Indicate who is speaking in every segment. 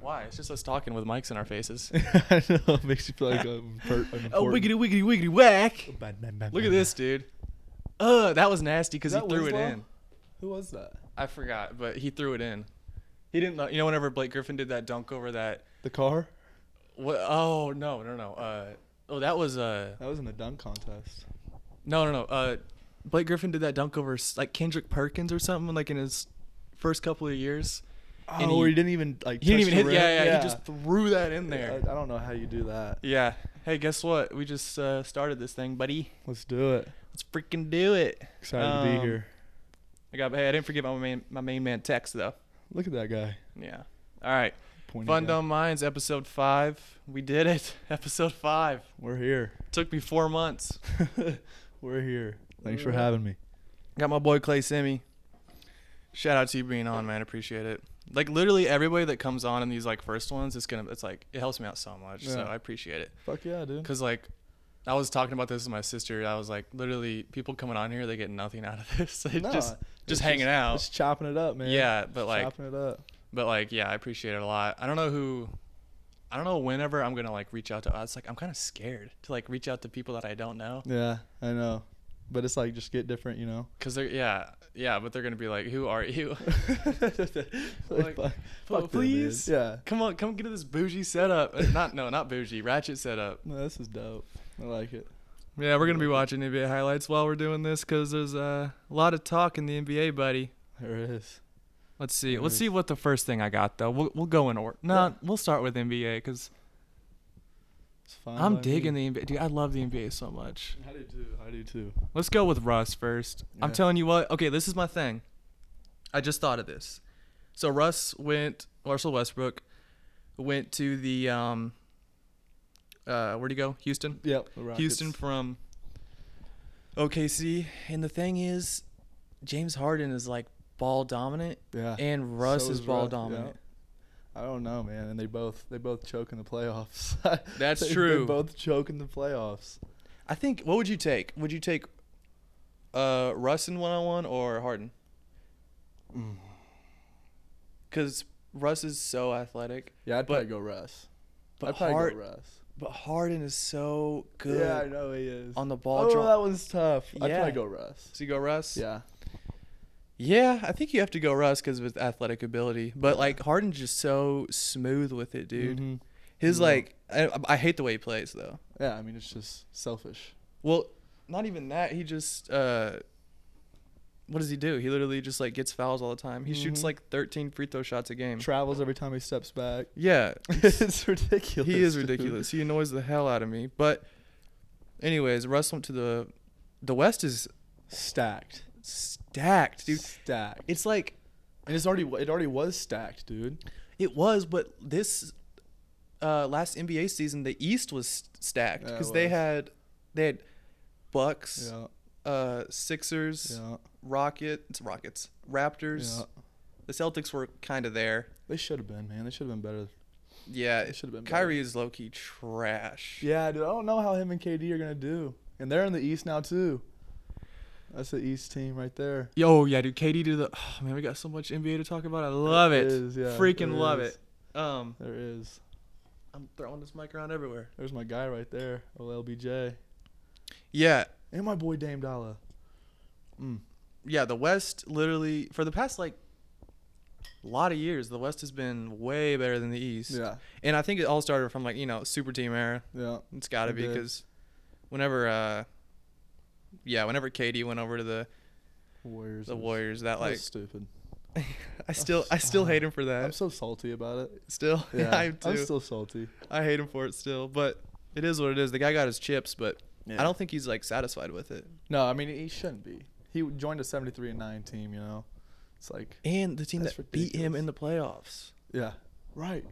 Speaker 1: Why? It's just us talking with mics in our faces.
Speaker 2: I know. It makes you feel like um, per-
Speaker 1: oh,
Speaker 2: unimportant.
Speaker 1: wiggity wiggity wiggity whack!
Speaker 2: Bad, bad, bad,
Speaker 1: Look at
Speaker 2: bad,
Speaker 1: this, dude. Uh, that was nasty because
Speaker 2: bad.
Speaker 1: he
Speaker 2: Is that
Speaker 1: threw
Speaker 2: Winslow?
Speaker 1: it in.
Speaker 2: Who was that?
Speaker 1: I forgot, but he threw it in. He didn't. know- You know, whenever Blake Griffin did that dunk over that.
Speaker 2: The car?
Speaker 1: What? Oh no, no, no. Uh, oh, that was uh.
Speaker 2: That was in the dunk contest.
Speaker 1: No, no, no. Uh, Blake Griffin did that dunk over s- like Kendrick Perkins or something like in his first couple of years.
Speaker 2: Oh,
Speaker 1: And
Speaker 2: where
Speaker 1: he-
Speaker 2: he didn't even like.
Speaker 1: He didn't
Speaker 2: touch
Speaker 1: even
Speaker 2: the
Speaker 1: hit.
Speaker 2: rim?
Speaker 1: Yeah, yeah, He just threw that in there.
Speaker 2: I, I don't know how you do that.
Speaker 1: yeah. Hey, guess what? We just uh, started this thing, buddy.
Speaker 2: Let's do it.
Speaker 1: Let's freaking do it.
Speaker 2: Excited to be
Speaker 1: Um,
Speaker 2: here.
Speaker 1: I got. Hey, I didn't forget my main my main man Tex though.
Speaker 2: Look at that guy.
Speaker 1: Yeah. All right.
Speaker 2: Pointy
Speaker 1: Fun
Speaker 2: guy.
Speaker 1: Dumb Minds, episode five. We did it. Episode five.
Speaker 2: We're here.
Speaker 1: Took me four months.
Speaker 2: We're here. Thanks for
Speaker 1: Yeah.
Speaker 2: having me.
Speaker 1: Got my boy Clay Simi. Shout out to you being on, man. Appreciate it. Like literally everybody that comes on in these like first ones, it's gonna it's like it helps me out so much. So
Speaker 2: Yeah.
Speaker 1: I appreciate it.
Speaker 2: Fuck yeah, dude.
Speaker 1: Cause like I was talking about this with my sister. I was like, literally, people coming on here, they get nothing out of this. They
Speaker 2: No,
Speaker 1: just
Speaker 2: it's
Speaker 1: just hanging out.
Speaker 2: Just chopping it up, man.
Speaker 1: yeah, but like,
Speaker 2: chopping it up.
Speaker 1: but like, yeah, I appreciate it a lot. I don't know who, I don't know whenever I'm gonna like reach out to. It's like I'm kind of scared to like reach out to people that I don't know.
Speaker 2: Yeah, I know. But it's like just get different, you know.
Speaker 1: Cause they're yeah, yeah, but they're gonna be like, who are you?
Speaker 2: Like, fuck- fuck them, dude.
Speaker 1: please?
Speaker 2: Yeah.
Speaker 1: Come on, come get this bougie setup. Uh, Not no, not bougie. Ratchet setup.
Speaker 2: No, this is dope. I like it.
Speaker 1: Yeah, we're gonna be watching NBA highlights while we're doing this because there's uh, a lot of talk in the NBA, buddy.
Speaker 2: There it is.
Speaker 1: Let's see.
Speaker 2: There
Speaker 1: Let's
Speaker 2: is.
Speaker 1: see what the first thing I got though. We'll we'll go in order. No,
Speaker 2: Yeah.
Speaker 1: we'll start with NBA because
Speaker 2: It's fine.
Speaker 1: I'm digging the NBA. Dude, I love the NBA so much.
Speaker 2: I do too. I do too.
Speaker 1: Let's go with Russ first. I'm
Speaker 2: Yeah.
Speaker 1: telling you what. Okay, this is my thing. I just thought of this. So Russ went. Russell Westbrook went to the um. Uh, where'd he go? Houston.
Speaker 2: Yep. the Rockets.
Speaker 1: Houston from OKC. And the thing is, James Harden is like ball dominant,
Speaker 2: Yeah.
Speaker 1: and Russ
Speaker 2: Ah, So
Speaker 1: is ball
Speaker 2: Russ, yeah.
Speaker 1: dominant.
Speaker 2: I don't know, man. And they both they both choke in the playoffs.
Speaker 1: That's
Speaker 2: They-
Speaker 1: true.
Speaker 2: They both choke in the playoffs.
Speaker 1: I think. What would you take? Would you take uh, Russ in one on one or Harden?
Speaker 2: Mm.
Speaker 1: Because Russ is so athletic,
Speaker 2: Yeah, I'd
Speaker 1: But-
Speaker 2: probably go Russ.
Speaker 1: but
Speaker 2: I'd probably
Speaker 1: Hard,
Speaker 2: go Russ.
Speaker 1: but Harden is so good
Speaker 2: Yeah, I know he is.
Speaker 1: on the
Speaker 2: oh,
Speaker 1: ball. draw.
Speaker 2: that one's tough. I'd
Speaker 1: Yeah.
Speaker 2: probably go Russ.
Speaker 1: so you go Russ.
Speaker 2: Yeah.
Speaker 1: Yeah, I think you have to go Russ because of his athletic ability. But like Harden's just so smooth with it, dude.
Speaker 2: Mhm.
Speaker 1: His
Speaker 2: Yeah.
Speaker 1: like, I, I hate the way he plays though.
Speaker 2: Yeah, I mean it's just selfish.
Speaker 1: Well, not even that. He just, uh, what does he do? He literally just like gets fouls all the time. He shoots
Speaker 2: Mhm.
Speaker 1: like 13 free throw shots a game.
Speaker 2: Travels every time he steps back.
Speaker 1: yeah,
Speaker 2: it's ridiculous.
Speaker 1: he is
Speaker 2: dude.
Speaker 1: ridiculous. He annoys the hell out of me. But, anyways, Russ went to the, the West is
Speaker 2: Stacked.
Speaker 1: stacked, dude.
Speaker 2: Stacked.
Speaker 1: It's like
Speaker 2: and it's already it already was stacked, dude.
Speaker 1: It was, but this uh, last NBA season, the East was st- stacked
Speaker 2: Yeah, it
Speaker 1: because they
Speaker 2: was.
Speaker 1: had they had Bucks,
Speaker 2: Yeah.
Speaker 1: uh, Sixers,
Speaker 2: Yeah.
Speaker 1: Rockets, Rockets, Raptors.
Speaker 2: yeah.
Speaker 1: The Celtics were kind of there.
Speaker 2: They should have been, man. They should have been better.
Speaker 1: Yeah,
Speaker 2: They should've been better.
Speaker 1: Kyrie is low key trash.
Speaker 2: Yeah, dude. I don't know how him and KD are gonna do, and they're in the East now too. That's the East team right there.
Speaker 1: Yo, yeah, dude. KD did the. Oh, man, we got so much NBA to talk about. I love it.
Speaker 2: is, yeah,
Speaker 1: Freaking
Speaker 2: there
Speaker 1: love
Speaker 2: is.
Speaker 1: it. Um,
Speaker 2: There is.
Speaker 1: I'm throwing this mic around everywhere.
Speaker 2: There's my guy right there, LBJ,
Speaker 1: Yeah,
Speaker 2: and my boy Dame Dalla. Mm.
Speaker 1: yeah, the West literally for the past like lot of years, the West has been way better than the East.
Speaker 2: Yeah,
Speaker 1: And I think it all started from like you know super team era.
Speaker 2: yeah,
Speaker 1: It's got to
Speaker 2: It
Speaker 1: be
Speaker 2: did.
Speaker 1: because whenever uh yeah whenever Katie went over to the
Speaker 2: Warriors.
Speaker 1: the
Speaker 2: was-
Speaker 1: Warriors that
Speaker 2: that
Speaker 1: like
Speaker 2: was stupid.
Speaker 1: I still I still hate him for
Speaker 2: I'm
Speaker 1: that
Speaker 2: so salty about it.
Speaker 1: still
Speaker 2: Yeah,
Speaker 1: I do
Speaker 2: I'm still salty.
Speaker 1: I hate him for it still but it is what it is the guy got his chips but
Speaker 2: Yeah.
Speaker 1: I don't think he's like satisfied with it
Speaker 2: No, I mean he shouldn't be. He joined a 73 and nine team. You know, it's like
Speaker 1: and the team
Speaker 2: That's
Speaker 1: that beat him
Speaker 2: ridiculous.
Speaker 1: in the playoffs
Speaker 2: yeah, right.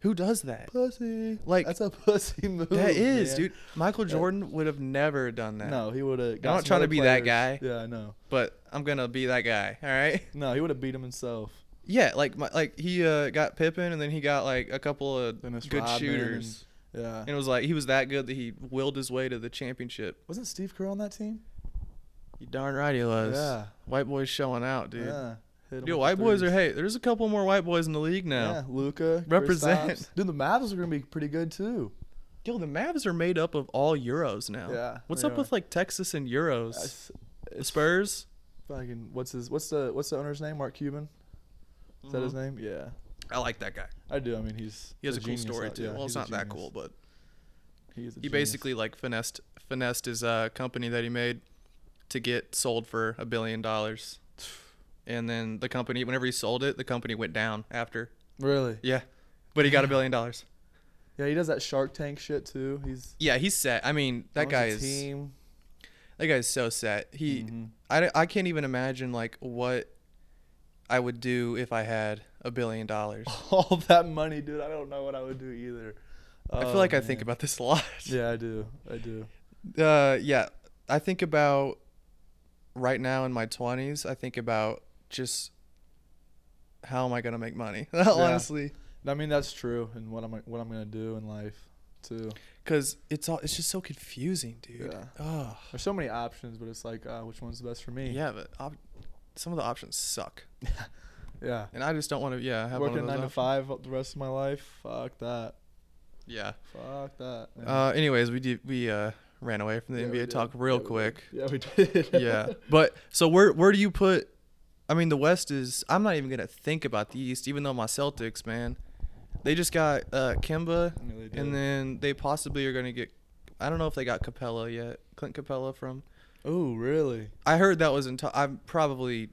Speaker 1: who does that
Speaker 2: Pussy.
Speaker 1: Like-
Speaker 2: that's a pussy move.
Speaker 1: That is,
Speaker 2: man.
Speaker 1: dude. Michael
Speaker 2: That-
Speaker 1: Jordan would have never done that.
Speaker 2: No, he would have.
Speaker 1: not trying to be that guy.
Speaker 2: Yeah, I know.
Speaker 1: But I'm gonna be that guy. All right.
Speaker 2: No, he would have beat him himself.
Speaker 1: Yeah, like my, like he uh, got Pippen, and then he got like a couple of
Speaker 2: Dennis
Speaker 1: good
Speaker 2: Rodman
Speaker 1: shooters,
Speaker 2: Yeah.
Speaker 1: and it was like he was that good that he willed his way to the championship.
Speaker 2: Wasn't Steve Kerr on that team?
Speaker 1: You darn right he was.
Speaker 2: Yeah.
Speaker 1: White boy's showing out, dude.
Speaker 2: Yeah. Hit 'em
Speaker 1: Yo,
Speaker 2: with
Speaker 1: white
Speaker 2: the
Speaker 1: boys are
Speaker 2: threes.
Speaker 1: hey. There's a couple more white boys in the league now.
Speaker 2: Yeah, Luca
Speaker 1: Represent.
Speaker 2: Dude, the Mavs are gonna be pretty good too.
Speaker 1: Yo, the Mavs are made up of all Euros now.
Speaker 2: Yeah,
Speaker 1: What's
Speaker 2: they
Speaker 1: up with like Texas and Euros?
Speaker 2: That's-
Speaker 1: The Spurs.
Speaker 2: Fucking what's his what's the what's the owner's name? Mark Cuban. Is that his name? Yeah,
Speaker 1: I like that guy.
Speaker 2: I do. I mean, he's
Speaker 1: Mm-hmm. He has a, cool
Speaker 2: genius
Speaker 1: story
Speaker 2: out-
Speaker 1: too.
Speaker 2: yeah,
Speaker 1: well, it's
Speaker 2: he's a
Speaker 1: not that
Speaker 2: genius.
Speaker 1: cool, but
Speaker 2: He, is a
Speaker 1: he
Speaker 2: genius.
Speaker 1: basically like finessed finessed his uh, company that he made to get sold for a billion dollars. And then the company, whenever he sold it, the company went down after.
Speaker 2: really
Speaker 1: Yeah, but he got a billion dollars.
Speaker 2: yeah he does that Shark Tank shit too. He's
Speaker 1: Yeah, he's set. I mean, that
Speaker 2: owns a
Speaker 1: guy is
Speaker 2: team.
Speaker 1: that guy's so set. He,
Speaker 2: Mhm.
Speaker 1: I, don't- I can't even imagine like what I would do if I had a billion dollars.
Speaker 2: all that money, dude. I don't know what I would do either.
Speaker 1: I feel
Speaker 2: Oh,
Speaker 1: like I think
Speaker 2: man.
Speaker 1: about this a lot.
Speaker 2: Yeah, I do. I do.
Speaker 1: Uh, yeah, I think about right now in my twenties. I think about just how am I gonna make money? Honestly,
Speaker 2: I mean, that's true. And what I'm what I'm gonna do in life too.
Speaker 1: because it's all it's just so confusing, dude.
Speaker 2: Yeah.
Speaker 1: Oh,
Speaker 2: There's so many options, but it's like, uh, which one's the best for me?
Speaker 1: yeah, but op- some of the options suck,
Speaker 2: Yeah.
Speaker 1: and I just don't want to. Yeah, have
Speaker 2: Working
Speaker 1: one of
Speaker 2: nine
Speaker 1: those
Speaker 2: to
Speaker 1: options.
Speaker 2: five the rest of my life. Fuck that.
Speaker 1: Yeah.
Speaker 2: Fuck that. man.
Speaker 1: Uh, anyways, we did, we uh ran away from the
Speaker 2: Yeah, we
Speaker 1: NBA
Speaker 2: did.
Speaker 1: talk
Speaker 2: Yeah,
Speaker 1: real
Speaker 2: we did.
Speaker 1: quick.
Speaker 2: Yeah, we did.
Speaker 1: yeah, but so where where do you put? I mean, the West is. I'm not even gonna think about the East, even though my Celtics, man, they just got uh, Kemba,
Speaker 2: Yeah, they did.
Speaker 1: and then they possibly are gonna get. I don't know if they got Capella yet. Clint Capella from.
Speaker 2: oh, really?
Speaker 1: I heard that was in. To- I'm probably.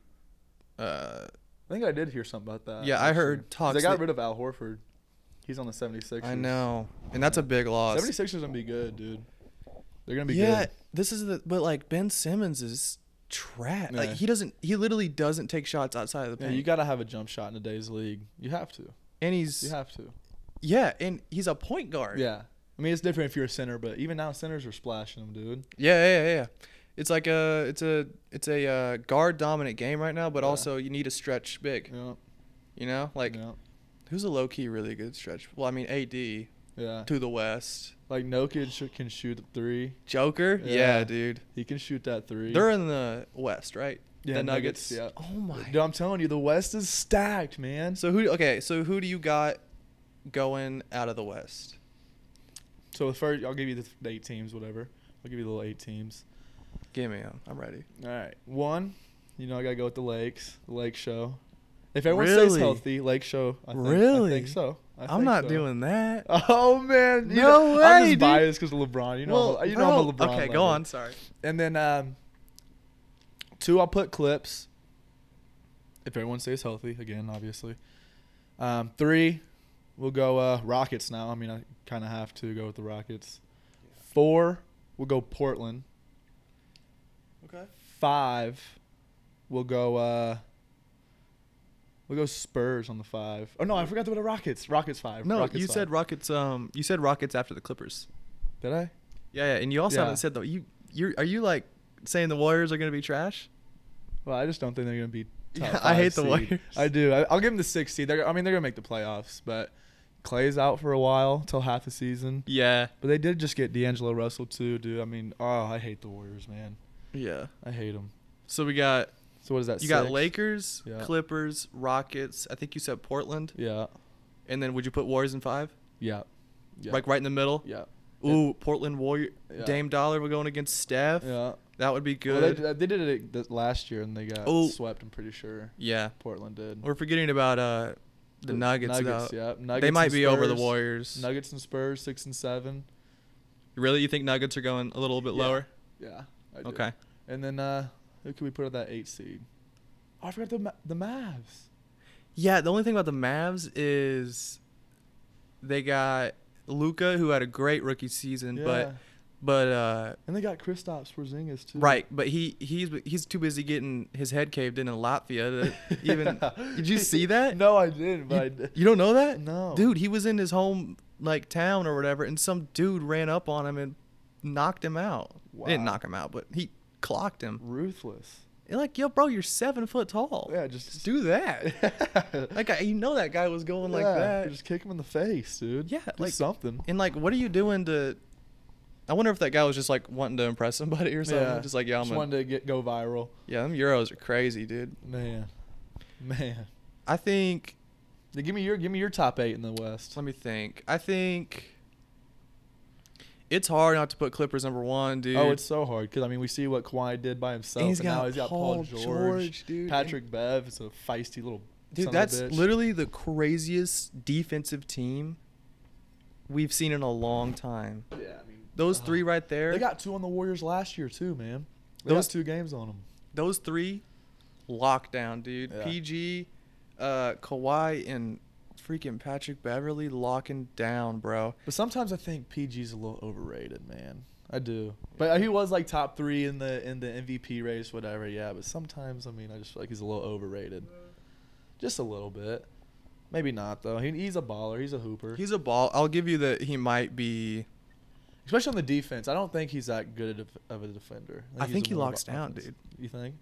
Speaker 1: Uh,
Speaker 2: I think I did hear something about that.
Speaker 1: Yeah, I heard
Speaker 2: 'Cause They
Speaker 1: talks
Speaker 2: got
Speaker 1: that-
Speaker 2: rid of Al Horford. He's on the 76ers.
Speaker 1: I know, and that's a big loss.
Speaker 2: 76ers going to be good, dude. They're going to be
Speaker 1: Yeah,
Speaker 2: good.
Speaker 1: this is the. But like Ben Simmons is trash. Like
Speaker 2: Yeah.
Speaker 1: he doesn't. He literally doesn't take shots outside of the
Speaker 2: Yeah,
Speaker 1: paint.
Speaker 2: you got to have a jump shot in today's league. You have to.
Speaker 1: and he's
Speaker 2: You have to.
Speaker 1: yeah, and he's a point guard.
Speaker 2: Yeah. I mean, it's different if you're a center, but even now centers are splashing them, dude.
Speaker 1: Yeah, yeah, yeah, yeah. It's like a it's a it's a uh, guard dominant game right now, but
Speaker 2: Yeah.
Speaker 1: also you need a stretch big.
Speaker 2: Yeah.
Speaker 1: You know, like
Speaker 2: yeah.
Speaker 1: who's a low key really good stretch? Well, I mean AD to
Speaker 2: yeah.
Speaker 1: the West,
Speaker 2: Like Nokic sh- can shoot a three.
Speaker 1: Joker. Yeah,
Speaker 2: Yeah.
Speaker 1: dude.
Speaker 2: He can shoot that 3
Speaker 1: They're in the West, right?
Speaker 2: Yeah,
Speaker 1: the
Speaker 2: Nuggets,
Speaker 1: Nuggets.
Speaker 2: yeah.
Speaker 1: Oh my.
Speaker 2: Dude, I'm telling you, the West is stacked, man.
Speaker 1: So who? Okay, so who do you got going out of the West?
Speaker 2: So the first, I'll give you the th- eight teams, whatever. I'll give you the little eight teams.
Speaker 1: Give me 'em. I'm ready.
Speaker 2: All right, one. You know, I gotta go with the Lakes, the Lake Show. If everyone stays
Speaker 1: Really?
Speaker 2: healthy, Lake Show. I think, I
Speaker 1: Really?
Speaker 2: think so. I
Speaker 1: I'm
Speaker 2: think
Speaker 1: not
Speaker 2: so.
Speaker 1: doing that.
Speaker 2: Oh man, you
Speaker 1: No
Speaker 2: know- I'm
Speaker 1: way,
Speaker 2: just
Speaker 1: dude.
Speaker 2: biased because of LeBron. You know, I'm a, you know, I'm a
Speaker 1: bro,
Speaker 2: LeBron.
Speaker 1: Okay,
Speaker 2: lover.
Speaker 1: go on. Sorry.
Speaker 2: And then um, two, I'll put clips. If everyone stays healthy, again, obviously. Um, three, we'll go uh, Rockets now. I mean, I kind of have to go with the Rockets. Four, we'll go Portland.
Speaker 1: Okay.
Speaker 2: Five, we'll go. Uh, we'll go Spurs on the five. Oh no, I forgot to go to Rockets. Rockets five.
Speaker 1: No,
Speaker 2: Rockets
Speaker 1: you
Speaker 2: five.
Speaker 1: said Rockets. Um, you said Rockets after the Clippers.
Speaker 2: Did I?
Speaker 1: Yeah, yeah, and you also
Speaker 2: Yeah.
Speaker 1: haven't said though. You you are you like saying the Warriors are gonna be trash?
Speaker 2: Well, I just don't think they're gonna be. Top
Speaker 1: Yeah, I
Speaker 2: five
Speaker 1: hate the
Speaker 2: seed.
Speaker 1: Warriors.
Speaker 2: I do. I, I'll give them the six seed. They're, I mean, they're gonna make the playoffs, but Clay's out for a while till half the season.
Speaker 1: Yeah,
Speaker 2: But they did just get D'Angelo Russell too, dude. I mean, oh, I hate the Warriors, man.
Speaker 1: yeah.
Speaker 2: I hate them.
Speaker 1: So we got
Speaker 2: So what is that?
Speaker 1: you got
Speaker 2: six?
Speaker 1: Lakers,
Speaker 2: Yeah.
Speaker 1: Clippers, Rockets. I think you said Portland,
Speaker 2: Yeah.
Speaker 1: and then would you put Warriors in five?
Speaker 2: Yeah. Yeah.
Speaker 1: Like right in the middle.
Speaker 2: yeah.
Speaker 1: Ooh, Portland Warrior.
Speaker 2: Yeah.
Speaker 1: Dame Dollar. We're going against Steph.
Speaker 2: Yeah.
Speaker 1: That would be
Speaker 2: Well, they,
Speaker 1: good.
Speaker 2: d- they did it th- last year and they got
Speaker 1: Oh.
Speaker 2: swept. I'm pretty sure
Speaker 1: yeah.
Speaker 2: Portland did.
Speaker 1: We're forgetting about uh the, Nuggets.
Speaker 2: Nuggets,
Speaker 1: though.
Speaker 2: yeah. Nuggets
Speaker 1: they
Speaker 2: and
Speaker 1: might be over the
Speaker 2: Spurs.
Speaker 1: Warriors.
Speaker 2: Nuggets and Spurs six and seven.
Speaker 1: really, you think Nuggets are going a little bit
Speaker 2: Yeah,
Speaker 1: lower?
Speaker 2: Yeah. I do.
Speaker 1: Okay.
Speaker 2: And then uh who can we put at that eight seed? Oh, I forgot the Ma- the Mavs.
Speaker 1: Yeah, the only thing about the Mavs is they got Luca, who had a great rookie season, but
Speaker 2: Yeah.
Speaker 1: but uh,
Speaker 2: and they got Kristaps Porzingis too.
Speaker 1: right, but he he's he's too busy getting his head caved in in Latvia to uh, even. did you see that?
Speaker 2: No, I didn't. But I
Speaker 1: You,
Speaker 2: did.
Speaker 1: you don't know that?
Speaker 2: No.
Speaker 1: dude, he was in his home like town or whatever, and some dude ran up on him and knocked him out. Didn't
Speaker 2: Wow.
Speaker 1: knock him out, but he clocked him.
Speaker 2: ruthless.
Speaker 1: And like, yo, bro, you're seven foot tall.
Speaker 2: Yeah, just-
Speaker 1: Just do that. like, I- you know that guy was going like
Speaker 2: Yeah,
Speaker 1: that.
Speaker 2: Just kick him in the face, dude.
Speaker 1: Yeah,
Speaker 2: Do
Speaker 1: like-
Speaker 2: something.
Speaker 1: And like, what are you doing to? I wonder if that guy was just like wanting to impress somebody or something. Just like, yeah, I'm
Speaker 2: just
Speaker 1: a-
Speaker 2: wanted to get go viral,
Speaker 1: yeah, them euros are crazy, dude.
Speaker 2: man. Man,
Speaker 1: I think.
Speaker 2: Now give me your give me your top eight in the West.
Speaker 1: Let me think. I think. It's hard not to put Clippers number one, dude.
Speaker 2: Oh, it's so hard because I mean we see what Kawhi did by himself,
Speaker 1: And he's
Speaker 2: now
Speaker 1: got
Speaker 2: he's got Paul
Speaker 1: Paul
Speaker 2: George,
Speaker 1: George, dude, and-
Speaker 2: Patrick Bev is a feisty little
Speaker 1: Dude,
Speaker 2: son of a
Speaker 1: that's
Speaker 2: bitch.
Speaker 1: literally the craziest defensive team we've seen in a long time.
Speaker 2: Yeah, I mean
Speaker 1: Those
Speaker 2: ugh.
Speaker 1: three right there.
Speaker 2: They got two on the Warriors last year too, man. They
Speaker 1: Those-
Speaker 2: got two games on them.
Speaker 1: those three lockdown, dude.
Speaker 2: Yeah.
Speaker 1: PG, uh, Kawhi, and freaking Patrick Beverly locking down, bro.
Speaker 2: But sometimes I think PG's a little overrated, man. I do. But he was like top three in the in the MVP race, whatever. Yeah, but sometimes I mean I just feel like he's a little overrated, just a little bit. Maybe not though. He, he's a baller. He's a hooper.
Speaker 1: He's a ball. I'll give you that he might be.
Speaker 2: Especially on the defense, I don't think he's that good at a, of a defender.
Speaker 1: I
Speaker 2: he's
Speaker 1: think
Speaker 2: a
Speaker 1: he
Speaker 2: more of
Speaker 1: locks
Speaker 2: a
Speaker 1: down, dude.
Speaker 2: You think?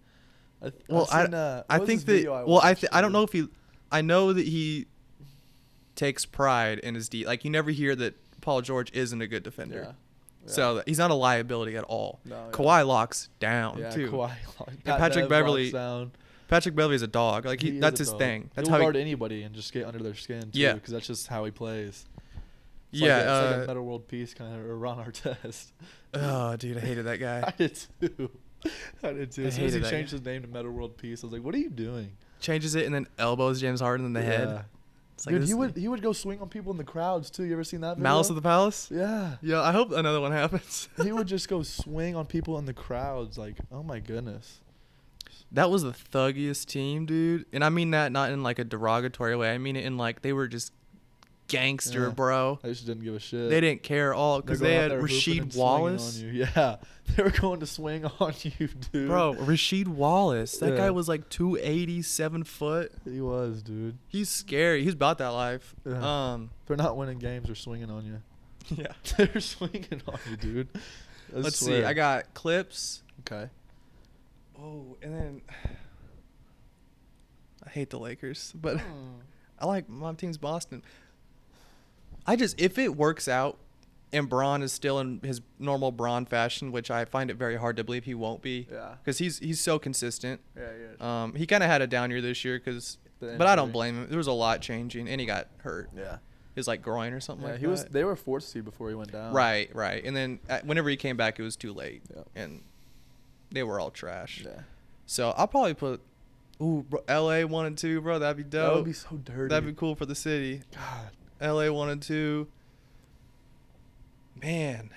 Speaker 2: I th-
Speaker 1: Well,
Speaker 2: I've
Speaker 1: I
Speaker 2: seen, uh,
Speaker 1: I
Speaker 2: what was
Speaker 1: think
Speaker 2: this
Speaker 1: that.
Speaker 2: video
Speaker 1: well, I
Speaker 2: watched
Speaker 1: th- I don't
Speaker 2: where-
Speaker 1: know if he. I know that he takes pride in his D. Like you never hear that Paul George isn't a good defender.
Speaker 2: Yeah. Yeah.
Speaker 1: So that- he's not a liability at all.
Speaker 2: No, yeah.
Speaker 1: Kawhi locks down
Speaker 2: yeah,
Speaker 1: too.
Speaker 2: Kawhi, Pat
Speaker 1: Patrick
Speaker 2: Bev
Speaker 1: Beverly-
Speaker 2: locks down.
Speaker 1: Patrick Beverly's a dog. Like he,
Speaker 2: is
Speaker 1: that's
Speaker 2: a
Speaker 1: his
Speaker 2: dog.
Speaker 1: thing. That's
Speaker 2: He'll
Speaker 1: how
Speaker 2: guard
Speaker 1: he,
Speaker 2: anybody and just get under their skin too,
Speaker 1: Yeah.
Speaker 2: because that's just how he plays. It's
Speaker 1: Yeah,
Speaker 2: like a, it's like
Speaker 1: uh,
Speaker 2: a metal world peace kind of or Ron Artest.
Speaker 1: Oh, dude, I hated that guy.
Speaker 2: I did too. I did too.
Speaker 1: I
Speaker 2: As soon as he
Speaker 1: hated that
Speaker 2: changed
Speaker 1: guy.
Speaker 2: his name to Metal World Peace, I was like, "What are you doing?"
Speaker 1: changes it and then elbows James Harden in the
Speaker 2: Yeah.
Speaker 1: head. It's like
Speaker 2: Dude,
Speaker 1: this
Speaker 2: he would
Speaker 1: thing.
Speaker 2: he would go swing on people in the crowds too. You ever seen that?
Speaker 1: Malice of
Speaker 2: video?
Speaker 1: the Palace.
Speaker 2: Yeah.
Speaker 1: Yeah, I hope another one happens.
Speaker 2: he would just go swing on people in the crowds. Like, oh my goodness.
Speaker 1: That was the thuggiest team, dude, and I mean that not in like a derogatory way. I mean it in like they were just gangster,
Speaker 2: Yeah.
Speaker 1: bro.
Speaker 2: I just didn't give a shit.
Speaker 1: They didn't care at all
Speaker 2: They're
Speaker 1: because
Speaker 2: going
Speaker 1: they
Speaker 2: out
Speaker 1: had
Speaker 2: there hooping and
Speaker 1: Rasheed
Speaker 2: swinging on
Speaker 1: Wallace,
Speaker 2: you. Yeah, they were going to swing on you, dude.
Speaker 1: bro. Rasheed Wallace, that
Speaker 2: Yeah.
Speaker 1: guy was like two eighty seven foot.
Speaker 2: he was, dude.
Speaker 1: He's scary. He's about that life.
Speaker 2: Yeah.
Speaker 1: Um,
Speaker 2: They're not winning games. They're swinging on you.
Speaker 1: yeah.
Speaker 2: They're swinging on you, dude. I
Speaker 1: Let's see.
Speaker 2: swear.
Speaker 1: I got clips.
Speaker 2: Okay.
Speaker 1: Oh, and then I hate the Lakers, but
Speaker 2: Hmm.
Speaker 1: I like my team's Boston. I just if it works out and Braun is still in his normal Braun fashion, which I find it very hard to believe he won't be.
Speaker 2: Yeah.
Speaker 1: Because he's he's so consistent.
Speaker 2: Yeah.
Speaker 1: Um, he kind of had a down year this year, because
Speaker 2: The
Speaker 1: but I
Speaker 2: injury.
Speaker 1: don't blame him. There was a lot changing, and he got hurt.
Speaker 2: yeah.
Speaker 1: His like groin or something.
Speaker 2: Yeah,
Speaker 1: like
Speaker 2: he was.
Speaker 1: that.
Speaker 2: They were um, fourth seed before he went down.
Speaker 1: Right, right. And then uh, whenever he came back, it was too late,
Speaker 2: Yep.
Speaker 1: and they were all trash.
Speaker 2: Yeah.
Speaker 1: So I'll probably put, ooh, bro, L.A. one and two, bro. That'd be dope.
Speaker 2: That would be so dirty.
Speaker 1: That'd be cool for the city.
Speaker 2: God.
Speaker 1: L.A. one and two. Man,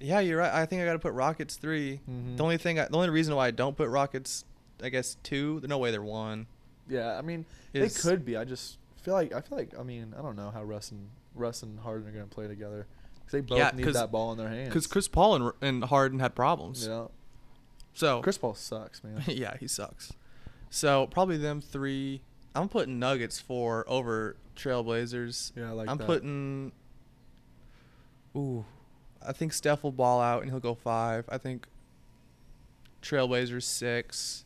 Speaker 1: yeah, you're right. I think I got to put Rockets 3
Speaker 2: Mhm.
Speaker 1: The only thing, I, the only reason why I don't put Rockets, I guess two. There's no way they're one.
Speaker 2: Yeah, I mean,
Speaker 1: Is-
Speaker 2: it could be. I just feel like I feel like I mean I don't know how Russ and Russ and Harden are gonna play together 'Cause they both
Speaker 1: Yeah,
Speaker 2: need
Speaker 1: 'cause-
Speaker 2: that ball in their hands.
Speaker 1: Because Chris Paul and, and Harden had problems.
Speaker 2: you know,
Speaker 1: So
Speaker 2: Chris Paul sucks, man.
Speaker 1: Oh. yeah, he sucks. So probably them three. I'm putting Nuggets four over Trailblazers.
Speaker 2: Yeah, I like
Speaker 1: I'm
Speaker 2: that.
Speaker 1: putting. Ooh, I think Steph will ball out and he'll go five. I think Trailblazers six.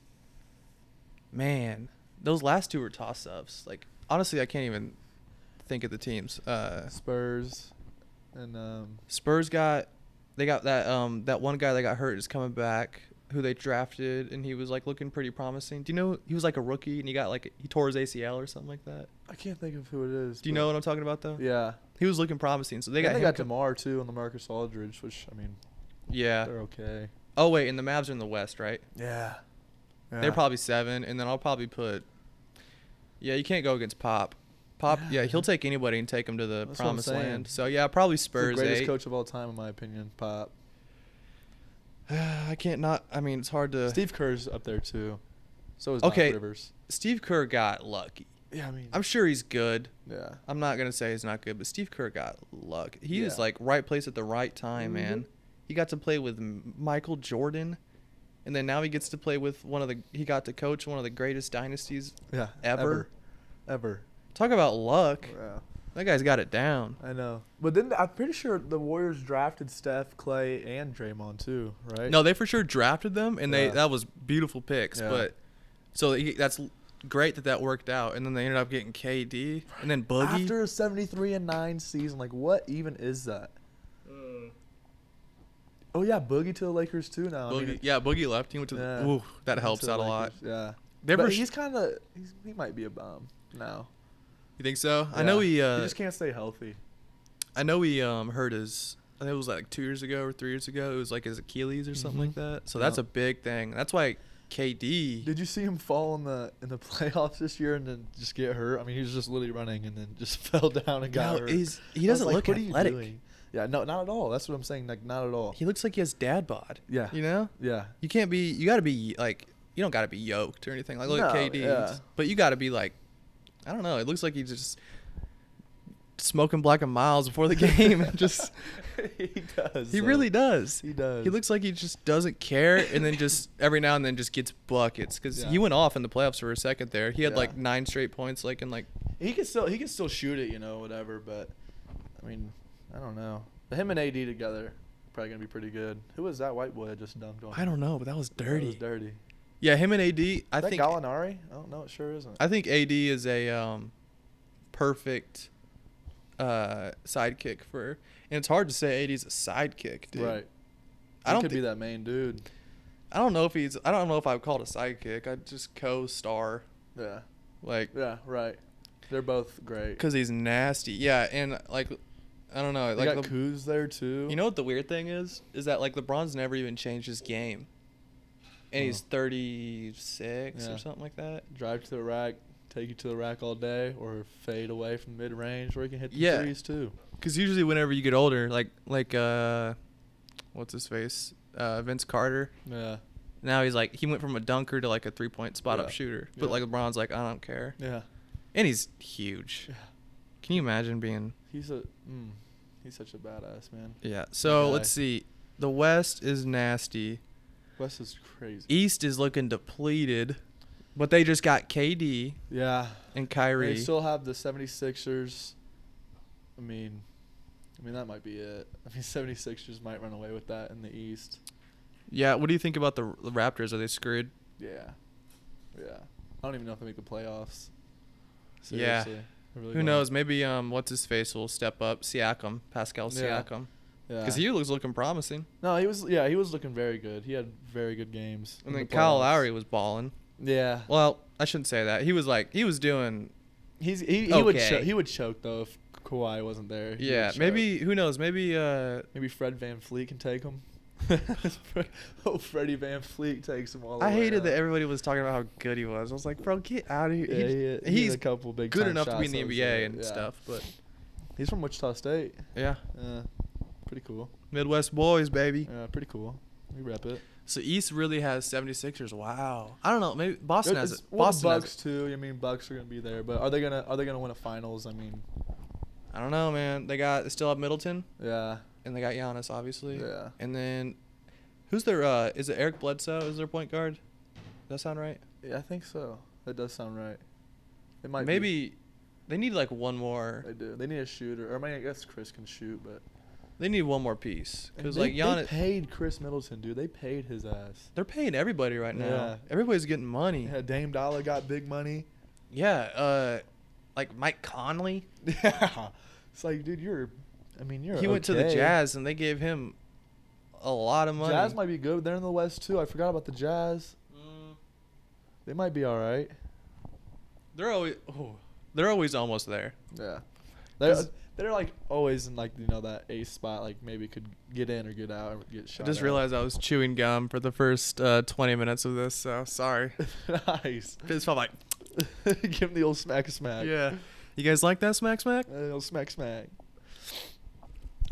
Speaker 1: Man, those last two were toss ups. Like honestly, I can't even think of the teams. Uh,
Speaker 2: Spurs and um
Speaker 1: Spurs got they got that um that one guy that got hurt is coming back who they drafted and he was like looking pretty promising. Do you know he was like a rookie and he got like he tore his ACL or something like that?
Speaker 2: I can't think of who it is.
Speaker 1: Do you
Speaker 2: but-
Speaker 1: know what I'm talking about though?
Speaker 2: Yeah,
Speaker 1: He was looking promising, so they got
Speaker 2: and they
Speaker 1: him
Speaker 2: got
Speaker 1: com-
Speaker 2: Demar too and Lamarcus Aldridge, which I mean,
Speaker 1: Yeah.
Speaker 2: they're okay.
Speaker 1: Oh wait, and the Mavs are in the West, right?
Speaker 2: Yeah.
Speaker 1: They're probably seven, and then I'll probably put. Yeah, you can't go against Pop. Pop,
Speaker 2: Yeah,
Speaker 1: yeah, he'll
Speaker 2: man.
Speaker 1: take anybody and take him to the
Speaker 2: That's what I'm
Speaker 1: promised
Speaker 2: saying.
Speaker 1: land. So yeah, probably
Speaker 2: the
Speaker 1: Spurs eh?
Speaker 2: greatest
Speaker 1: eight.
Speaker 2: coach of all time, in my opinion. Pop.
Speaker 1: I can't not. I mean, it's hard to.
Speaker 2: Steve Kerr's up there too. So is Doc
Speaker 1: Okay.
Speaker 2: Rivers.
Speaker 1: Steve Kerr got lucky.
Speaker 2: Yeah, I mean,
Speaker 1: I'm sure he's good.
Speaker 2: yeah.
Speaker 1: I'm not gonna say he's not good, but Steve Kerr got luck. He was
Speaker 2: Yeah.
Speaker 1: like right place at the right time,
Speaker 2: Mhm.
Speaker 1: man. He got to play with M- Michael Jordan, and then now he gets to play with one of the. He got to coach one of the greatest dynasties
Speaker 2: Yeah.
Speaker 1: ever.
Speaker 2: Ever.
Speaker 1: Talk about luck.
Speaker 2: Yeah.
Speaker 1: That guy's got it down.
Speaker 2: I know. But then I'm pretty sure the Warriors drafted Steph, Clay, and Draymond too, right?
Speaker 1: No, they for sure drafted them, and they
Speaker 2: Yeah.
Speaker 1: that was beautiful picks.
Speaker 2: Yeah.
Speaker 1: But so he, that's l- great that that worked out, and then they ended up getting KD and then Boogie.
Speaker 2: after a 73 and 9 season, like what even is that?
Speaker 1: Mm.
Speaker 2: Oh yeah, Boogie to the Lakers too now. I mean,
Speaker 1: Boogie, yeah, Boogie left. He went to the.
Speaker 2: Yeah.
Speaker 1: Ooh, that
Speaker 2: to
Speaker 1: helps
Speaker 2: the
Speaker 1: out a lot.
Speaker 2: Lakers, Yeah.
Speaker 1: They're
Speaker 2: but
Speaker 1: res-
Speaker 2: he's kind of he might be a bum now.
Speaker 1: you think so? I know he. Uh,
Speaker 2: he just can't stay healthy.
Speaker 1: I know he um hurt his. I think it was like two years ago or three years ago. It was like his Achilles or something
Speaker 2: Mhm.
Speaker 1: like that. So
Speaker 2: Yeah.
Speaker 1: that's a big thing. That's why KD.
Speaker 2: Did you see him fall in the in the playoffs this year and then just get hurt? I mean, he was just literally running and then just fell down and got
Speaker 1: No,
Speaker 2: hurt.
Speaker 1: he's- he
Speaker 2: I was
Speaker 1: doesn't look
Speaker 2: "What are you
Speaker 1: athletic."
Speaker 2: doing?" Yeah, no, not at all. That's what I'm saying. Like, not at all.
Speaker 1: he looks like he has dad bod.
Speaker 2: Yeah.
Speaker 1: You know.
Speaker 2: yeah,
Speaker 1: You can't be. You got to be like. You don't got to be yoked or anything like look at
Speaker 2: No,
Speaker 1: KD.
Speaker 2: yeah.
Speaker 1: But you got to be like. I don't know. It looks like he's just smoking black and miles before the game. and just
Speaker 2: he does.
Speaker 1: he
Speaker 2: though.
Speaker 1: really does.
Speaker 2: He does.
Speaker 1: He looks like he just doesn't care, and then just every now and then just gets buckets because
Speaker 2: Yeah.
Speaker 1: he went off in the playoffs for a second there. He had
Speaker 2: Yeah.
Speaker 1: like nine straight points, like in like
Speaker 2: He can still he can still shoot it, you know, whatever. But I mean, I don't know. But him and AD together probably gonna be pretty good. Who was that white boy that just dumped on?
Speaker 1: I don't know, but that was
Speaker 2: That was
Speaker 1: dirty.
Speaker 2: dirty.
Speaker 1: Yeah, him and AD. I
Speaker 2: Is that
Speaker 1: think
Speaker 2: Gallinari? Oh no, it sure isn't.
Speaker 1: I think AD is a um, perfect uh, sidekick for, and it's hard to say AD's a sidekick, dude.
Speaker 2: right.
Speaker 1: I don't
Speaker 2: could
Speaker 1: thi-
Speaker 2: be that main dude.
Speaker 1: I don't know if he's. I don't know if I would call it a sidekick. I'd just co-star,
Speaker 2: Yeah.
Speaker 1: like,
Speaker 2: Yeah. Right. They're both great.
Speaker 1: cause he's nasty. Yeah, and like, I don't know,
Speaker 2: They
Speaker 1: like
Speaker 2: got
Speaker 1: Le-
Speaker 2: Kuz there too.
Speaker 1: You know what the weird thing is? Is that like LeBron's never even changed his game. And he's
Speaker 2: Huh.
Speaker 1: 36
Speaker 2: Yeah.
Speaker 1: or something like that.
Speaker 2: drive to the rack, take you to the rack all day, or fade away from mid range where you can hit the
Speaker 1: Yeah.
Speaker 2: threes too.
Speaker 1: Cuz usually whenever you get older, like like uh what's his face? Uh Vince Carter.
Speaker 2: Yeah.
Speaker 1: Now he's like he went from a dunker to like a three-point spot-up
Speaker 2: Yeah.
Speaker 1: shooter. But
Speaker 2: Yeah.
Speaker 1: like LeBron's like I don't care.
Speaker 2: Yeah.
Speaker 1: And he's huge.
Speaker 2: Yeah.
Speaker 1: Can you imagine being
Speaker 2: He's a mm, he's such a badass man.
Speaker 1: Yeah. So
Speaker 2: guy.
Speaker 1: let's see. The West is nasty.
Speaker 2: Wes is crazy.
Speaker 1: East is looking depleted. But they just got KD
Speaker 2: Yeah.
Speaker 1: and Kyrie.
Speaker 2: They still have the 76ers. I mean, I mean that might be it. I mean 76ers might run away with that in the East.
Speaker 1: Yeah, what do you think about the the Raptors? Are they screwed?
Speaker 2: Yeah. Yeah. I don't even know if they make the playoffs.
Speaker 1: Yeah.
Speaker 2: Seriously. I really
Speaker 1: Who
Speaker 2: don't.
Speaker 1: knows? Maybe um, what's his face will step up. Siakam, Pascal
Speaker 2: Yeah.
Speaker 1: Siakam,
Speaker 2: Yeah.
Speaker 1: because he was looking promising.
Speaker 2: No, he was yeah, he was looking very good. He had very good games.
Speaker 1: And
Speaker 2: in
Speaker 1: then
Speaker 2: the
Speaker 1: Kyle
Speaker 2: playoffs.
Speaker 1: Lowry was balling.
Speaker 2: Yeah.
Speaker 1: Well, I shouldn't say that. He was like he was doing.
Speaker 2: He's he, he would
Speaker 1: Okay.
Speaker 2: cho- he would choke though if Kawhi wasn't there. He would
Speaker 1: Yeah,
Speaker 2: choke.
Speaker 1: maybe who knows? Maybe uh,
Speaker 2: Maybe Fred Van Fleet can take him. oh, Freddie Van Fleet takes him all. The
Speaker 1: I
Speaker 2: way
Speaker 1: hated
Speaker 2: up.
Speaker 1: that everybody was talking about how good he was. I was like, bro, get out of here.
Speaker 2: Yeah, he
Speaker 1: He-
Speaker 2: had- he had
Speaker 1: he's
Speaker 2: a couple big
Speaker 1: good
Speaker 2: time
Speaker 1: enough to be
Speaker 2: shots
Speaker 1: in the
Speaker 2: that was
Speaker 1: NBA
Speaker 2: good,
Speaker 1: and
Speaker 2: yeah.
Speaker 1: stuff, but
Speaker 2: He's from Wichita State.
Speaker 1: yeah,
Speaker 2: Yeah, pretty cool.
Speaker 1: Midwest boys, baby.
Speaker 2: Yeah, pretty cool. We rep it.
Speaker 1: So East really has 76ers. Wow. I don't know. Maybe Boston has it.
Speaker 2: It's- well,
Speaker 1: Boston has
Speaker 2: Bucks
Speaker 1: it.
Speaker 2: too. I mean, Bucks are gonna be there, but are they gonna are they gonna win a finals? I mean,
Speaker 1: I don't know, man. They got they still have Middleton.
Speaker 2: yeah,
Speaker 1: and they got Giannis, obviously.
Speaker 2: Yeah.
Speaker 1: And then, who's their? Uh, is it Eric Bledsoe? Is their point guard? Does that sound right?
Speaker 2: yeah, I think so. That does sound right. It might be.
Speaker 1: Maybe they need like one more.
Speaker 2: they do. They need a shooter, or I, mean, I guess Chris can shoot, but
Speaker 1: They need one more piece
Speaker 2: And
Speaker 1: because
Speaker 2: they-
Speaker 1: like
Speaker 2: they
Speaker 1: Giannis,
Speaker 2: paid Chris Middleton, dude. They paid his ass.
Speaker 1: they're paying everybody right now.
Speaker 2: Yeah.
Speaker 1: Everybody's getting money.
Speaker 2: Yeah, Dame Dollar got big money.
Speaker 1: Yeah. Uh, like Mike Conley,
Speaker 2: Yeah, it's like, dude, you're. I mean, you're.
Speaker 1: he went to the
Speaker 2: okay.
Speaker 1: Jazz and they gave him a lot of money.
Speaker 2: Jazz might be good. They're in the West too. I forgot about the Jazz.
Speaker 1: Mm,
Speaker 2: They might be all right.
Speaker 1: they're always. Oh, they're always almost there.
Speaker 2: Yeah, they're
Speaker 1: 'Cause-
Speaker 2: they're like always in like you know that ace spot. Like maybe could get in or get out or get
Speaker 1: I
Speaker 2: shot.
Speaker 1: just
Speaker 2: out.
Speaker 1: realized I was chewing gum for the first uh, 20 minutes of this, so sorry.
Speaker 2: nice.
Speaker 1: It's felt like
Speaker 2: Give him the old smack smack.
Speaker 1: Yeah. You guys like that smack smack?
Speaker 2: Uh, old smack smack.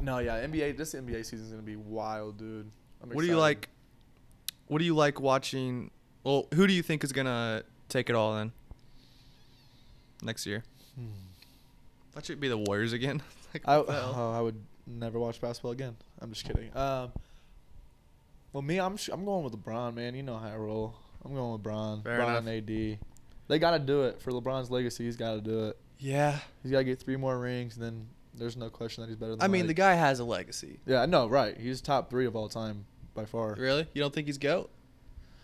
Speaker 2: No, yeah, NBA. This NBA season's gonna be wild, dude. I'm
Speaker 1: What do you
Speaker 2: excited.
Speaker 1: like? What do you like watching? Well, who do you think is gonna take it all in next year?
Speaker 2: Hmm.
Speaker 1: That should be the Warriors again. Like,
Speaker 2: I,
Speaker 1: what the hell?
Speaker 2: oh, I would never watch basketball again. I'm just kidding. Um, well, me, I'm sh- I'm going with LeBron, man. You know how I roll. I'm going with LeBron.
Speaker 1: Fair
Speaker 2: LeBron and AD. They got to do it for LeBron's legacy. He's got to do it.
Speaker 1: yeah.
Speaker 2: He's got to get three more rings, and then there's no question that he's better than.
Speaker 1: I mean, the
Speaker 2: Mike.
Speaker 1: guy has a legacy.
Speaker 2: Yeah, I know, right? He's top three of all time by far.
Speaker 1: Really? You don't think he's goat?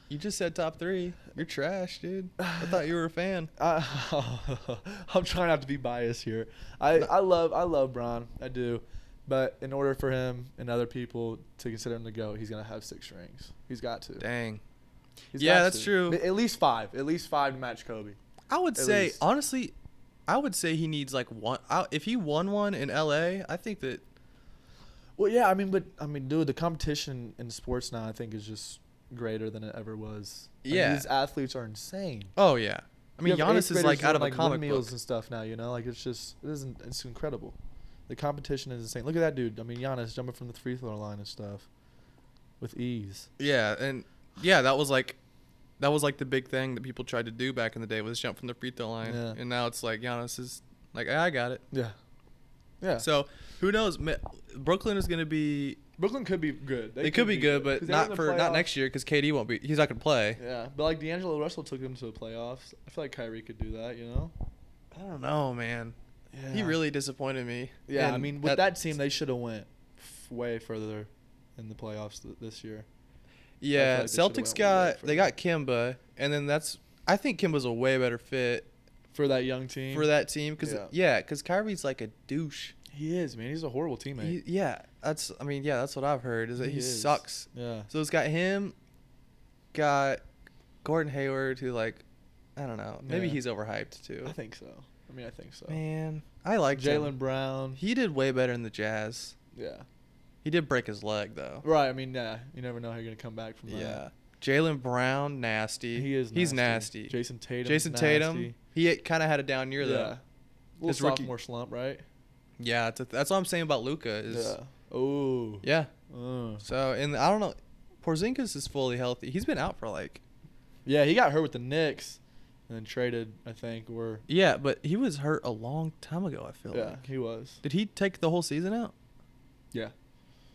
Speaker 1: You just said top three. You're trash, dude. I thought you were a fan.
Speaker 2: I, I'm trying not to be biased here. I, I love I love Bron, I do, but in order for him and other people to consider him the goat, he's gonna have six rings. He's got to.
Speaker 1: Dang.
Speaker 2: He's
Speaker 1: Yeah,
Speaker 2: got
Speaker 1: that's
Speaker 2: to.
Speaker 1: true.
Speaker 2: At least five. At least five to match Kobe.
Speaker 1: I would
Speaker 2: At
Speaker 1: say
Speaker 2: least.
Speaker 1: honestly, I would say he needs like one. I, if he won one in L.A., I think that
Speaker 2: Well, yeah, I mean, but I mean, dude, the competition in sports now, I think, is just greater than it ever was. Like,
Speaker 1: Yeah.
Speaker 2: these athletes are insane.
Speaker 1: oh yeah, I mean
Speaker 2: You have eighth
Speaker 1: Giannis is
Speaker 2: graders
Speaker 1: like out
Speaker 2: doing,
Speaker 1: of a comic book.
Speaker 2: windmills and stuff now. You know, like it's just it isn't. It's incredible. The competition is insane. Look at that dude. I mean, Giannis jumping from the free throw line and stuff with ease.
Speaker 1: Yeah, and yeah, that was like that was like the big thing that people tried to do back in the day was jump from the free throw line,
Speaker 2: Yeah.
Speaker 1: and now it's like Giannis is like I got it.
Speaker 2: Yeah, yeah.
Speaker 1: So who knows? Ma- Brooklyn is gonna be
Speaker 2: Brooklyn could be good.
Speaker 1: they, could be good, but
Speaker 2: 'Cause they were in the
Speaker 1: not for not
Speaker 2: playoffs.
Speaker 1: next year because KD won't be. He's not gonna play.
Speaker 2: Yeah, but like D'Angelo Russell took them to the playoffs. I feel like Kyrie could do that. You know.
Speaker 1: I don't know, man.
Speaker 2: Yeah.
Speaker 1: He really disappointed me.
Speaker 2: Yeah, I
Speaker 1: And
Speaker 2: mean, with that, team, they should have went f- way further in the playoffs th- this year.
Speaker 1: Yeah,
Speaker 2: like they should've
Speaker 1: Celtics
Speaker 2: went way
Speaker 1: got they got Kimba, and then that's I think Kimba's a way better fit
Speaker 2: For that young team,
Speaker 1: for that team because
Speaker 2: Yeah.
Speaker 1: yeah, because Kyrie's like a douche.
Speaker 2: he is man. He's a horrible teammate.
Speaker 1: He- yeah, that's I mean yeah, that's what I've heard is that he,
Speaker 2: is.
Speaker 1: sucks.
Speaker 2: Yeah.
Speaker 1: So it's got him, got Gordon Hayward who like I don't know maybe
Speaker 2: Yeah.
Speaker 1: he's overhyped too.
Speaker 2: I think so. I mean, I think so.
Speaker 1: Man, I like
Speaker 2: Jalen
Speaker 1: Jalen.
Speaker 2: Brown.
Speaker 1: He did way better in the Jazz.
Speaker 2: yeah.
Speaker 1: He did break his leg though.
Speaker 2: Right. I mean, yeah. You never know how you're gonna come back from that.
Speaker 1: Yeah. Jalen Brown, nasty.
Speaker 2: He is. Nasty.
Speaker 1: He's nasty.
Speaker 2: Jason Tatum.
Speaker 1: Jason Tatum. He kind of had a down year
Speaker 2: Yeah.
Speaker 1: though.
Speaker 2: Little
Speaker 1: His rookie-
Speaker 2: sophomore slump, right?
Speaker 1: Yeah, it's a that's what I'm saying about Luca is.
Speaker 2: yeah. Oh.
Speaker 1: Yeah.
Speaker 2: Uh.
Speaker 1: So and I don't know, Porzingis is fully healthy. He's been out for like.
Speaker 2: Yeah. He got hurt with the Knicks, and then traded. I think. Or
Speaker 1: Yeah, but he was hurt a long time ago. I feel.
Speaker 2: yeah,
Speaker 1: Like.
Speaker 2: he was.
Speaker 1: Did he take the whole season out?
Speaker 2: Yeah.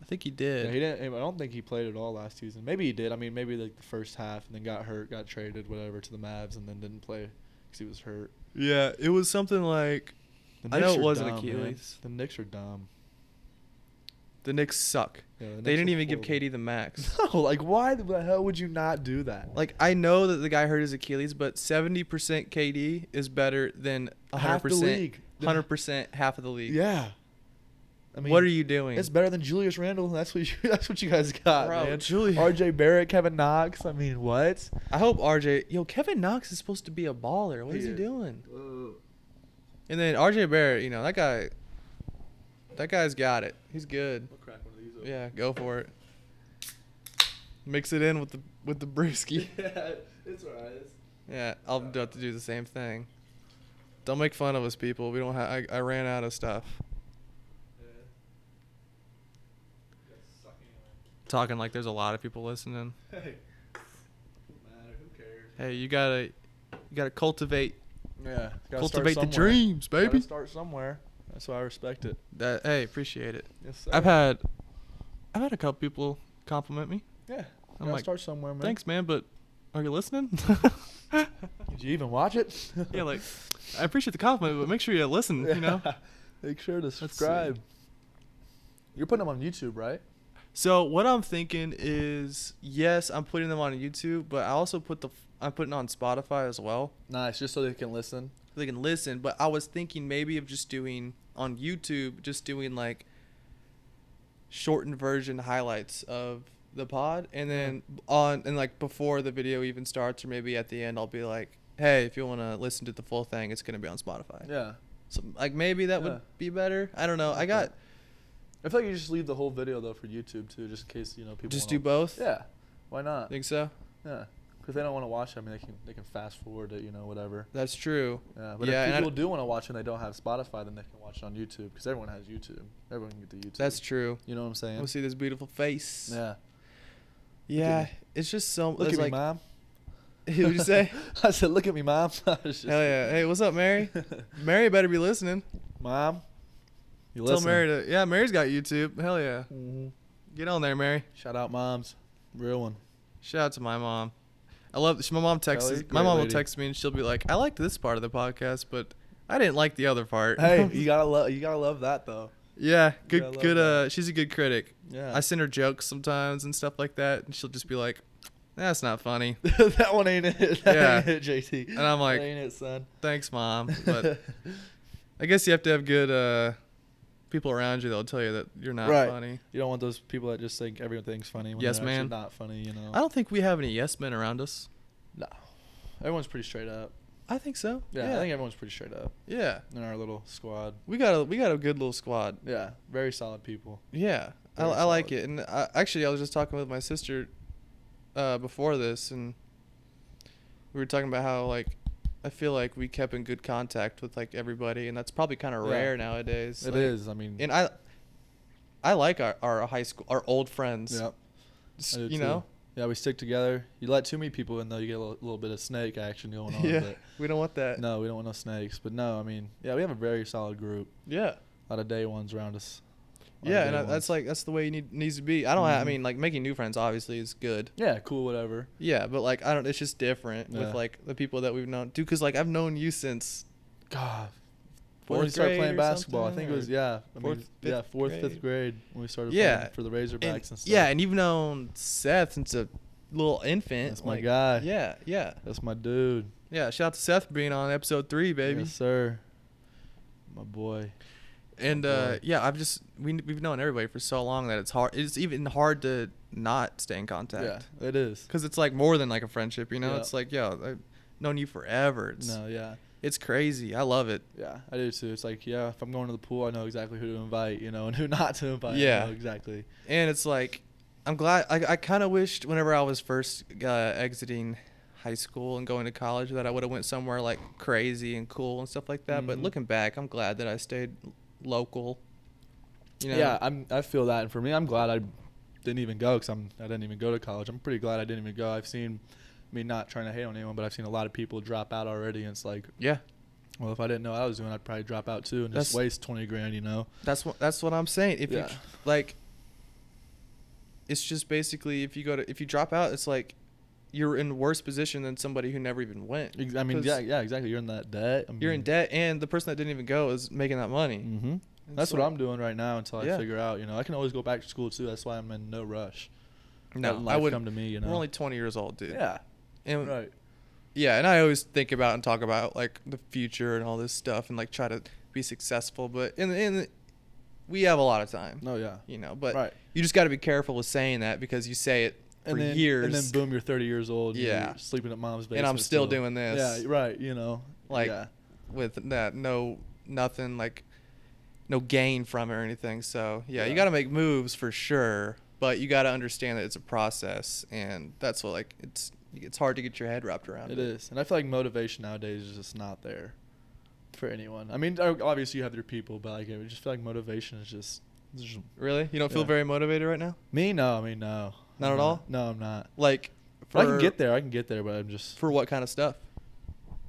Speaker 1: I think he did.
Speaker 2: Yeah, he didn't. I don't think he played at all last season. Maybe he did. I mean, maybe like the first half, and then got hurt, got traded, whatever, to the Mavs, and then didn't play because he was hurt.
Speaker 1: Yeah, it was something like
Speaker 2: The
Speaker 1: I know
Speaker 2: Knicks
Speaker 1: it
Speaker 2: are
Speaker 1: wasn't
Speaker 2: dumb, man.
Speaker 1: Achilles.
Speaker 2: The Knicks are dumb.
Speaker 1: the Knicks suck.
Speaker 2: Yeah, the Knicks
Speaker 1: they didn't
Speaker 2: are
Speaker 1: even give
Speaker 2: horrible.
Speaker 1: Katie the max.
Speaker 2: No, like why the hell would you not do that?
Speaker 1: like I know that the guy hurt his Achilles, but seventy percent KD is better than hundred
Speaker 2: Half the
Speaker 1: percent,
Speaker 2: league.
Speaker 1: hundred percent half of the league.
Speaker 2: yeah. I mean,
Speaker 1: what are you doing?
Speaker 2: It's better than Julius Randle. That's what you. That's what you guys got,
Speaker 1: Bro,
Speaker 2: man.
Speaker 1: Julius-
Speaker 2: R.J. Barrett, Kevin Knox. I mean, what?
Speaker 1: I hope RJ. Yo, Kevin Knox is supposed to be a baller. What is he
Speaker 2: He is.
Speaker 1: doing? And then RJ Barrett, you know that guy. That guy's got it. He's good.
Speaker 2: crack one of these.
Speaker 1: Yeah, go for it. Mix it in with the with the brewski.
Speaker 2: it's alright.
Speaker 1: Yeah, I'll have to do the same thing. Don't make fun of us, people. We don't have. I, I ran out of stuff. Talking like there's a lot of people listening.
Speaker 2: Hey. Matter, who cares?
Speaker 1: Hey, you gotta, you gotta cultivate
Speaker 2: Yeah. gotta start
Speaker 1: Cultivate the
Speaker 2: somewhere.
Speaker 1: dreams,
Speaker 2: Gotta
Speaker 1: baby.
Speaker 2: start somewhere. That's why I respect it.
Speaker 1: that. Hey, appreciate it.
Speaker 2: Yes,
Speaker 1: I've
Speaker 2: sir.
Speaker 1: had, I've had a couple people compliment me.
Speaker 2: Yeah.
Speaker 1: I'm
Speaker 2: gotta
Speaker 1: like,
Speaker 2: start somewhere, man.
Speaker 1: Thanks, man, but are you listening?
Speaker 2: Did you even watch it?
Speaker 1: yeah, like I appreciate the compliment, but make sure you listen. You know.
Speaker 2: Yeah. Make sure to
Speaker 1: see.
Speaker 2: subscribe. You're putting them on YouTube, right?
Speaker 1: So what I'm thinking is, yes, I'm putting them on YouTube, but I also put the I'm putting on Spotify as well.
Speaker 2: Nice, just so they can listen.
Speaker 1: They can listen, but I was thinking maybe of just doing on YouTube, just doing like shortened version highlights of the pod,
Speaker 2: Mm-hmm.
Speaker 1: and then on and like before the video even starts, or maybe at the end, I'll be like, hey, if you want to listen to the full thing, it's gonna be on Spotify.
Speaker 2: Yeah.
Speaker 1: So like maybe that
Speaker 2: Yeah.
Speaker 1: would be better. I don't know. I
Speaker 2: Okay.
Speaker 1: got
Speaker 2: I feel like you just leave the whole video though for YouTube too, just in case you know people.
Speaker 1: just
Speaker 2: wanna-
Speaker 1: do both.
Speaker 2: Yeah. Why not?
Speaker 1: Think so?
Speaker 2: Yeah. Because they don't want to watch it. I mean, they can they can fast forward it, you know, whatever.
Speaker 1: That's true.
Speaker 2: Yeah. But
Speaker 1: Yeah, and
Speaker 2: if
Speaker 1: I
Speaker 2: people
Speaker 1: d-
Speaker 2: do want to watch it and they don't have Spotify, then they can watch it on YouTube because everyone has YouTube. Everyone can get to YouTube.
Speaker 1: That's true.
Speaker 2: You know what I'm saying?
Speaker 1: We'll see this beautiful face.
Speaker 2: Yeah.
Speaker 1: Yeah,
Speaker 2: me.
Speaker 1: it's just so.
Speaker 2: Look
Speaker 1: Um, it's
Speaker 2: at
Speaker 1: like,
Speaker 2: me, mom.
Speaker 1: Who'd you say?
Speaker 2: I said, look at me, mom. I was just-
Speaker 1: Hell yeah! Hey, what's up, Mary? Mary better be listening.
Speaker 2: Mom, you
Speaker 1: Tell
Speaker 2: listening?
Speaker 1: Mary to. Yeah, Mary's got YouTube. Hell yeah!
Speaker 2: Mhm.
Speaker 1: Get on there, Mary.
Speaker 2: Shout out, moms. Real one.
Speaker 1: Shout out to my mom. I love. She, my mom texts.
Speaker 2: Kelly,
Speaker 1: my
Speaker 2: great
Speaker 1: mom will
Speaker 2: lady.
Speaker 1: text me and she'll be like, "I liked this part of the podcast, but I didn't like the other part."
Speaker 2: Hey, you gotta love. You gotta love that though.
Speaker 1: yeah, good.
Speaker 2: I love
Speaker 1: good.
Speaker 2: that.
Speaker 1: Uh, she's a good critic.
Speaker 2: Yeah.
Speaker 1: I send her jokes sometimes and stuff like that, and she'll just be like, "That's not funny."
Speaker 2: that one ain't it. That
Speaker 1: Yeah.
Speaker 2: ain't it, JT.
Speaker 1: And I'm like, um,
Speaker 2: that ain't it, son.
Speaker 1: Thanks, mom. But I guess you have to have good. uh people around you that'll tell you that you're not
Speaker 2: Right.
Speaker 1: funny.
Speaker 2: You don't want those people that just think everything's funny. When
Speaker 1: Yes,
Speaker 2: they're actually
Speaker 1: man.
Speaker 2: Not funny, you know.
Speaker 1: I don't think we have any yes men around us.
Speaker 2: no, everyone's pretty straight up.
Speaker 1: I think so.
Speaker 2: Yeah,
Speaker 1: yeah.
Speaker 2: I think everyone's pretty straight up
Speaker 1: yeah.
Speaker 2: in our little squad.
Speaker 1: We got a we got a good little squad.
Speaker 2: Yeah, very solid people.
Speaker 1: Yeah, I,
Speaker 2: Very
Speaker 1: I like
Speaker 2: solid.
Speaker 1: it. And I, actually, I was just talking with my sister uh, before this, and we were talking about how like I feel like we kept in good contact with like everybody, and that's probably kind of
Speaker 2: Yeah.
Speaker 1: rare nowadays.
Speaker 2: It is.
Speaker 1: like-
Speaker 2: I mean,
Speaker 1: And I, I like our, our high school, our old friends.
Speaker 2: yeah,
Speaker 1: S-
Speaker 2: I do
Speaker 1: You
Speaker 2: too.
Speaker 1: know.
Speaker 2: yeah, we stick together. You let too many people in, though, you get a little, little bit of snake action going on.
Speaker 1: yeah.
Speaker 2: but
Speaker 1: We don't want that.
Speaker 2: No, we don't want no snakes. But no, I mean, yeah, we have a very solid group.
Speaker 1: Yeah.
Speaker 2: A lot of day ones around us. A lot of
Speaker 1: Yeah,
Speaker 2: day
Speaker 1: and I,
Speaker 2: ones.
Speaker 1: that's like that's the way you need needs to be. I don't. ha I
Speaker 2: Mhm.
Speaker 1: mean, like making new friends obviously is good.
Speaker 2: yeah, cool, whatever.
Speaker 1: Yeah, but like I don't. It's just different
Speaker 2: Yeah.
Speaker 1: with like the people that we've known. Dude, because like I've known you since
Speaker 2: God,
Speaker 1: Fourth
Speaker 2: when we started
Speaker 1: grade
Speaker 2: playing
Speaker 1: or
Speaker 2: basketball, I
Speaker 1: something,
Speaker 2: think it was
Speaker 1: or
Speaker 2: yeah, I
Speaker 1: fourth,
Speaker 2: mean, yeah,
Speaker 1: fifth
Speaker 2: fourth,
Speaker 1: grade.
Speaker 2: fifth grade when we started
Speaker 1: Yeah.
Speaker 2: playing for the Razorbacks and,
Speaker 1: and-
Speaker 2: stuff.
Speaker 1: Yeah, and you've known Seth since a little infant.
Speaker 2: That's my guy.
Speaker 1: Yeah, yeah,
Speaker 2: that's my dude,
Speaker 1: yeah. Shout out to Seth for being on episode three, baby.
Speaker 2: yes, sir, my boy.
Speaker 1: And
Speaker 2: Oh,
Speaker 1: uh,
Speaker 2: boy.
Speaker 1: yeah, I've just we we've known everybody for so long that it's hard. It's even hard to not stay in
Speaker 2: Yeah,
Speaker 1: contact.
Speaker 2: it is.
Speaker 1: Because it's like more than like a friendship, you know.
Speaker 2: Yeah.
Speaker 1: It's like yo, I've known you forever. It's
Speaker 2: No, yeah,
Speaker 1: it's crazy. I love it.
Speaker 2: yeah, I do too. It's like yeah, if I'm going to the pool, I know exactly who to invite, you know, and who not to invite. I
Speaker 1: Yeah.
Speaker 2: know exactly.
Speaker 1: And it's like, I'm glad. I, I kind of wished whenever I was first uh, exiting high school and going to college that I would have went somewhere like crazy and cool and stuff like that. But
Speaker 2: Mhm.
Speaker 1: looking back, I'm glad that I stayed local. You know.
Speaker 2: Yeah, I'm. I feel that, and for me, I'm glad I didn't even go because I'm. I didn't even go to college. I'm pretty glad I didn't even go. I've seen, I mean, not trying to hate on anyone, but I've seen a lot of people drop out already, and it's like,
Speaker 1: Yeah.
Speaker 2: well, if I didn't know what I was doing, I'd probably drop out too and
Speaker 1: That's-
Speaker 2: just waste twenty grand, you know?
Speaker 1: That's what that's what I'm saying. If you
Speaker 2: Yeah.
Speaker 1: tr- like, it's just basically if you go to if you drop out, it's like you're in worse position than somebody who never even went.
Speaker 2: Ex- I mean,
Speaker 1: 'Cause
Speaker 2: yeah, Mm-hmm. yeah, exactly. You're in that debt. I
Speaker 1: You're in
Speaker 2: mean,
Speaker 1: debt, and the person that didn't even go is making that money.
Speaker 2: Mhm.
Speaker 1: And
Speaker 2: That's
Speaker 1: so-
Speaker 2: what I'm doing right now until I
Speaker 1: Yeah.
Speaker 2: figure out. You know, I can always go back to school too. That's why I'm in no rush.
Speaker 1: No,
Speaker 2: Letting
Speaker 1: I
Speaker 2: life
Speaker 1: would.
Speaker 2: come to me. You know,
Speaker 1: We're only 20 years old, dude.
Speaker 2: yeah,
Speaker 1: And
Speaker 2: right.
Speaker 1: yeah, and I always think about and talk about like the future and all this stuff and like try to be successful, but in the, in the, we have a lot of time.
Speaker 2: No, yeah,
Speaker 1: You know, but
Speaker 2: Right.
Speaker 1: you just got to be careful with saying that because you say it for
Speaker 2: and then,
Speaker 1: years.
Speaker 2: And then boom, you're 30 years old. Yeah.
Speaker 1: Yeah.
Speaker 2: You're sleeping at mom's
Speaker 1: And
Speaker 2: basement.
Speaker 1: I'm still doing this.
Speaker 2: Yeah, right. You know,
Speaker 1: Like,
Speaker 2: yeah.
Speaker 1: with that no nothing like no gain from it or anything. So, yeah, you
Speaker 2: Yeah.
Speaker 1: got to make moves for sure, but you got to understand that it's a process and that's what like it's it's hard to get your head wrapped around
Speaker 2: it is. And I feel like motivation nowadays is just not there for anyone. I mean, o- obviously you have your people, but like, I just feel like motivation is just, it's just-
Speaker 1: Really? You don't feel
Speaker 2: Yeah.
Speaker 1: very motivated right now?
Speaker 2: me. No, I mean, no,
Speaker 1: Not
Speaker 2: I'm
Speaker 1: at all?
Speaker 2: No, I'm not.
Speaker 1: Like
Speaker 2: But I can get there. I can get there, but I'm just
Speaker 1: for what kind of stuff?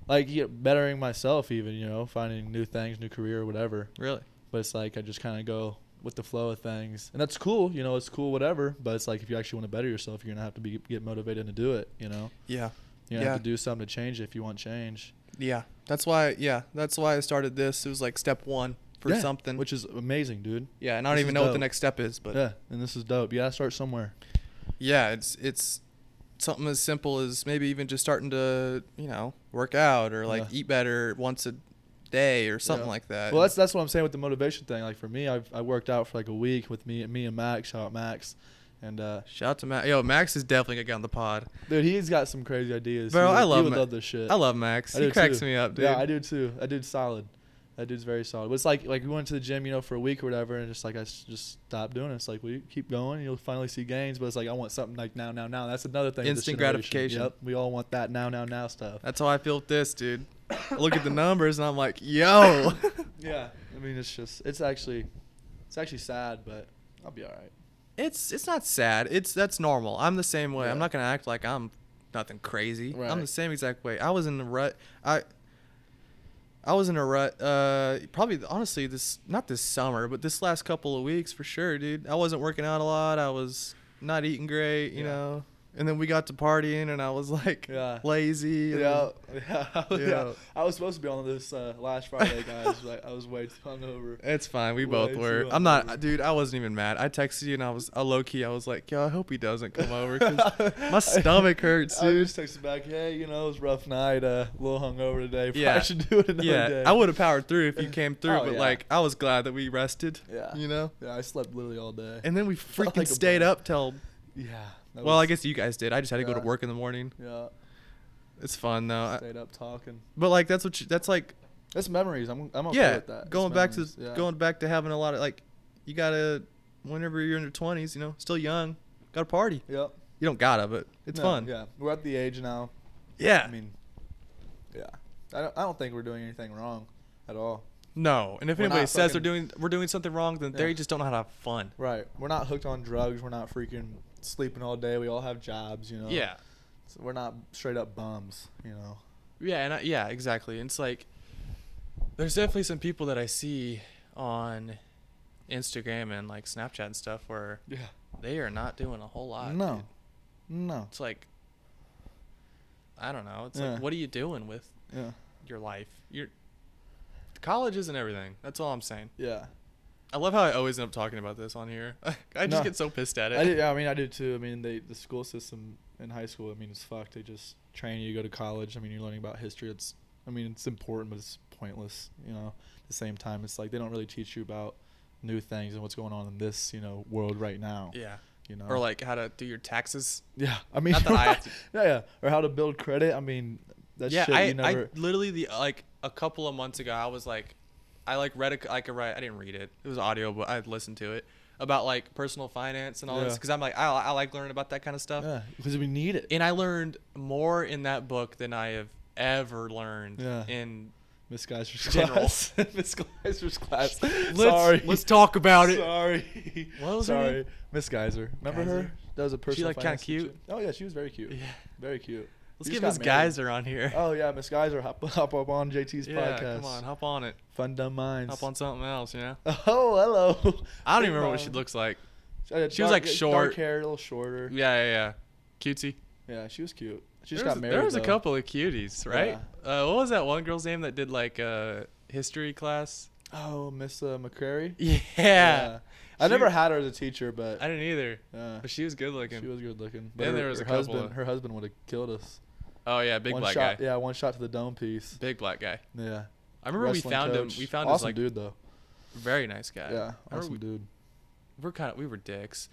Speaker 2: like yeah, bettering myself, even you know, finding new things, new career, whatever.
Speaker 1: Really?
Speaker 2: But it's like I just kind of go with the flow of things, and that's cool. You know, it's cool, whatever. But it's like if you actually want to better yourself, you're gonna have to be get motivated to do it. You know,
Speaker 1: Yeah.
Speaker 2: you're gonna
Speaker 1: Yeah.
Speaker 2: have to do something to change it if you want change.
Speaker 1: Yeah. That's why yeah, that's why I started this. It was like step 1 for
Speaker 2: Yeah,
Speaker 1: something.
Speaker 2: which is amazing, dude.
Speaker 1: yeah, and I don't
Speaker 2: this
Speaker 1: even
Speaker 2: is
Speaker 1: know what the
Speaker 2: dope.
Speaker 1: next step is, but yeah,
Speaker 2: yeah, and this is dope. Yeah, start somewhere.
Speaker 1: it's it's something as simple as maybe even just starting to, you know, work out or like
Speaker 2: Yeah.
Speaker 1: eat better once a day or something
Speaker 2: Yeah.
Speaker 1: like that.
Speaker 2: Well, that's that's what I'm saying with the motivation thing. Like for me, I've, I worked out for like a week with me me and Max. Shout out Max, and uh,
Speaker 1: Shout out to Max. Yo, Max is definitely gonna get on the pod.
Speaker 2: dude, he's got some crazy ideas.
Speaker 1: Bro,
Speaker 2: He would-
Speaker 1: I
Speaker 2: he
Speaker 1: love
Speaker 2: would
Speaker 1: Ma-
Speaker 2: love this shit.
Speaker 1: I love Max.
Speaker 2: I
Speaker 1: he
Speaker 2: do
Speaker 1: cracks
Speaker 2: too.
Speaker 1: me up, dude.
Speaker 2: Yeah, I do too. That dude's solid. That dude's very solid. But it's like like we went to the gym, you know, for a week or whatever, and just like I s- just stopped doing it. It's like, well, you keep going, you'll finally see gains. But it's like I want something like now, now, now. That's another thing. with this
Speaker 1: Instant
Speaker 2: generation.
Speaker 1: gratification.
Speaker 2: Yep, we all want that now, now, now stuff.
Speaker 1: That's how I feel with this, dude. I look at the numbers and I'm like, yo.
Speaker 2: Yeah, I mean, it's just it's actually it's actually sad, but I'll be all right.
Speaker 1: It's it's not sad. It's that's normal. I'm the same way. I'm
Speaker 2: Yeah.
Speaker 1: not gonna act like I'm nothing crazy. I'm the
Speaker 2: Right.
Speaker 1: same exact way. I was in the rut. I I was in a rut. Uh, probably honestly this not this summer, but this last couple of weeks for sure, dude. I wasn't working out a lot. I was not eating great. You
Speaker 2: Yeah.
Speaker 1: know, And then we got to partying, and I was like
Speaker 2: Yeah.
Speaker 1: lazy. and
Speaker 2: Yeah,
Speaker 1: then-
Speaker 2: yeah, yeah.
Speaker 1: Yeah.
Speaker 2: I was supposed to be on this uh, last Friday, guys. but I was way too hungover.
Speaker 1: It's fine. We
Speaker 2: Way
Speaker 1: both
Speaker 2: too
Speaker 1: were. I'm not,
Speaker 2: hungover.
Speaker 1: dude. I wasn't even mad. I texted you, and I was uh, low key. I was like, yo, I hope he doesn't come over 'cause my stomach hurts,
Speaker 2: I
Speaker 1: dude.
Speaker 2: just texted back, hey, you know, it was a rough night. Uh, a little hungover today. Yeah. I
Speaker 1: Yeah.
Speaker 2: should do it another
Speaker 1: yeah,
Speaker 2: day.
Speaker 1: I would have powered through if you came through,
Speaker 2: Oh,
Speaker 1: but
Speaker 2: yeah.
Speaker 1: like, I was glad that we rested.
Speaker 2: Yeah.
Speaker 1: You know.
Speaker 2: Yeah, I slept literally all day.
Speaker 1: And then we
Speaker 2: Felt
Speaker 1: freaking
Speaker 2: like a
Speaker 1: stayed
Speaker 2: bum.
Speaker 1: up till.
Speaker 2: yeah. that
Speaker 1: Well, I
Speaker 2: was-
Speaker 1: guess you guys did. I just had to go to
Speaker 2: Yeah.
Speaker 1: work in the morning.
Speaker 2: Yeah.
Speaker 1: It's fun though. I-
Speaker 2: Stayed up talking.
Speaker 1: but like, that's what you, that's like.
Speaker 2: That's memories. I'm I'm okay
Speaker 1: yeah,
Speaker 2: with that. It's
Speaker 1: going back to
Speaker 2: memories, yeah.
Speaker 1: going back to having a lot of like, you gotta whenever you're in your twenties, you know, still young, gotta party.
Speaker 2: Yep.
Speaker 1: You don't gotta, but it's
Speaker 2: No,
Speaker 1: fun.
Speaker 2: Yeah, we're at the age now.
Speaker 1: Yeah.
Speaker 2: I mean, yeah. I don't I don't think we're doing anything wrong at all.
Speaker 1: no. And if
Speaker 2: We're
Speaker 1: anybody
Speaker 2: not
Speaker 1: says they're
Speaker 2: fucking-
Speaker 1: doing we're doing something wrong, then
Speaker 2: Yeah.
Speaker 1: they just don't know how to have fun.
Speaker 2: Right. We're not hooked on drugs. We're not freaking sleeping all day. We all have jobs, you know.
Speaker 1: Yeah.
Speaker 2: So we're not straight up bums, you know.
Speaker 1: Yeah, and I, yeah, exactly. And it's like there's definitely some people that I see on Instagram and like Snapchat and stuff where
Speaker 2: Yeah.
Speaker 1: they are not doing a whole lot.
Speaker 2: no.
Speaker 1: dude.
Speaker 2: No.
Speaker 1: It's like I don't know. It's
Speaker 2: Yeah.
Speaker 1: like what are you doing with
Speaker 2: Yeah.
Speaker 1: your life? Your college isn't everything. That's all I'm saying.
Speaker 2: Yeah.
Speaker 1: I love how I always end up talking about this on here. I just
Speaker 2: No.
Speaker 1: get so pissed at it.
Speaker 2: I did, yeah, I mean, I did too. I mean, they the school system in high school. I mean, it's fucked. They just train you to go to college. I mean, you're learning about history. It's, I mean, it's important, but it's pointless. You know, at the same time, it's like they don't really teach you about new things and what's going on in this, you know, world right now.
Speaker 1: Yeah.
Speaker 2: You know,
Speaker 1: Or like how to do your taxes.
Speaker 2: yeah, I mean,
Speaker 1: not that I have to-
Speaker 2: yeah, yeah, or how to build credit. I mean, that
Speaker 1: yeah,
Speaker 2: shit
Speaker 1: I,
Speaker 2: you never.
Speaker 1: I literally the like a couple of months ago, I was like, I like read a like a write. I didn't read it. It was audio, but I listened to it about like personal finance and all this
Speaker 2: Yeah.
Speaker 1: because I'm like I I like learning about that kind of stuff.
Speaker 2: yeah, because we need it.
Speaker 1: And I learned more in that book than I have ever learned
Speaker 2: Yeah.
Speaker 1: in.
Speaker 2: Miss Gleiser's
Speaker 1: General.
Speaker 2: class. Miss Gleiser's class.
Speaker 1: Let's
Speaker 2: Sorry.
Speaker 1: let's talk about it.
Speaker 2: Sorry.
Speaker 1: What was her
Speaker 2: Sorry.
Speaker 1: name?
Speaker 2: Miss Geyser. Remember her?
Speaker 1: Geyser?
Speaker 2: That was a personal.
Speaker 1: like, kinda
Speaker 2: finance
Speaker 1: cute?
Speaker 2: teacher. Oh yeah, she was very cute.
Speaker 1: Yeah.
Speaker 2: Very cute.
Speaker 1: Let's
Speaker 2: She
Speaker 1: get
Speaker 2: just
Speaker 1: Miss
Speaker 2: got married.
Speaker 1: Geyser on here.
Speaker 2: Oh yeah, Miss Geyser, hop, hop up on JT's
Speaker 1: yeah,
Speaker 2: podcast.
Speaker 1: come on, hop on it.
Speaker 2: Fun dumb minds.
Speaker 1: Hop on something else, you know.
Speaker 2: Oh hello.
Speaker 1: I don't even remember what she looks like.
Speaker 2: like.
Speaker 1: She was, like,
Speaker 2: Dark
Speaker 1: short.
Speaker 2: hair, a little shorter.
Speaker 1: Yeah, yeah, yeah. Cutesy.
Speaker 2: Yeah, she was cute. She just
Speaker 1: there
Speaker 2: got
Speaker 1: was,
Speaker 2: married.
Speaker 1: There was a
Speaker 2: though.
Speaker 1: couple of cuties, right? Uh, what was that one girl's name that did like uh, history class?
Speaker 2: Oh, Miss uh, McCrary.
Speaker 1: Yeah.
Speaker 2: I
Speaker 1: She-
Speaker 2: never had her as a teacher, but
Speaker 1: I didn't either,
Speaker 2: uh,
Speaker 1: but she was good looking.
Speaker 2: she was good looking. But
Speaker 1: Then
Speaker 2: her,
Speaker 1: there was
Speaker 2: her
Speaker 1: a couple
Speaker 2: husband.
Speaker 1: of-
Speaker 2: Her husband would have killed us.
Speaker 1: oh yeah, big
Speaker 2: one
Speaker 1: black
Speaker 2: shot,
Speaker 1: guy.
Speaker 2: Yeah, one shot to the dome piece.
Speaker 1: Big black guy.
Speaker 2: Yeah.
Speaker 1: I remember
Speaker 2: Wrestling
Speaker 1: we found
Speaker 2: coach.
Speaker 1: him. We found
Speaker 2: awesome
Speaker 1: his like
Speaker 2: dude though.
Speaker 1: very nice guy.
Speaker 2: Yeah,
Speaker 1: I remember
Speaker 2: awesome
Speaker 1: we,
Speaker 2: dude.
Speaker 1: we're kind of we were dicks.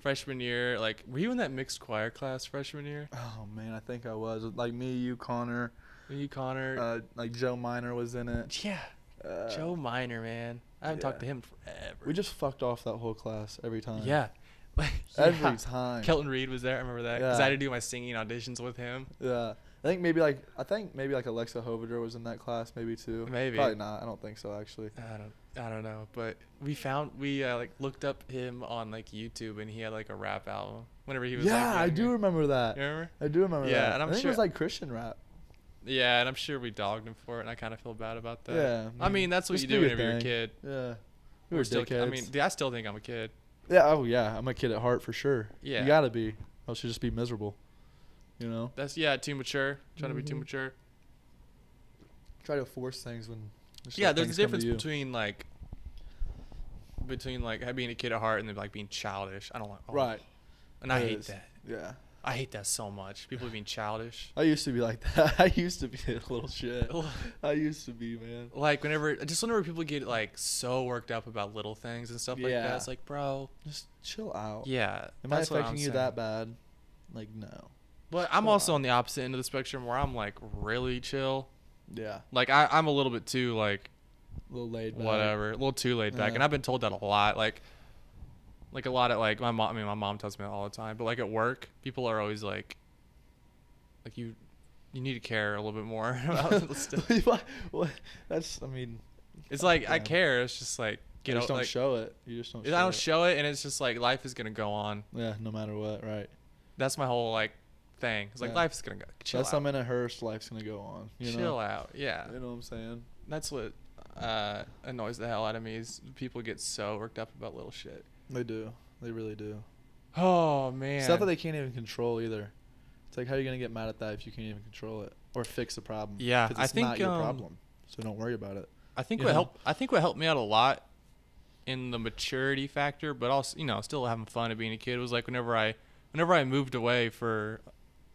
Speaker 1: Freshman year, like, were you in that mixed choir class freshman year?
Speaker 2: Oh man, I think I was like me, you, Connor,
Speaker 1: Were you Connor?
Speaker 2: uh, like Joe Miner was in it.
Speaker 1: yeah,
Speaker 2: Uh,
Speaker 1: Joe Minor, man. I haven't talked to
Speaker 2: yeah.
Speaker 1: him in forever.
Speaker 2: We just fucked off that whole class every time.
Speaker 1: yeah.
Speaker 2: every
Speaker 1: Yeah.
Speaker 2: time.
Speaker 1: Kelton Reed was there. I remember that because
Speaker 2: Yeah.
Speaker 1: I had to do my singing auditions with him.
Speaker 2: yeah, I think maybe like I think maybe like Alexa Hovader was in that class maybe too.
Speaker 1: Maybe.
Speaker 2: probably not. I don't think so actually.
Speaker 1: I don't, I don't know, but we found we uh, like looked up him on like YouTube and he had like a rap album. Whenever he was like,
Speaker 2: yeah, I do
Speaker 1: younger.
Speaker 2: remember that.
Speaker 1: You remember?
Speaker 2: I do remember
Speaker 1: Yeah,
Speaker 2: that.
Speaker 1: and I'm
Speaker 2: I think it
Speaker 1: sure-
Speaker 2: was like Christian rap.
Speaker 1: Yeah, and I'm sure we dogged him for it, and I kind of feel bad about that.
Speaker 2: Yeah,
Speaker 1: I mean that's what
Speaker 2: just
Speaker 1: you do
Speaker 2: do your
Speaker 1: whenever you're a
Speaker 2: thing.
Speaker 1: kid.
Speaker 2: Yeah, we
Speaker 1: We're
Speaker 2: were
Speaker 1: still,
Speaker 2: dickheads.
Speaker 1: I mean, dude, I still think I'm a kid.
Speaker 2: yeah, oh yeah, I'm a kid at heart for sure.
Speaker 1: Yeah.
Speaker 2: you gotta be. Else you just be miserable. You know,
Speaker 1: That's yeah, too mature, trying to be too
Speaker 2: Mhm.
Speaker 1: mature.
Speaker 2: try to force things when. just
Speaker 1: yeah,
Speaker 2: let
Speaker 1: there's a
Speaker 2: things come to
Speaker 1: difference
Speaker 2: you.
Speaker 1: between like between like being a kid at heart and then like being childish. I don't like oh,
Speaker 2: right.
Speaker 1: and I
Speaker 2: There
Speaker 1: hate
Speaker 2: is.
Speaker 1: that.
Speaker 2: Yeah,
Speaker 1: I hate that so much. People being childish.
Speaker 2: I used to be like that. I used to be a little shit.
Speaker 1: Ugh.
Speaker 2: I used to be man.
Speaker 1: like whenever I just whenever people get like so worked up about little things and stuff like
Speaker 2: Yeah.
Speaker 1: that. It's like, bro,
Speaker 2: Just chill out.
Speaker 1: yeah.
Speaker 2: Am I
Speaker 1: that's what I'm
Speaker 2: affecting you
Speaker 1: saying.
Speaker 2: that bad? Like no.
Speaker 1: But I'm
Speaker 2: chill
Speaker 1: also
Speaker 2: out.
Speaker 1: on the opposite end of the spectrum where I'm like really chill.
Speaker 2: Yeah,
Speaker 1: Like I, I'm a little bit too like
Speaker 2: a little laid back.
Speaker 1: whatever, a little too laid back,
Speaker 2: Yeah.
Speaker 1: and I've been told that a lot. Like, like a lot of like my mom. I mean, my mom tells me that all the time. But like at work, people are always like, like you, you need to care a little bit more about this stuff.
Speaker 2: What- what- That's. I mean,
Speaker 1: It's like I
Speaker 2: Yeah.
Speaker 1: care. It's just like you
Speaker 2: you
Speaker 1: know,
Speaker 2: just don't
Speaker 1: like
Speaker 2: show it. You just don't.
Speaker 1: I don't show it, and it's just like life is gonna go on.
Speaker 2: it. Yeah, no matter what, right?
Speaker 1: That's my whole like thing. It's like
Speaker 2: Yeah.
Speaker 1: life is gonna go. Chill
Speaker 2: Unless
Speaker 1: out.
Speaker 2: I'm in a hearse, life's gonna go on. You
Speaker 1: chill
Speaker 2: know?
Speaker 1: out. Yeah.
Speaker 2: You know what I'm saying?
Speaker 1: That's what uh, annoys the hell out of me is people get so worked up about little shit.
Speaker 2: They do. They really do.
Speaker 1: Oh man.
Speaker 2: Stuff that they can't even control either. It's like how are you gonna get mad at that if you can't even control it or fix the problem?
Speaker 1: Yeah,
Speaker 2: 'Cause
Speaker 1: I
Speaker 2: it's not
Speaker 1: think,
Speaker 2: your
Speaker 1: um,
Speaker 2: problem, so don't worry about it.
Speaker 1: I think
Speaker 2: you
Speaker 1: what
Speaker 2: know?
Speaker 1: helped. I think what helped me out a lot in the maturity factor, but also you know still having fun of being a kid was like whenever I whenever I moved away for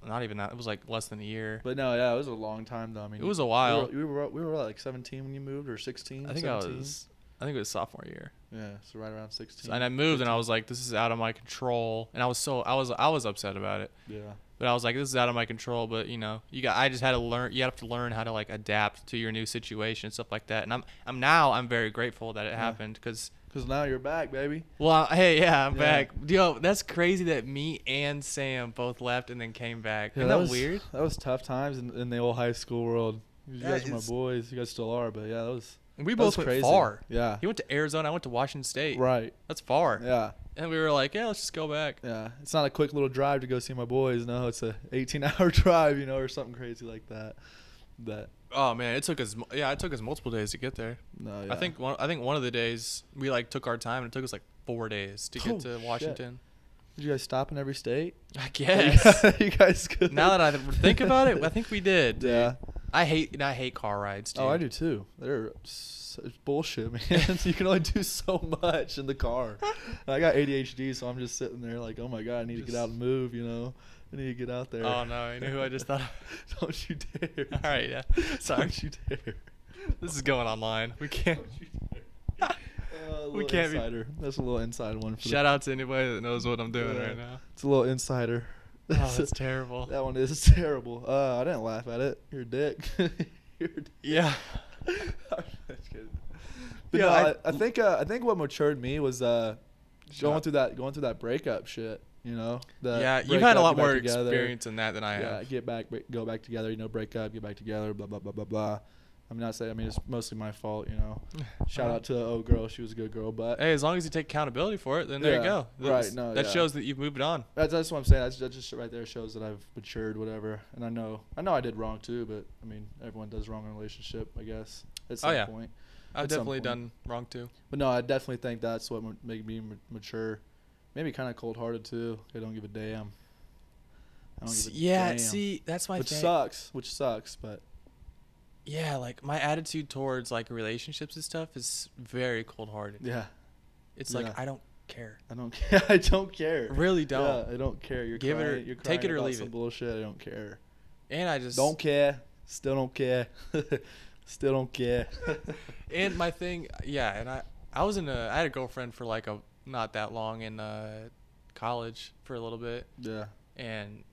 Speaker 1: not even that it was like less than a year.
Speaker 2: But no, yeah, it was a long time though. I mean,
Speaker 1: It was a
Speaker 2: we were-
Speaker 1: while.
Speaker 2: We were, we were, like 17 when you moved, or 16.
Speaker 1: I think I
Speaker 2: 17?
Speaker 1: was I think it was sophomore year.
Speaker 2: Yeah, so right around 16.
Speaker 1: So- and I moved and I was like this is out of my control and I was so I was I was upset about it.
Speaker 2: Yeah.
Speaker 1: But I was like this is out of my control, but you know, you got I just had to learn you have to learn how to like adapt to your new situation and stuff like that. And I'm I'm now I'm very grateful that it
Speaker 2: Yeah.
Speaker 1: happened cuz
Speaker 2: Cause now you're back, baby.
Speaker 1: Well, I- hey, yeah, I'm
Speaker 2: Yeah.
Speaker 1: back. Yo, that's crazy that me and Sam both left and then came back. Isn't that,
Speaker 2: was
Speaker 1: weird?
Speaker 2: That was tough times in, in the old high school world. You
Speaker 1: That
Speaker 2: guys were my
Speaker 1: is-
Speaker 2: boys. You guys still are, but yeah, that was.
Speaker 1: And we
Speaker 2: that was
Speaker 1: both went
Speaker 2: crazy.
Speaker 1: far.
Speaker 2: Yeah.
Speaker 1: He went to Arizona. I went to Washington State.
Speaker 2: Right.
Speaker 1: That's far.
Speaker 2: Yeah.
Speaker 1: And we were like, yeah, let's just go back.
Speaker 2: Yeah, it's not a quick little drive to go see my boys. No, it's a 18-hour drive, you know, or something crazy like that. That
Speaker 1: Oh man, it took us. mu- Yeah, it took us multiple days to get there.
Speaker 2: no,
Speaker 1: I
Speaker 2: Oh, yeah.
Speaker 1: think one. I think one of the days we like took our time, and it took us like four days to get
Speaker 2: Oh,
Speaker 1: to
Speaker 2: shit.
Speaker 1: Washington.
Speaker 2: Did you guys stop in every state?
Speaker 1: I guess.
Speaker 2: you guys could.
Speaker 1: now that I think about it, I think we did. dude.
Speaker 2: Yeah.
Speaker 1: I hate and I hate car rides. Dude.
Speaker 2: Oh, I do too. They're s- it's bullshit, man. you can only do so much in the car. And I got ADHD, so I'm just sitting there like, oh my god, I need to get out and move. You know, I need to get out there.
Speaker 1: Oh, no, you know who I just thought of?
Speaker 2: Don't you dare!
Speaker 1: All right, yeah. Sorry.
Speaker 2: Don't you dare!
Speaker 1: This is going online. We can't.
Speaker 2: Don't you dare. Uh, a
Speaker 1: We
Speaker 2: little
Speaker 1: can't be-
Speaker 2: insider. That's a little inside one. For the-
Speaker 1: Shout out to anybody that knows what I'm doing
Speaker 2: Yeah.
Speaker 1: right now.
Speaker 2: It's a little insider.
Speaker 1: Oh, that's terrible.
Speaker 2: That one is terrible. Uh, I didn't laugh at it. You're a dick. You're a dick.
Speaker 1: Yeah.
Speaker 2: I'm just kidding. But
Speaker 1: Yeah,
Speaker 2: no,
Speaker 1: I-
Speaker 2: I, I think uh, I think what matured me was uh, going
Speaker 1: Shout-
Speaker 2: through that going through that breakup shit. You know. The
Speaker 1: yeah, you've
Speaker 2: break
Speaker 1: had a
Speaker 2: up, get
Speaker 1: lot
Speaker 2: back
Speaker 1: more
Speaker 2: together.
Speaker 1: experience in that than I
Speaker 2: Yeah,
Speaker 1: have.
Speaker 2: get back, bre- go back together. You know, break up, get back together. Blah blah blah blah blah. I'm not saying. I mean, it's mostly my fault. You know. Shout out to the old girl. She was a good girl, but
Speaker 1: Uh-huh. Hey, as long as you take accountability for it, then there you
Speaker 2: Yeah,
Speaker 1: go.
Speaker 2: right,
Speaker 1: That's-
Speaker 2: no,
Speaker 1: that
Speaker 2: yeah.
Speaker 1: shows that you've moved on.
Speaker 2: That's, that's what I'm saying. That's, that just right there shows that I've matured, whatever. And I know, I know I did wrong too. But I mean, everyone does wrong in a relationship, I guess, at some
Speaker 1: Oh, yeah.
Speaker 2: point.
Speaker 1: I've
Speaker 2: At some
Speaker 1: definitely
Speaker 2: point.
Speaker 1: done wrong too.
Speaker 2: But no, I definitely think that's what ma- made me ma- mature. Maybe kind of cold-hearted too. I don't give a damn. I don't give a
Speaker 1: yeah,
Speaker 2: damn.
Speaker 1: see, that's my
Speaker 2: which
Speaker 1: thing.
Speaker 2: sucks. Which sucks, but
Speaker 1: Yeah, like my attitude towards like relationships and stuff is very cold-hearted.
Speaker 2: yeah,
Speaker 1: It's
Speaker 2: Yeah.
Speaker 1: like I don't care.
Speaker 2: I don't care. I don't care.
Speaker 1: Really don't.
Speaker 2: Yeah, I don't care. You're
Speaker 1: Give it or-
Speaker 2: crying- you're
Speaker 1: take it
Speaker 2: crying
Speaker 1: or
Speaker 2: about
Speaker 1: leave
Speaker 2: some
Speaker 1: it.
Speaker 2: Bullshit. I don't care.
Speaker 1: And I just
Speaker 2: Don't care. Still don't care. Still don't care.
Speaker 1: And my thing, yeah, and I I was in a I had a girlfriend for like a not that long in uh college for a little bit
Speaker 2: yeah.
Speaker 1: and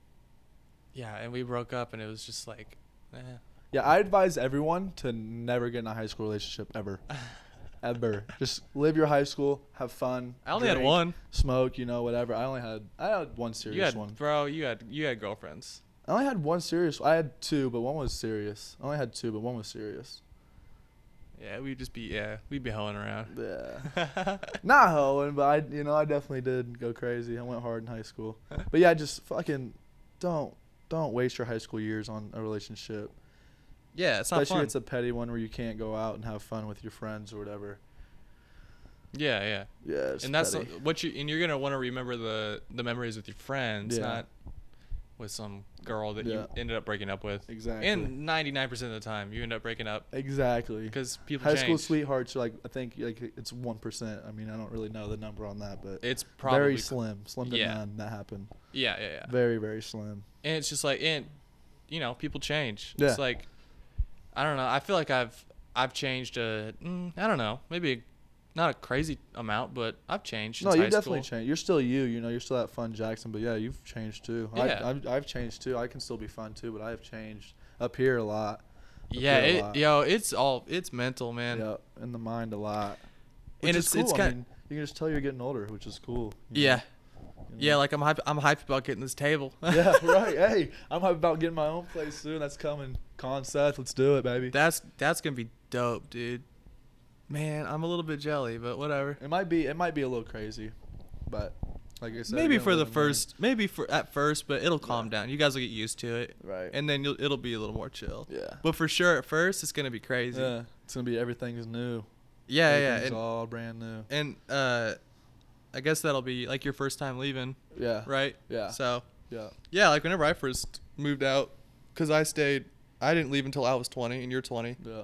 Speaker 1: yeah, and we broke up and it was just like eh.
Speaker 2: Yeah, I advise everyone to never get in a high school relationship ever. ever. Just live your high school, have fun.
Speaker 1: I only had
Speaker 2: drink,
Speaker 1: one.
Speaker 2: Smoke, you know, whatever. I only had I had one serious
Speaker 1: You had
Speaker 2: one.
Speaker 1: bro, you had you had girlfriends.
Speaker 2: I only had one serious. I had two, but one was serious. I only had two, but one was serious.
Speaker 1: Yeah, we'd just be yeah, we'd be hoeing around.
Speaker 2: Yeah. Not hoeing, but I you know, I definitely did go crazy. I went hard in high school. But yeah, just fucking don't don't waste your high school years on a relationship.
Speaker 1: yeah, it's not
Speaker 2: Especially
Speaker 1: fun.
Speaker 2: if it's a petty one where you can't go out and have fun with your friends or whatever.
Speaker 1: yeah, yeah.
Speaker 2: Yeah, it's
Speaker 1: and that's
Speaker 2: petty.
Speaker 1: what you and you're gonna want to remember the the memories with your friends,
Speaker 2: Yeah.
Speaker 1: not with some girl that
Speaker 2: Yeah.
Speaker 1: you ended up breaking up with.
Speaker 2: Exactly.
Speaker 1: And 99% of the time, you end up breaking up
Speaker 2: exactly.
Speaker 1: because people
Speaker 2: High
Speaker 1: change.
Speaker 2: school sweethearts are like I think like it's one percent. I mean I don't really know the number on that, but
Speaker 1: It's probably
Speaker 2: very slim, slim to
Speaker 1: yeah.
Speaker 2: none. That happened.
Speaker 1: Yeah, yeah, yeah.
Speaker 2: Very very slim.
Speaker 1: And it's just like, and you know, people change.
Speaker 2: Yeah.
Speaker 1: It's like, I don't know. I feel like I've I've changed a, mm, I don't know, maybe a, not a crazy amount, but I've changed.
Speaker 2: No,
Speaker 1: since
Speaker 2: you
Speaker 1: high
Speaker 2: definitely
Speaker 1: school.
Speaker 2: changed. You're still you. You know, you're still that fun Jackson, but yeah, you've changed too.
Speaker 1: Yeah.
Speaker 2: I, I've, I've changed too. I can still be fun too, but I have changed up here a lot. up
Speaker 1: Yeah,
Speaker 2: here a
Speaker 1: it,
Speaker 2: lot.
Speaker 1: yo, it's all it's mental, man.
Speaker 2: yeah, in the mind a lot.
Speaker 1: And
Speaker 2: Which is
Speaker 1: it's- it's
Speaker 2: cool. I
Speaker 1: kin-
Speaker 2: mean, you can just tell you're getting older, which is cool. you
Speaker 1: Yeah.
Speaker 2: know?
Speaker 1: Yeah, like I'm hype, I'm hyped about getting this table.
Speaker 2: yeah, right. Hey, I'm about getting my own place soon. That's coming. Con Seth, let's do it, baby.
Speaker 1: That's that's gonna be dope, dude. Man, I'm a little bit jelly, but whatever.
Speaker 2: It might be it might be a little crazy, but like I said,
Speaker 1: Maybe
Speaker 2: again,
Speaker 1: for the
Speaker 2: living learning.
Speaker 1: first, maybe for at first, but it'll calm
Speaker 2: Yeah.
Speaker 1: down. You guys will get used to it,
Speaker 2: Right.
Speaker 1: and then you'll, it'll be a little more chill.
Speaker 2: Yeah.
Speaker 1: But for sure, at first, it's gonna be crazy.
Speaker 2: Yeah, it's gonna be everything's new.
Speaker 1: yeah, yeah.
Speaker 2: Everything's
Speaker 1: And,
Speaker 2: all brand new.
Speaker 1: and uh, I guess that'll be like your first time leaving,
Speaker 2: Yeah.
Speaker 1: right?
Speaker 2: Yeah.
Speaker 1: So
Speaker 2: Yeah.
Speaker 1: yeah, like whenever I first moved out, cause I stayed, I didn't leave until I was 20, and you're 20.
Speaker 2: Yeah.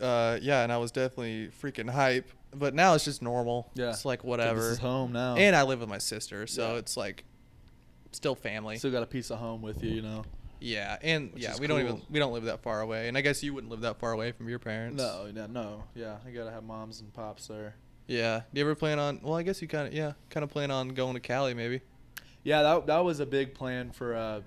Speaker 1: Uh, yeah, and I was definitely freaking hype. But now it's just normal.
Speaker 2: Yeah.
Speaker 1: It's like
Speaker 2: So
Speaker 1: whatever.
Speaker 2: This is home now.
Speaker 1: And I live with my sister, so
Speaker 2: Yeah.
Speaker 1: it's like still family.
Speaker 2: still got a piece of home with you, you know.
Speaker 1: yeah, and
Speaker 2: Which
Speaker 1: yeah,
Speaker 2: is
Speaker 1: we don't even
Speaker 2: cool.
Speaker 1: we don't live that far away, and I guess you wouldn't live that far away from your parents.
Speaker 2: No, no, no. Yeah, I gotta have moms and pops there.
Speaker 1: Yeah. Do you ever plan on? Well, I guess you kind of yeah, kind of plan on going to Cali maybe.
Speaker 2: Yeah, that that was a big plan for uh,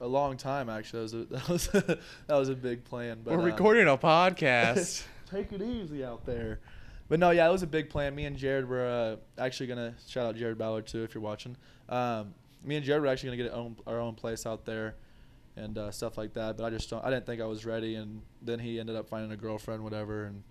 Speaker 2: a long time actually. That was a, that was that was a big plan. But
Speaker 1: We're
Speaker 2: uh,
Speaker 1: recording a podcast.
Speaker 2: Take it easy out there. But no, yeah, it was a big plan. Me and Jared were uh, actually gonna shout out Jared Ballard too if you're watching. Um, me and Jared were actually gonna get our own, our own place out there and uh, stuff like that. But I just don't. I didn't think I was ready. And then he ended up finding a girlfriend, whatever, and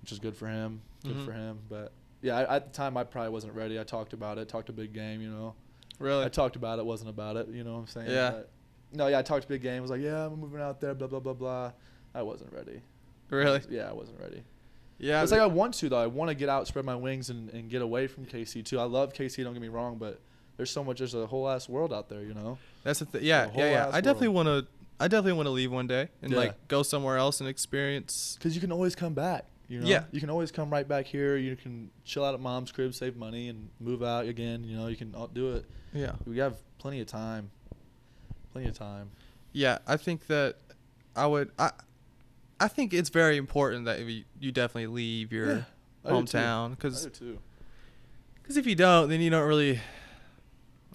Speaker 2: which is good for him. Good
Speaker 1: Mhm.
Speaker 2: for him. But yeah, I, at the time I probably wasn't ready. I talked about it. Talked a big game, you know.
Speaker 1: really?
Speaker 2: I talked about it, wasn't about it. You know what I'm saying?
Speaker 1: Yeah.
Speaker 2: But- no, yeah, I talked big game. Was like, yeah, I'm moving out there. Blah blah blah blah. I wasn't ready.
Speaker 1: really?
Speaker 2: Yeah, I wasn't ready.
Speaker 1: Yeah.
Speaker 2: it's like I want to though. I want to get out, spread my wings, and, and get away from KC too. I love KC. Don't get me wrong, but there's so much. There's a whole ass world out there, you know.
Speaker 1: That's the th- yeah
Speaker 2: The whole
Speaker 1: yeah yeah.
Speaker 2: ass
Speaker 1: I definitely want to. I definitely want to leave one day and
Speaker 2: Yeah.
Speaker 1: like go somewhere else and experience.
Speaker 2: Because you can always come back. You know?
Speaker 1: Yeah.
Speaker 2: You can always come right back here. You can chill out at mom's crib, save money, and move out again. You know, you can all do it.
Speaker 1: Yeah.
Speaker 2: We have plenty of time. Plenty of time.
Speaker 1: Yeah, I think that I would. I I think it's very important that you, you definitely leave your
Speaker 2: Yeah, I do too.
Speaker 1: hometown
Speaker 2: I
Speaker 1: because
Speaker 2: do too.
Speaker 1: if you don't, then you don't really.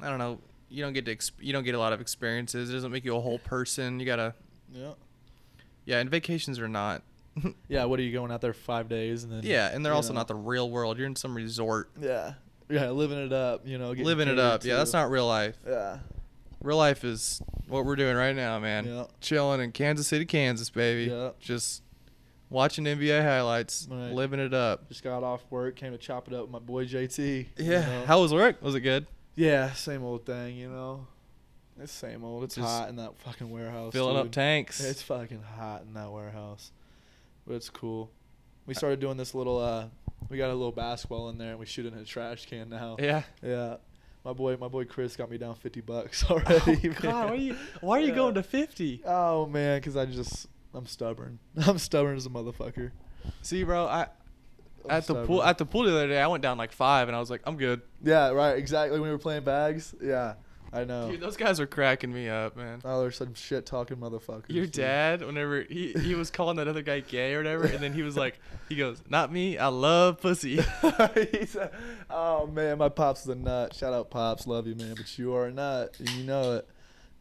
Speaker 1: I don't know. You don't get to. Exp- you don't get a lot of experiences. It doesn't make you a whole person. You gotta.
Speaker 2: Yeah.
Speaker 1: Yeah, and vacations are not.
Speaker 2: Yeah. What are you going out there five days and then?
Speaker 1: yeah, and they're
Speaker 2: you
Speaker 1: also
Speaker 2: know.
Speaker 1: not the real world. You're in some resort,
Speaker 2: Yeah. Yeah, living it up. You know, getting
Speaker 1: living it
Speaker 2: catered
Speaker 1: up. Yeah,
Speaker 2: to.
Speaker 1: that's not real life.
Speaker 2: Yeah.
Speaker 1: Real life is what we're doing right now, man.
Speaker 2: Yeah.
Speaker 1: Chilling in Kansas City, Kansas, baby.
Speaker 2: Yeah.
Speaker 1: Just watching NBA highlights,
Speaker 2: Right.
Speaker 1: living it up.
Speaker 2: Just got off work, came to chop it up with my boy JT. you
Speaker 1: Yeah.
Speaker 2: know?
Speaker 1: How was work? Was it good?
Speaker 2: yeah, same old thing, you know. It's same old. It's
Speaker 1: Just
Speaker 2: hot in that fucking warehouse.
Speaker 1: Filling up
Speaker 2: dude.
Speaker 1: tanks.
Speaker 2: It's fucking hot in that warehouse, but it's cool. We started doing this little. uh We got a little basketball in there, and we shoot it in a trash can now.
Speaker 1: yeah.
Speaker 2: Yeah. My boy, my boy Chris got me down fifty bucks
Speaker 1: Oh,
Speaker 2: already. man. Yeah.
Speaker 1: fifty?
Speaker 2: Oh man, because I just I'm stubborn. I'm stubborn as a motherfucker.
Speaker 1: See, bro, I
Speaker 2: I'm
Speaker 1: at the pool
Speaker 2: stubborn.
Speaker 1: at the pool the other day, I went down like five, and I was like, I'm good.
Speaker 2: Yeah, right, exactly. When we were playing bags, yeah, I know.
Speaker 1: Dude, those guys are cracking me up, man.
Speaker 2: oh, there's some shit talking motherfuckers.
Speaker 1: Your
Speaker 2: dude.
Speaker 1: dad, whenever he, he was calling that other guy gay or whatever, and then he was like, he goes, "Not me, I love pussy."
Speaker 2: He's a- oh man, my pops is a nut. Shout out pops, love you, man. But you are a nut, and you know it.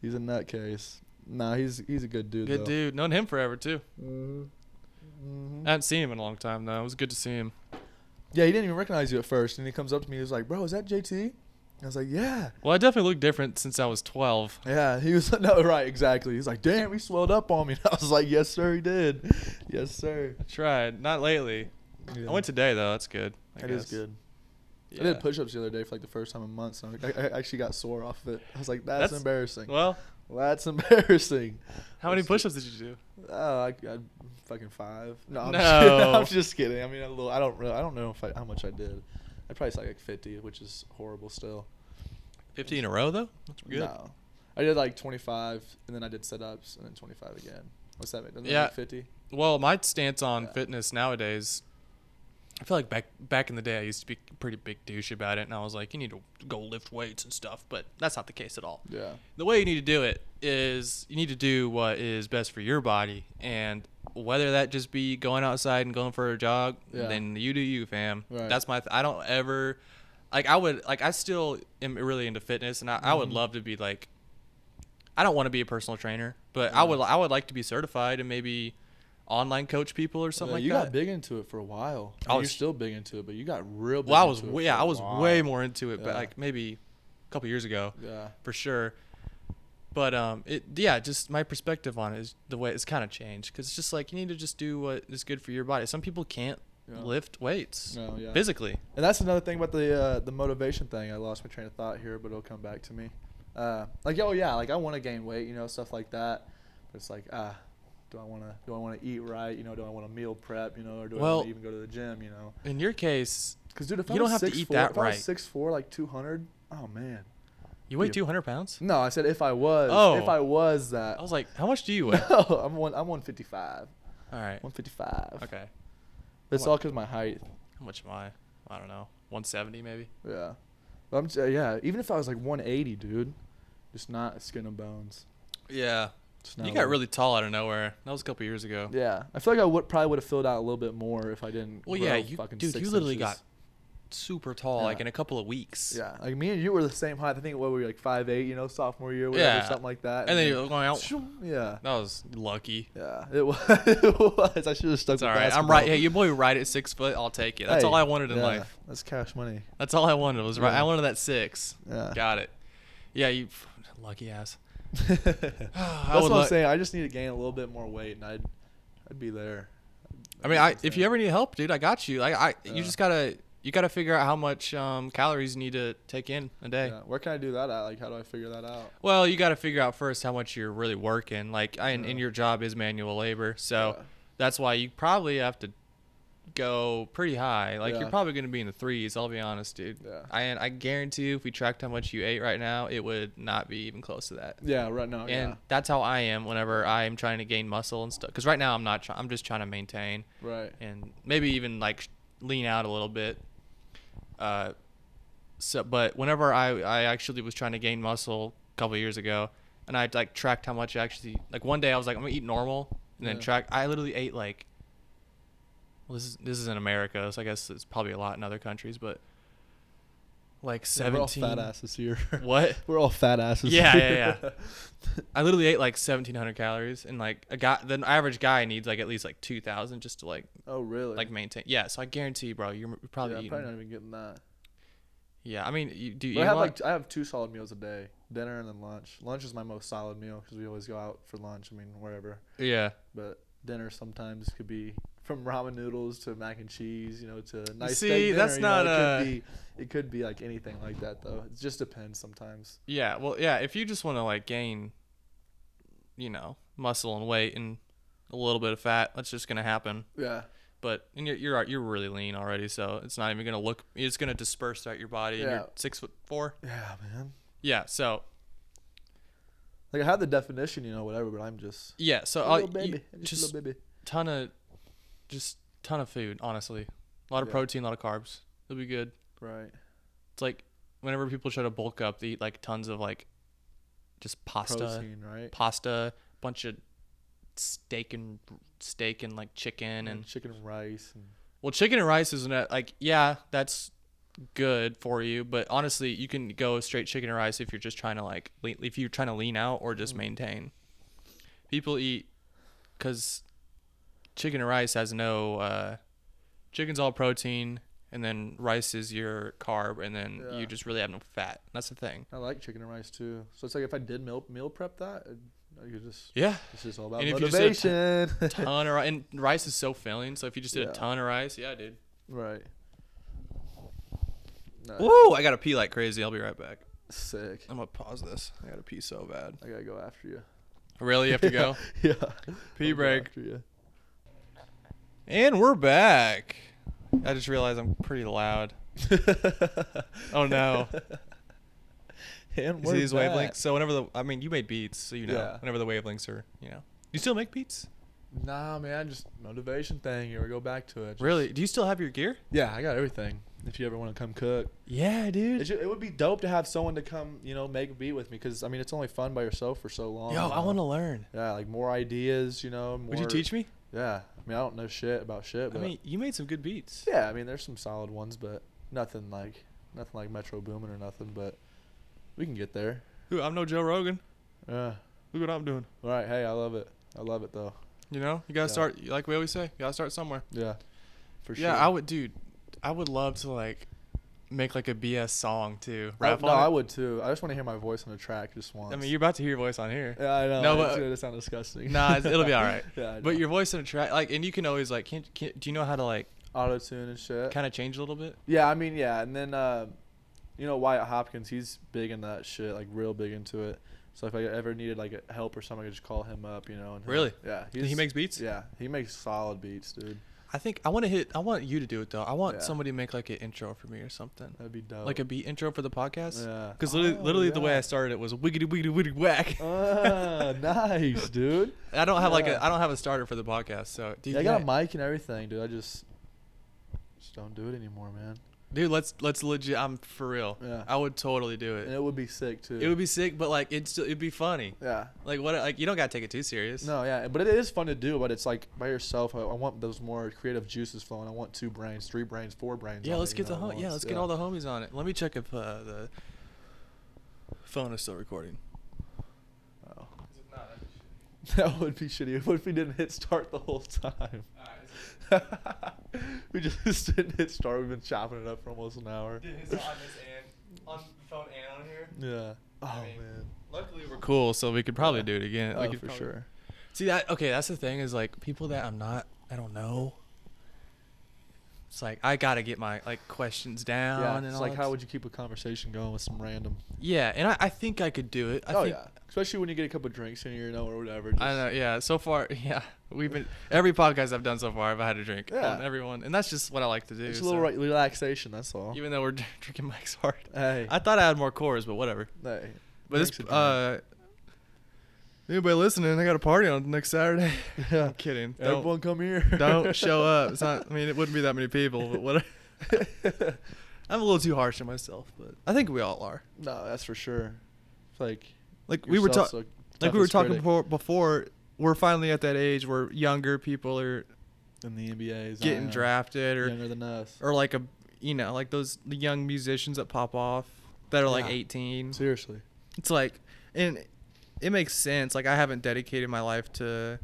Speaker 2: He's a nutcase. Nah, he's he's a good dude.
Speaker 1: Good
Speaker 2: though.
Speaker 1: dude, known him forever too.
Speaker 2: Mhm.
Speaker 1: I
Speaker 2: Mhm.
Speaker 1: hadn't seen him in a long time though. It was good to see him.
Speaker 2: Yeah, he didn't even recognize you at first, and he comes up to me. He was like, "Bro, is that JT?" I was like, "Yeah."
Speaker 1: Well, I definitely look different since I was 12.
Speaker 2: Yeah, he was no right, exactly. He's like, "Damn, he swelled up on me." I was like, "Yes, sir, he did. Yes, sir."
Speaker 1: I tried, not lately. I went today though. That's good. I
Speaker 2: That is
Speaker 1: guess.
Speaker 2: good.
Speaker 1: Yeah.
Speaker 2: I did push-ups the other day for like the first time in months. And I, I I actually got sore off of it. I was like, "That's,
Speaker 1: That's-
Speaker 2: embarrassing.
Speaker 1: Well,
Speaker 2: That's embarrassing."
Speaker 1: how many
Speaker 2: Let's see.
Speaker 1: push-ups did you do?
Speaker 2: Oh, I, I fucking five. No, I'm,
Speaker 1: No.
Speaker 2: Just, I'm just kidding. I mean, a little. I don't. Really, I don't know if I, how much I did. I probably said like fifty, which is horrible still.
Speaker 1: 50 in a row though. That's good.
Speaker 2: No, I did like twenty-five, and then I did sit-ups, and then twenty-five again. What's that make? Doesn't
Speaker 1: Yeah.
Speaker 2: that make fifty?
Speaker 1: Well, my stance on
Speaker 2: Yeah.
Speaker 1: fitness nowadays, I feel like back back in the day, I used to be a pretty big douche about it, and I was like, you need to go lift weights and stuff, but that's not the case at all.
Speaker 2: Yeah.
Speaker 1: The way you need to do it is you need to do what is best for your body, and whether that just be going outside and going for a jog,
Speaker 2: Yeah.
Speaker 1: then you do you, fam.
Speaker 2: Right.
Speaker 1: That's my. Th- I don't ever, like, I would like I still am really into fitness, and I, I
Speaker 2: Mm-hmm.
Speaker 1: would love to be like I don't want to be a personal trainer, but I would I would like to be certified and maybe online coach people or
Speaker 2: Yeah,
Speaker 1: something like
Speaker 2: you
Speaker 1: that.
Speaker 2: got big into it for a while.
Speaker 1: I
Speaker 2: I was,
Speaker 1: was-
Speaker 2: You're still big into it, but you got real. Big
Speaker 1: well, I was
Speaker 2: into it
Speaker 1: way,
Speaker 2: for
Speaker 1: yeah, I
Speaker 2: a
Speaker 1: was
Speaker 2: while.
Speaker 1: way more into it, but
Speaker 2: Yeah.
Speaker 1: like maybe a couple years ago
Speaker 2: Yeah.
Speaker 1: for sure. But um, it yeah, just my perspective on it is the way it's kind of changed because it's just like you need to just do what is good for your body. Some people can't
Speaker 2: Yeah.
Speaker 1: lift weights
Speaker 2: No, yeah.
Speaker 1: physically.
Speaker 2: And that's another thing about the uh, the motivation thing. I lost my train of thought here, but it'll come back to me. Uh, like oh yeah, like I want to gain weight, you know, stuff like that. But it's like ah, do I want to do I want to eat right, you know? Do I want to meal prep, you know, or do I
Speaker 1: Well-
Speaker 2: want to even go to the gym, you know?
Speaker 1: In your case,
Speaker 2: Because dude, if I
Speaker 1: You don't
Speaker 2: was
Speaker 1: have to
Speaker 2: 6'4",
Speaker 1: eat that
Speaker 2: if I was
Speaker 1: right.
Speaker 2: six four, like two hundred. Oh man.
Speaker 1: You weigh
Speaker 2: Yeah.
Speaker 1: 200 pounds?
Speaker 2: No, I said if I was.
Speaker 1: Oh.
Speaker 2: If I was that.
Speaker 1: I was like, how much do you weigh?
Speaker 2: no, I'm one. I'm one fifty five.
Speaker 1: All right.
Speaker 2: One fifty five.
Speaker 1: Okay.
Speaker 2: But it's all because my height.
Speaker 1: How much am I? I don't know. 170 maybe.
Speaker 2: Yeah. But I'm. j- Yeah. Even if I was like one eighty, dude, just not skin and bones.
Speaker 1: Yeah.
Speaker 2: Just not
Speaker 1: you
Speaker 2: like-
Speaker 1: got really tall out of nowhere. That was a couple years ago.
Speaker 2: Yeah, I feel like I would probably would have filled out a little bit more if I didn't.
Speaker 1: Well,
Speaker 2: grow
Speaker 1: yeah, you
Speaker 2: fucking
Speaker 1: dude,
Speaker 2: six
Speaker 1: you literally
Speaker 2: inches.
Speaker 1: got super tall
Speaker 2: Yeah.
Speaker 1: like in a couple of weeks.
Speaker 2: Yeah, like me and you were the same height. I think what were we like five eight, you know, sophomore year, whatever,
Speaker 1: Yeah.
Speaker 2: something like that.
Speaker 1: And then you're going out.
Speaker 2: then- yeah,
Speaker 1: That was lucky.
Speaker 2: yeah, it was. it was. I should have stuck.
Speaker 1: It's
Speaker 2: with
Speaker 1: all right. I'm
Speaker 2: basketball.
Speaker 1: right. Hey, your boy right at six foot. I'll take it. That's
Speaker 2: Hey,
Speaker 1: all I wanted in
Speaker 2: yeah,
Speaker 1: life.
Speaker 2: That's cash money.
Speaker 1: That's all I wanted was right.
Speaker 2: Yeah.
Speaker 1: I wanted that six.
Speaker 2: Yeah.
Speaker 1: Got it. Yeah, you lucky ass.
Speaker 2: that's
Speaker 1: I
Speaker 2: what
Speaker 1: would
Speaker 2: I'm
Speaker 1: like-
Speaker 2: saying. I just need to gain a little bit more weight, and I'd, I'd be there.
Speaker 1: I mean, I if you ever need help, dude, I got you. Like I,
Speaker 2: Yeah.
Speaker 1: you just gotta you gotta figure out how much um, calories you need to take in a day.
Speaker 2: Yeah. Where can I do that at? Like, how do I figure that out?
Speaker 1: Well, you gotta figure out first how much you're really working. Like, I, and,
Speaker 2: Yeah.
Speaker 1: and your job is manual labor, so
Speaker 2: Yeah.
Speaker 1: that's why you probably have to go pretty high. Like,
Speaker 2: Yeah.
Speaker 1: you're probably gonna be in the threes. I'll be honest, dude.
Speaker 2: Yeah.
Speaker 1: I, and I guarantee you, if we tracked how much you ate right now, it would not be even close to that.
Speaker 2: Oh, Yeah, right now.
Speaker 1: and that's how I am whenever I'm trying to gain muscle and stuff. Because right now I'm not. Try- I'm just trying to maintain
Speaker 2: yeah, right.
Speaker 1: and maybe even like lean out a little bit. Uh, so, but whenever I I actually was trying to gain muscle a couple years ago, and I like tracked how much I actually like one day I was like I'm gonna eat normal and then
Speaker 2: Yeah.
Speaker 1: track. I literally ate like. Well, this is this is in America, so I guess it's probably a lot in other countries, but like
Speaker 2: Yeah, We're all
Speaker 1: seventeen.
Speaker 2: fat asses here.
Speaker 1: what?
Speaker 2: We're all fat asses.
Speaker 1: Yeah,
Speaker 2: here.
Speaker 1: yeah, yeah. I literally ate like 1700 calories and like a guy the average guy needs like at least like 2000 just to like
Speaker 2: oh, really?
Speaker 1: like maintain. Yeah, so I guarantee you, bro, you're probably
Speaker 2: yeah, I'm
Speaker 1: eating.
Speaker 2: probably not even getting that.
Speaker 1: yeah, I mean, you, do you
Speaker 2: But I
Speaker 1: eat
Speaker 2: have
Speaker 1: a lot?
Speaker 2: like t- I have two solid meals a day: dinner and then lunch. Lunch is my most solid meal because we always go out for lunch. I mean, wherever.
Speaker 1: yeah.
Speaker 2: But dinner sometimes could be from ramen noodles to mac and cheese, you know, to a nice.
Speaker 1: see,
Speaker 2: steak dinner,
Speaker 1: that's
Speaker 2: you know,
Speaker 1: not
Speaker 2: It
Speaker 1: a-
Speaker 2: could, be, it could be like anything like that though. It just depends sometimes.
Speaker 1: Yeah, well, yeah, if you just want to like gain you know, muscle and weight and a little bit of fat, that's just going to happen.
Speaker 2: Yeah.
Speaker 1: But and you're you're you're really lean already, so it's not even going to look it's going to disperse throughout your body and
Speaker 2: Yeah.
Speaker 1: you're 6 foot 4.
Speaker 2: Yeah, man.
Speaker 1: Yeah, so
Speaker 2: Like I have the definition, you know, whatever. But I'm just
Speaker 1: yeah, so
Speaker 2: a
Speaker 1: all
Speaker 2: little
Speaker 1: you,
Speaker 2: baby. I'm just,
Speaker 1: just
Speaker 2: a little baby.
Speaker 1: ton of just ton of food, honestly. A lot of
Speaker 2: Yeah.
Speaker 1: protein, a lot of carbs. It'll be good.
Speaker 2: Right.
Speaker 1: It's like whenever people try to bulk up, they eat like tons of like just pasta,
Speaker 2: Protein, right?
Speaker 1: pasta, bunch of steak and steak and like chicken
Speaker 2: And
Speaker 1: and
Speaker 2: chicken and rice. And,
Speaker 1: well, chicken and rice isn't that like yeah, that's good for you, but honestly, you can go straight chicken and rice if you're just trying to like lean, if you're trying to lean out or just maintain. People eat because chicken and rice has no uh, chicken's all protein, and then rice is your carb, and then
Speaker 2: Yeah.
Speaker 1: you just really have no fat. That's the thing.
Speaker 2: I like chicken and rice too. So it's like if I did meal meal prep that, I could just
Speaker 1: Yeah,
Speaker 2: It's just all about
Speaker 1: And if you just said
Speaker 2: motivation.
Speaker 1: ton of rice, and rice is so filling. So if you just did
Speaker 2: Yeah.
Speaker 1: a ton of rice, yeah, dude.
Speaker 2: right. Nice.
Speaker 1: Woo! I gotta pee like crazy. I'll be right back.
Speaker 2: Sick.
Speaker 1: I'm gonna pause this. I gotta pee so bad.
Speaker 2: I gotta go after you.
Speaker 1: Really, you have to go.
Speaker 2: yeah.
Speaker 1: Pee
Speaker 2: I'll go
Speaker 1: break.
Speaker 2: After you.
Speaker 1: And we're back. I just realized I'm pretty loud. Oh no.
Speaker 2: and
Speaker 1: You
Speaker 2: we're
Speaker 1: see these
Speaker 2: back.
Speaker 1: wavelengths? So whenever the I mean you made beats, so you know.
Speaker 2: Yeah.
Speaker 1: Whenever the wavelengths are, you know. You still make beats?
Speaker 2: Nah, man, just motivation thing. Here we go back to it. Just-
Speaker 1: Really? Do you still have your gear?
Speaker 2: Yeah, I got everything. If you ever want to come cook,
Speaker 1: Yeah, dude.
Speaker 2: it, ju- it would be dope to have someone to come, you know, make a beat with me. Cause I mean, it's only fun by yourself for so long.
Speaker 1: Yo,
Speaker 2: you
Speaker 1: I
Speaker 2: know?
Speaker 1: want to learn.
Speaker 2: Yeah, like more ideas, you know. More,
Speaker 1: Would you teach me?
Speaker 2: Yeah, I mean, I don't know shit about shit.
Speaker 1: I
Speaker 2: But
Speaker 1: mean, you made some good beats.
Speaker 2: Yeah, I mean, there's some solid ones, but nothing like nothing like Metro Boomin or nothing. But we can get there.
Speaker 1: Who? I'm no Joe Rogan.
Speaker 2: Yeah.
Speaker 1: Look what I'm doing.
Speaker 2: All right. Hey, I love it. I love it though.
Speaker 1: You know, you gotta
Speaker 2: Yeah.
Speaker 1: start. Like we always say, you gotta start somewhere.
Speaker 2: Yeah. For
Speaker 1: yeah, I would, dude. I would love to like make like a BS song too.
Speaker 2: I,
Speaker 1: Rap
Speaker 2: no,
Speaker 1: on
Speaker 2: I
Speaker 1: it.
Speaker 2: would too. I just want to hear my voice on a track just once.
Speaker 1: I mean, you're about to hear your voice on here.
Speaker 2: Yeah, I know.
Speaker 1: No,
Speaker 2: it's
Speaker 1: but-
Speaker 2: gonna sound disgusting.
Speaker 1: Nah, it's- it'll be all right.
Speaker 2: yeah. I know.
Speaker 1: But your voice in a track, like, and you can always like, can, can do you know how to like
Speaker 2: auto tune and shit.
Speaker 1: kind of change a little bit?
Speaker 2: yeah, I mean, yeah, and then uh, you know Wyatt Hopkins, he's big in that shit, like real big into it. So if I ever needed like a help or something, I could just call him up, you know. And he'll-
Speaker 1: Really?
Speaker 2: Yeah.
Speaker 1: He
Speaker 2: he's-
Speaker 1: makes beats?
Speaker 2: Yeah, he makes solid beats, dude.
Speaker 1: I think I want to hit. I want you to do it though. I want
Speaker 2: Yeah.
Speaker 1: somebody to make like an intro for me or something,
Speaker 2: That'd be dope.
Speaker 1: like a beat intro for the podcast.
Speaker 2: Yeah.
Speaker 1: Because literally,
Speaker 2: Oh,
Speaker 1: literally the way
Speaker 2: yeah.
Speaker 1: I started it was wiggity wiggity wiggity whack.
Speaker 2: Ah, nice, dude.
Speaker 1: I don't have like
Speaker 2: Yeah.
Speaker 1: a I don't have a starter for the podcast. So dude,
Speaker 2: Yeah, I
Speaker 1: yeah.
Speaker 2: got a mic and everything, dude. I just just don't do it anymore, man.
Speaker 1: dude, let's let's legit. I'm for real.
Speaker 2: Yeah.
Speaker 1: I would totally do
Speaker 2: And
Speaker 1: it.
Speaker 2: it would be sick too.
Speaker 1: It would be sick, but like it's still it'd be funny.
Speaker 2: Yeah.
Speaker 1: Like what? Like you don't gotta take it too serious.
Speaker 2: No, yeah, but it is fun to do. But it's like by yourself. I, I want those more creative juices flowing. I want two brains, three brains, four brains.
Speaker 1: Yeah,
Speaker 2: on
Speaker 1: let's
Speaker 2: it, you
Speaker 1: get the
Speaker 2: know,
Speaker 1: home.
Speaker 2: at
Speaker 1: Yeah,
Speaker 2: once.
Speaker 1: let's get all the homies on it. Let me check if uh, the phone is still recording.
Speaker 2: Oh. That would be shitty. What if we didn't hit start the whole time? we just didn't hit start. We've been chopping it up for almost an hour.
Speaker 1: on the phone and on here.
Speaker 2: Yeah. Oh
Speaker 1: I mean,
Speaker 2: man.
Speaker 1: Luckily, we're cool, so we could probably
Speaker 2: Yeah.
Speaker 1: do it again. we
Speaker 2: Oh,
Speaker 1: could
Speaker 2: for
Speaker 1: probably-
Speaker 2: sure.
Speaker 1: See that? Okay, that's the thing is like people that I'm not, I don't know. It's like I gotta get my like questions down.
Speaker 2: Yeah.
Speaker 1: and
Speaker 2: It's
Speaker 1: all
Speaker 2: like
Speaker 1: that
Speaker 2: how
Speaker 1: s-
Speaker 2: would you keep a conversation going with some random?
Speaker 1: Yeah, and I, I think I could do it. I
Speaker 2: oh
Speaker 1: think,
Speaker 2: yeah. Especially when you get a couple drinks in you, you know, or whatever. Just,
Speaker 1: I know. Yeah. So far, yeah, we've been every podcast I've done so far, I've had a drink.
Speaker 2: Yeah.
Speaker 1: on everyone, and that's just what I like to do.
Speaker 2: It's a little
Speaker 1: so-
Speaker 2: re- relaxation. That's all.
Speaker 1: Even though we're drinking Mike's hard.
Speaker 2: Hey.
Speaker 1: I thought I had more cores, but whatever.
Speaker 2: hey.
Speaker 1: But this,
Speaker 2: Drinks a drink.
Speaker 1: uh, anybody listening, I got a party on next Saturday. I'm kidding.
Speaker 2: Everyone
Speaker 1: Don't,
Speaker 2: come here.
Speaker 1: don't show up. It's not. I mean, it wouldn't be that many people, but what? I'm a little too harsh on myself, but I think we all are.
Speaker 2: no, that's for sure. It's like
Speaker 1: Like we were
Speaker 2: yourself's
Speaker 1: talking,
Speaker 2: the
Speaker 1: like we were
Speaker 2: toughest
Speaker 1: talking
Speaker 2: critic
Speaker 1: before, before. We're finally at that age where younger people are
Speaker 2: in the NBA is
Speaker 1: getting
Speaker 2: Zion,
Speaker 1: drafted, or
Speaker 2: younger than us.
Speaker 1: or like a, you know, like those the young musicians that pop off that are like
Speaker 2: Yeah.
Speaker 1: 18.
Speaker 2: Seriously.
Speaker 1: it's like and it makes sense like i haven't dedicated my life to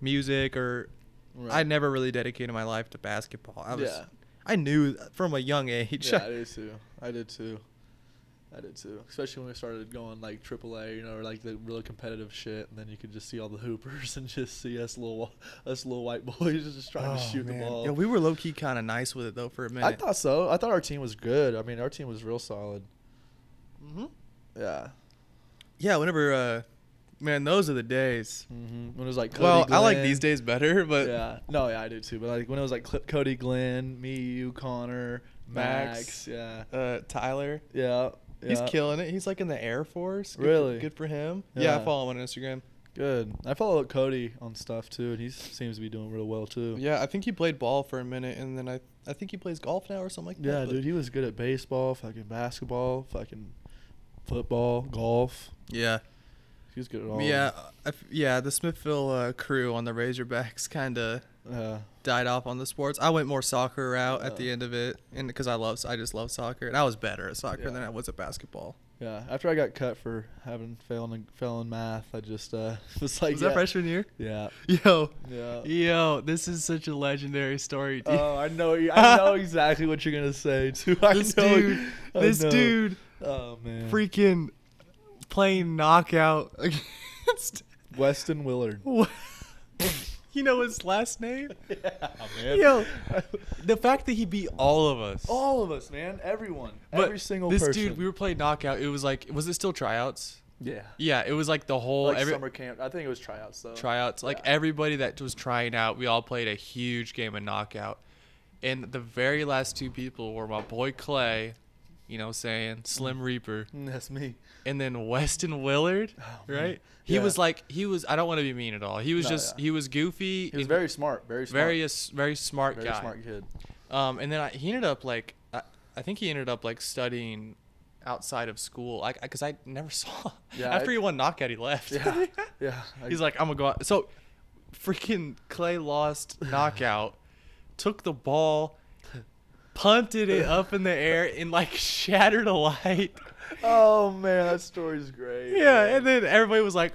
Speaker 1: music or i
Speaker 2: Right.
Speaker 1: never really dedicated my life to basketball i was
Speaker 2: Yeah.
Speaker 1: i knew from a young age
Speaker 2: Yeah, I did too. I did too. I did too. Especially when we started going like AAA, you know, or like the really competitive shit, and then you could just see all the hoopers and just see us little us little white boys just trying to shoot the ball.
Speaker 1: Oh, Yeah, we were low-key kind of nice with it though for a minute
Speaker 2: I thought so. I thought our team was good. I mean, our team was real solid.
Speaker 1: mm-hmm.
Speaker 2: Yeah.
Speaker 1: yeah whenever uh man those are the days
Speaker 2: Mm-hmm. When it was like Cody
Speaker 1: well i like
Speaker 2: Glenn.
Speaker 1: these days better but
Speaker 2: yeah, no, yeah, I do too. But like when it was like Cl- Cody Glenn, me, you, Connor, Max,
Speaker 1: Max.
Speaker 2: yeah,
Speaker 1: uh tyler
Speaker 2: yeah, yeah,
Speaker 1: he's killing it he's like in the air force Good for-
Speaker 2: Really?
Speaker 1: good for him yeah, i
Speaker 2: Yeah.
Speaker 1: follow him on instagram
Speaker 2: Good. I follow Cody on stuff too, and he seems to be doing real well too.
Speaker 1: yeah i think he played ball for a minute and then i i think he plays golf now or something like that
Speaker 2: Yeah,
Speaker 1: but-
Speaker 2: dude, he was good at baseball, fucking basketball, fucking football, golf.
Speaker 1: yeah
Speaker 2: He was good at all. of
Speaker 1: Yeah, I f yeah. The Smithville uh, crew on the Razorbacks kind
Speaker 2: them.
Speaker 1: of
Speaker 2: Yeah.
Speaker 1: died off on the sports. I went more soccer route at the
Speaker 2: Yeah.
Speaker 1: end of it, and because I love, I just love soccer, and I was better at soccer
Speaker 2: Yeah.
Speaker 1: than I was at basketball.
Speaker 2: Yeah. After I got cut for having failing failing math, I just uh was like
Speaker 1: was
Speaker 2: yeah.
Speaker 1: that freshman year?
Speaker 2: Yeah.
Speaker 1: Yo,
Speaker 2: Yeah.
Speaker 1: yo, this is such a legendary story, dude.
Speaker 2: Oh, I know. I know exactly what you're gonna say too. I
Speaker 1: this
Speaker 2: know-
Speaker 1: dude,
Speaker 2: I
Speaker 1: this
Speaker 2: know.
Speaker 1: dude,
Speaker 2: Oh man.
Speaker 1: freaking playing knockout against.
Speaker 2: Weston Willard. Oh,
Speaker 1: you know his last name?
Speaker 2: yeah,
Speaker 1: Yo, the fact that he beat all of us.
Speaker 2: all of us, man. Everyone.
Speaker 1: But
Speaker 2: Every single
Speaker 1: this
Speaker 2: person.
Speaker 1: dude, we were playing knockout. It was like, was it still tryouts?
Speaker 2: yeah.
Speaker 1: Yeah, it was like the whole
Speaker 2: Like
Speaker 1: every,
Speaker 2: summer camp. I think it was tryouts though.
Speaker 1: tryouts. Like
Speaker 2: yeah.
Speaker 1: everybody that was trying out, we all played a huge game of knockout. And the very last two people were my boy Clay, you know, what I'm saying Slim Reaper,
Speaker 2: Mm, That's me.
Speaker 1: and then Weston Willard,
Speaker 2: Oh, man.
Speaker 1: right? He
Speaker 2: Yeah.
Speaker 1: was like, he was. I don't want to be mean at all. He was
Speaker 2: No,
Speaker 1: just,
Speaker 2: yeah.
Speaker 1: he was goofy.
Speaker 2: He was
Speaker 1: and
Speaker 2: very smart. Very smart.
Speaker 1: very, s- very smart
Speaker 2: very
Speaker 1: guy.
Speaker 2: smart kid.
Speaker 1: Um, and then I, he ended up like, I, I think he ended up like studying outside of school, like because I never saw.
Speaker 2: Yeah,
Speaker 1: After
Speaker 2: I-
Speaker 1: he won knockout, he left.
Speaker 2: Yeah. yeah. I-
Speaker 1: He's like, I'm gonna go out. So, freaking Clay lost knockout, took the ball, punted it up in the air, and like shattered a light.
Speaker 2: oh man, that story's great.
Speaker 1: Yeah,
Speaker 2: man.
Speaker 1: and then everybody was like,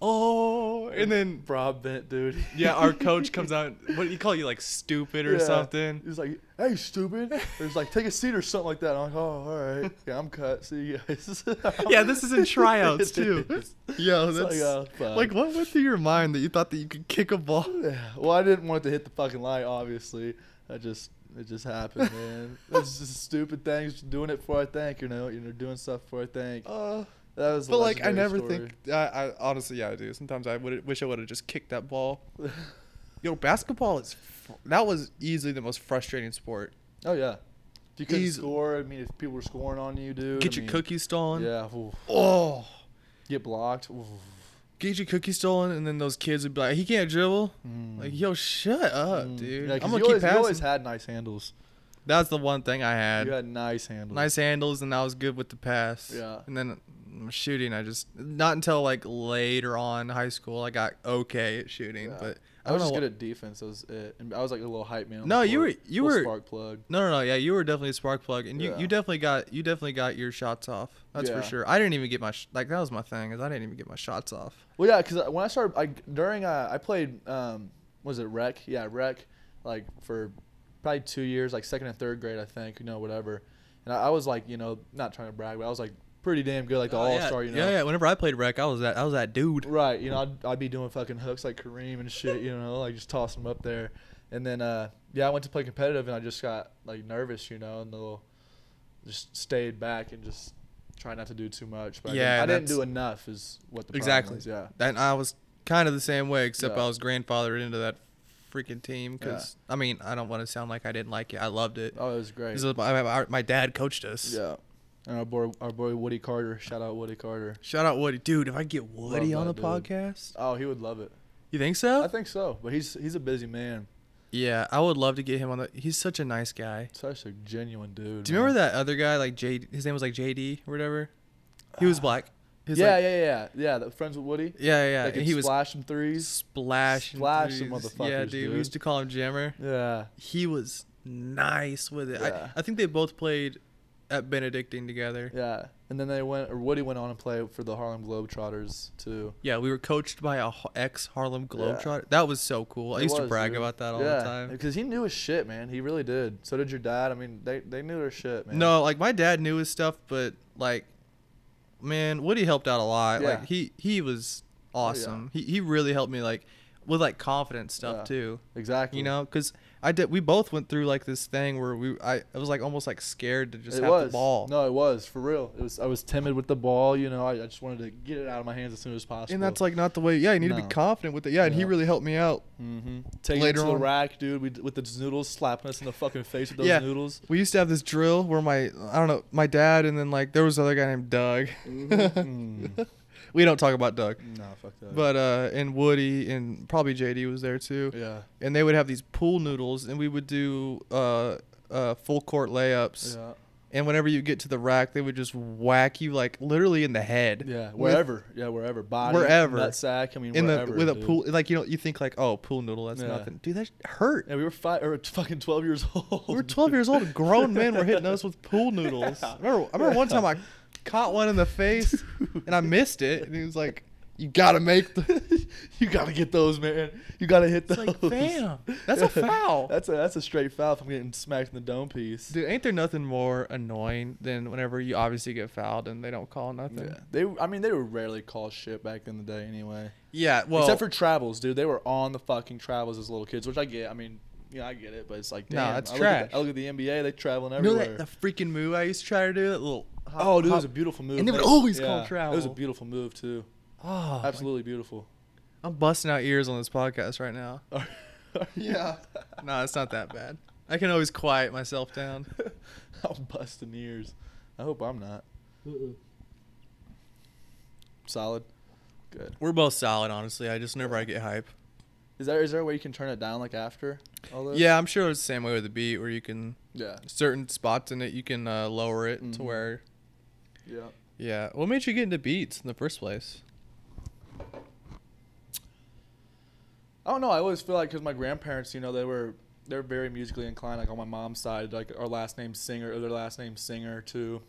Speaker 1: oh, and then.
Speaker 2: Rob Bent, dude.
Speaker 1: Yeah, our coach comes out. What do you call you like stupid or
Speaker 2: Yeah.
Speaker 1: something?
Speaker 2: He's like, "Hey, stupid!" Or he's like, "Take a seat or something like that." I'm like, "Oh, all right. Yeah, I'm cut. See you guys."
Speaker 1: yeah, this is in tryouts
Speaker 2: It
Speaker 1: too.
Speaker 2: is.
Speaker 1: Yo,
Speaker 2: It's like, oh, fuck.
Speaker 1: what went through your mind that you thought that you could kick a ball?
Speaker 2: Yeah. Well, I didn't want it to hit the fucking light. Obviously, I just it just happened, man. it's just stupid things. Doing it for I think you know, you know, doing stuff for I think.
Speaker 1: Uh,
Speaker 2: That was. a
Speaker 1: but like, I
Speaker 2: legendary
Speaker 1: never
Speaker 2: story.
Speaker 1: think. I, I honestly, yeah, I do. Sometimes I would wish I would have just kicked that ball. Yo, basketball is fr- that was easily the most frustrating sport.
Speaker 2: Oh yeah. If you couldn't
Speaker 1: Easy.
Speaker 2: score, I mean, if people were scoring on you, dude.
Speaker 1: Get
Speaker 2: I
Speaker 1: your
Speaker 2: mean,
Speaker 1: cookies stolen.
Speaker 2: Yeah. oof.
Speaker 1: Oh,
Speaker 2: Get blocked. oof.
Speaker 1: get your cookies stolen, and then those kids would be like, "He can't dribble."
Speaker 2: Mm.
Speaker 1: Like, yo, shut up,
Speaker 2: Mm.
Speaker 1: dude.
Speaker 2: Yeah,
Speaker 1: I'm
Speaker 2: 'cause
Speaker 1: gonna
Speaker 2: you
Speaker 1: keep
Speaker 2: always,
Speaker 1: passing.
Speaker 2: You always had nice handles.
Speaker 1: That's the one thing I had.
Speaker 2: You had nice handles.
Speaker 1: Nice handles, and I was good with the pass.
Speaker 2: Yeah.
Speaker 1: And then mm, shooting, I just not until like later on in high school I got okay at shooting,
Speaker 2: Yeah.
Speaker 1: but I,
Speaker 2: I was
Speaker 1: don't
Speaker 2: just
Speaker 1: know.
Speaker 2: good
Speaker 1: What,
Speaker 2: at defense. That was it. And I was like a little hype man. on the
Speaker 1: No, you
Speaker 2: court,
Speaker 1: were- you
Speaker 2: little
Speaker 1: were-
Speaker 2: spark plug.
Speaker 1: no, no, no. Yeah, you were definitely a spark plug, and you,
Speaker 2: Yeah.
Speaker 1: you definitely got you definitely got your shots off. That's
Speaker 2: Yeah.
Speaker 1: for sure. I didn't even get my sh- like that was my thing is I didn't even get my shots off.
Speaker 2: Well, yeah, because when I started, I during uh, I played um, was it rec? Yeah, rec, like for probably two years, like second and third grade, I think. You know, whatever. And I, I was like, you know, not trying to brag, but I was like pretty damn good, like the
Speaker 1: Oh,
Speaker 2: all
Speaker 1: yeah.
Speaker 2: star. You know.
Speaker 1: Yeah, yeah. Whenever I played rec, I was that I was that dude.
Speaker 2: Right, you know, I'd, I'd be doing fucking hooks like Kareem and shit, you know, like just toss them up there. And then, uh, yeah, I went to play competitive and I just got like nervous, you know, and the little, just stayed back and just try not to do too much. But
Speaker 1: Yeah,
Speaker 2: I, didn't, I didn't
Speaker 1: that's-
Speaker 2: do enough, is what the problem
Speaker 1: Exactly.
Speaker 2: is, Yeah.
Speaker 1: And I was kind of the same way, except
Speaker 2: Yeah.
Speaker 1: I was grandfathered into that freaking team because I mean I don't want to sound like I didn't like it. I loved it.
Speaker 2: Oh, it was great.
Speaker 1: This is my, my, my dad coached us.
Speaker 2: yeah. And our boy, our boy Woody Carter, shout out Woody Carter.
Speaker 1: Shout out Woody, dude. If I get Woody
Speaker 2: Love
Speaker 1: on the
Speaker 2: that dude.
Speaker 1: podcast,
Speaker 2: Oh, he would love it.
Speaker 1: you think
Speaker 2: I
Speaker 1: so?
Speaker 2: think so, but he's he's a busy man,
Speaker 1: yeah, I would love to get him on the. He's such a nice guy.
Speaker 2: such a genuine dude.
Speaker 1: Do you remember that other guy, like J? His name was like JD or whatever. He was black. His
Speaker 2: Ah. yeah,
Speaker 1: like,
Speaker 2: yeah, yeah, yeah. The friends with Woody.
Speaker 1: yeah, yeah,
Speaker 2: That
Speaker 1: And
Speaker 2: could
Speaker 1: he was
Speaker 2: splash him threes.
Speaker 1: splashing,
Speaker 2: Splash the
Speaker 1: threes.
Speaker 2: motherfuckers,
Speaker 1: Yeah, dude,
Speaker 2: dude.
Speaker 1: We used to call him Jammer.
Speaker 2: Yeah.
Speaker 1: He was nice with it.
Speaker 2: Yeah.
Speaker 1: I, I think they both played at Benedictine together.
Speaker 2: Yeah, and then they went, or Woody went on to play for the Harlem Globetrotters too.
Speaker 1: Yeah, we were coached by a ex Harlem Globetrotter. That was so cool. I
Speaker 2: It
Speaker 1: used to
Speaker 2: was,
Speaker 1: brag
Speaker 2: dude.
Speaker 1: about that all the time.
Speaker 2: because he knew his shit, man. He really did. So did your dad. I mean, they they knew their shit, man.
Speaker 1: No, like my dad knew his stuff, but like, man, Woody helped out a lot.
Speaker 2: Yeah. Oh,
Speaker 1: Like he he was
Speaker 2: yeah.
Speaker 1: awesome. He he really helped me like with like confidence stuff
Speaker 2: Yeah.
Speaker 1: too.
Speaker 2: exactly.
Speaker 1: You know, because I did. We both went through like this thing where we I, I was like almost like scared to just
Speaker 2: it
Speaker 1: have
Speaker 2: was
Speaker 1: the ball.
Speaker 2: No, it was for real. It was. I was timid with the ball. You know, I, I just wanted to get it out of my hands as soon as possible.
Speaker 1: and that's like not the way. Yeah, you need to
Speaker 2: No.
Speaker 1: be confident with it. Yeah, and he
Speaker 2: Yeah.
Speaker 1: really helped me out.
Speaker 2: mm-hmm. taking
Speaker 1: later
Speaker 2: it to the
Speaker 1: on.
Speaker 2: rack, dude. We, with the noodles slapping us in the fucking face with those
Speaker 1: Yeah.
Speaker 2: noodles.
Speaker 1: We used to have this drill where my I don't know my dad and then like there was another guy named Doug.
Speaker 2: Mhm.
Speaker 1: we don't talk about Doug,
Speaker 2: No, fuck that.
Speaker 1: but uh and Woody and probably JD was there too.
Speaker 2: yeah,
Speaker 1: and they would have these pool noodles and we would do uh, uh, full court layups
Speaker 2: yeah,
Speaker 1: and whenever you get to the rack they would just whack you like literally in the head
Speaker 2: yeah.
Speaker 1: With-
Speaker 2: Wherever, yeah, wherever. Body,
Speaker 1: Wherever.
Speaker 2: nutsack. I mean,
Speaker 1: in
Speaker 2: wherever,
Speaker 1: the with
Speaker 2: dude.
Speaker 1: a pool like you know you think like oh pool noodle that's
Speaker 2: Yeah.
Speaker 1: nothing dude that hurt
Speaker 2: Yeah, we were five or fucking twelve years old.
Speaker 1: we were 12 years old grown men were hitting us with pool noodles I remember, I remember one time I caught one in the face and I missed it and he was like you gotta make the
Speaker 2: you gotta get those, man. You gotta hit
Speaker 1: It's
Speaker 2: those.
Speaker 1: like, fam, that's a foul.
Speaker 2: that's a that's a straight foul. If I'm getting smacked in the dome piece.
Speaker 1: dude ain't there nothing more annoying than whenever you obviously get fouled and they don't call nothing
Speaker 2: Yeah. They, I mean, they were rarely called shit back in the day, anyway.
Speaker 1: Yeah, well,
Speaker 2: Except for travels, dude. They were on the fucking travels as little kids, which I get. I mean, yeah, I get it, but it's like,
Speaker 1: Nah,
Speaker 2: damn,
Speaker 1: that's
Speaker 2: I look, at the,
Speaker 1: trash.
Speaker 2: I look at the NBA; they traveling
Speaker 1: you know
Speaker 2: everywhere.
Speaker 1: that the freaking move I used to try to do that little. hop-
Speaker 2: oh, dude, it was a
Speaker 1: hop-
Speaker 2: beautiful move.
Speaker 1: And they would
Speaker 2: man.
Speaker 1: always call
Speaker 2: It was a
Speaker 1: travel.
Speaker 2: beautiful move too.
Speaker 1: Oh, my-
Speaker 2: Absolutely beautiful.
Speaker 1: I'm busting out ears on this podcast right now.
Speaker 2: yeah,
Speaker 1: no, it's not that bad. I can always quiet myself down.
Speaker 2: I'm busting ears. I hope I'm not. Solid. Good.
Speaker 1: We're both solid, honestly. I just whenever I get hype.
Speaker 2: Is there is there a way you can turn it down like after all this?
Speaker 1: Yeah, I'm sure it's the same way with the beat, where you can
Speaker 2: Yeah.
Speaker 1: certain spots in it you can uh, lower it
Speaker 2: Mhm.
Speaker 1: to where.
Speaker 2: Yeah.
Speaker 1: Yeah, what made you get into beats in the first place?
Speaker 2: I don't know. I always feel like because my grandparents, you know, they were they're very musically inclined. Like on my mom's side, like our last name singer or their last name singer too,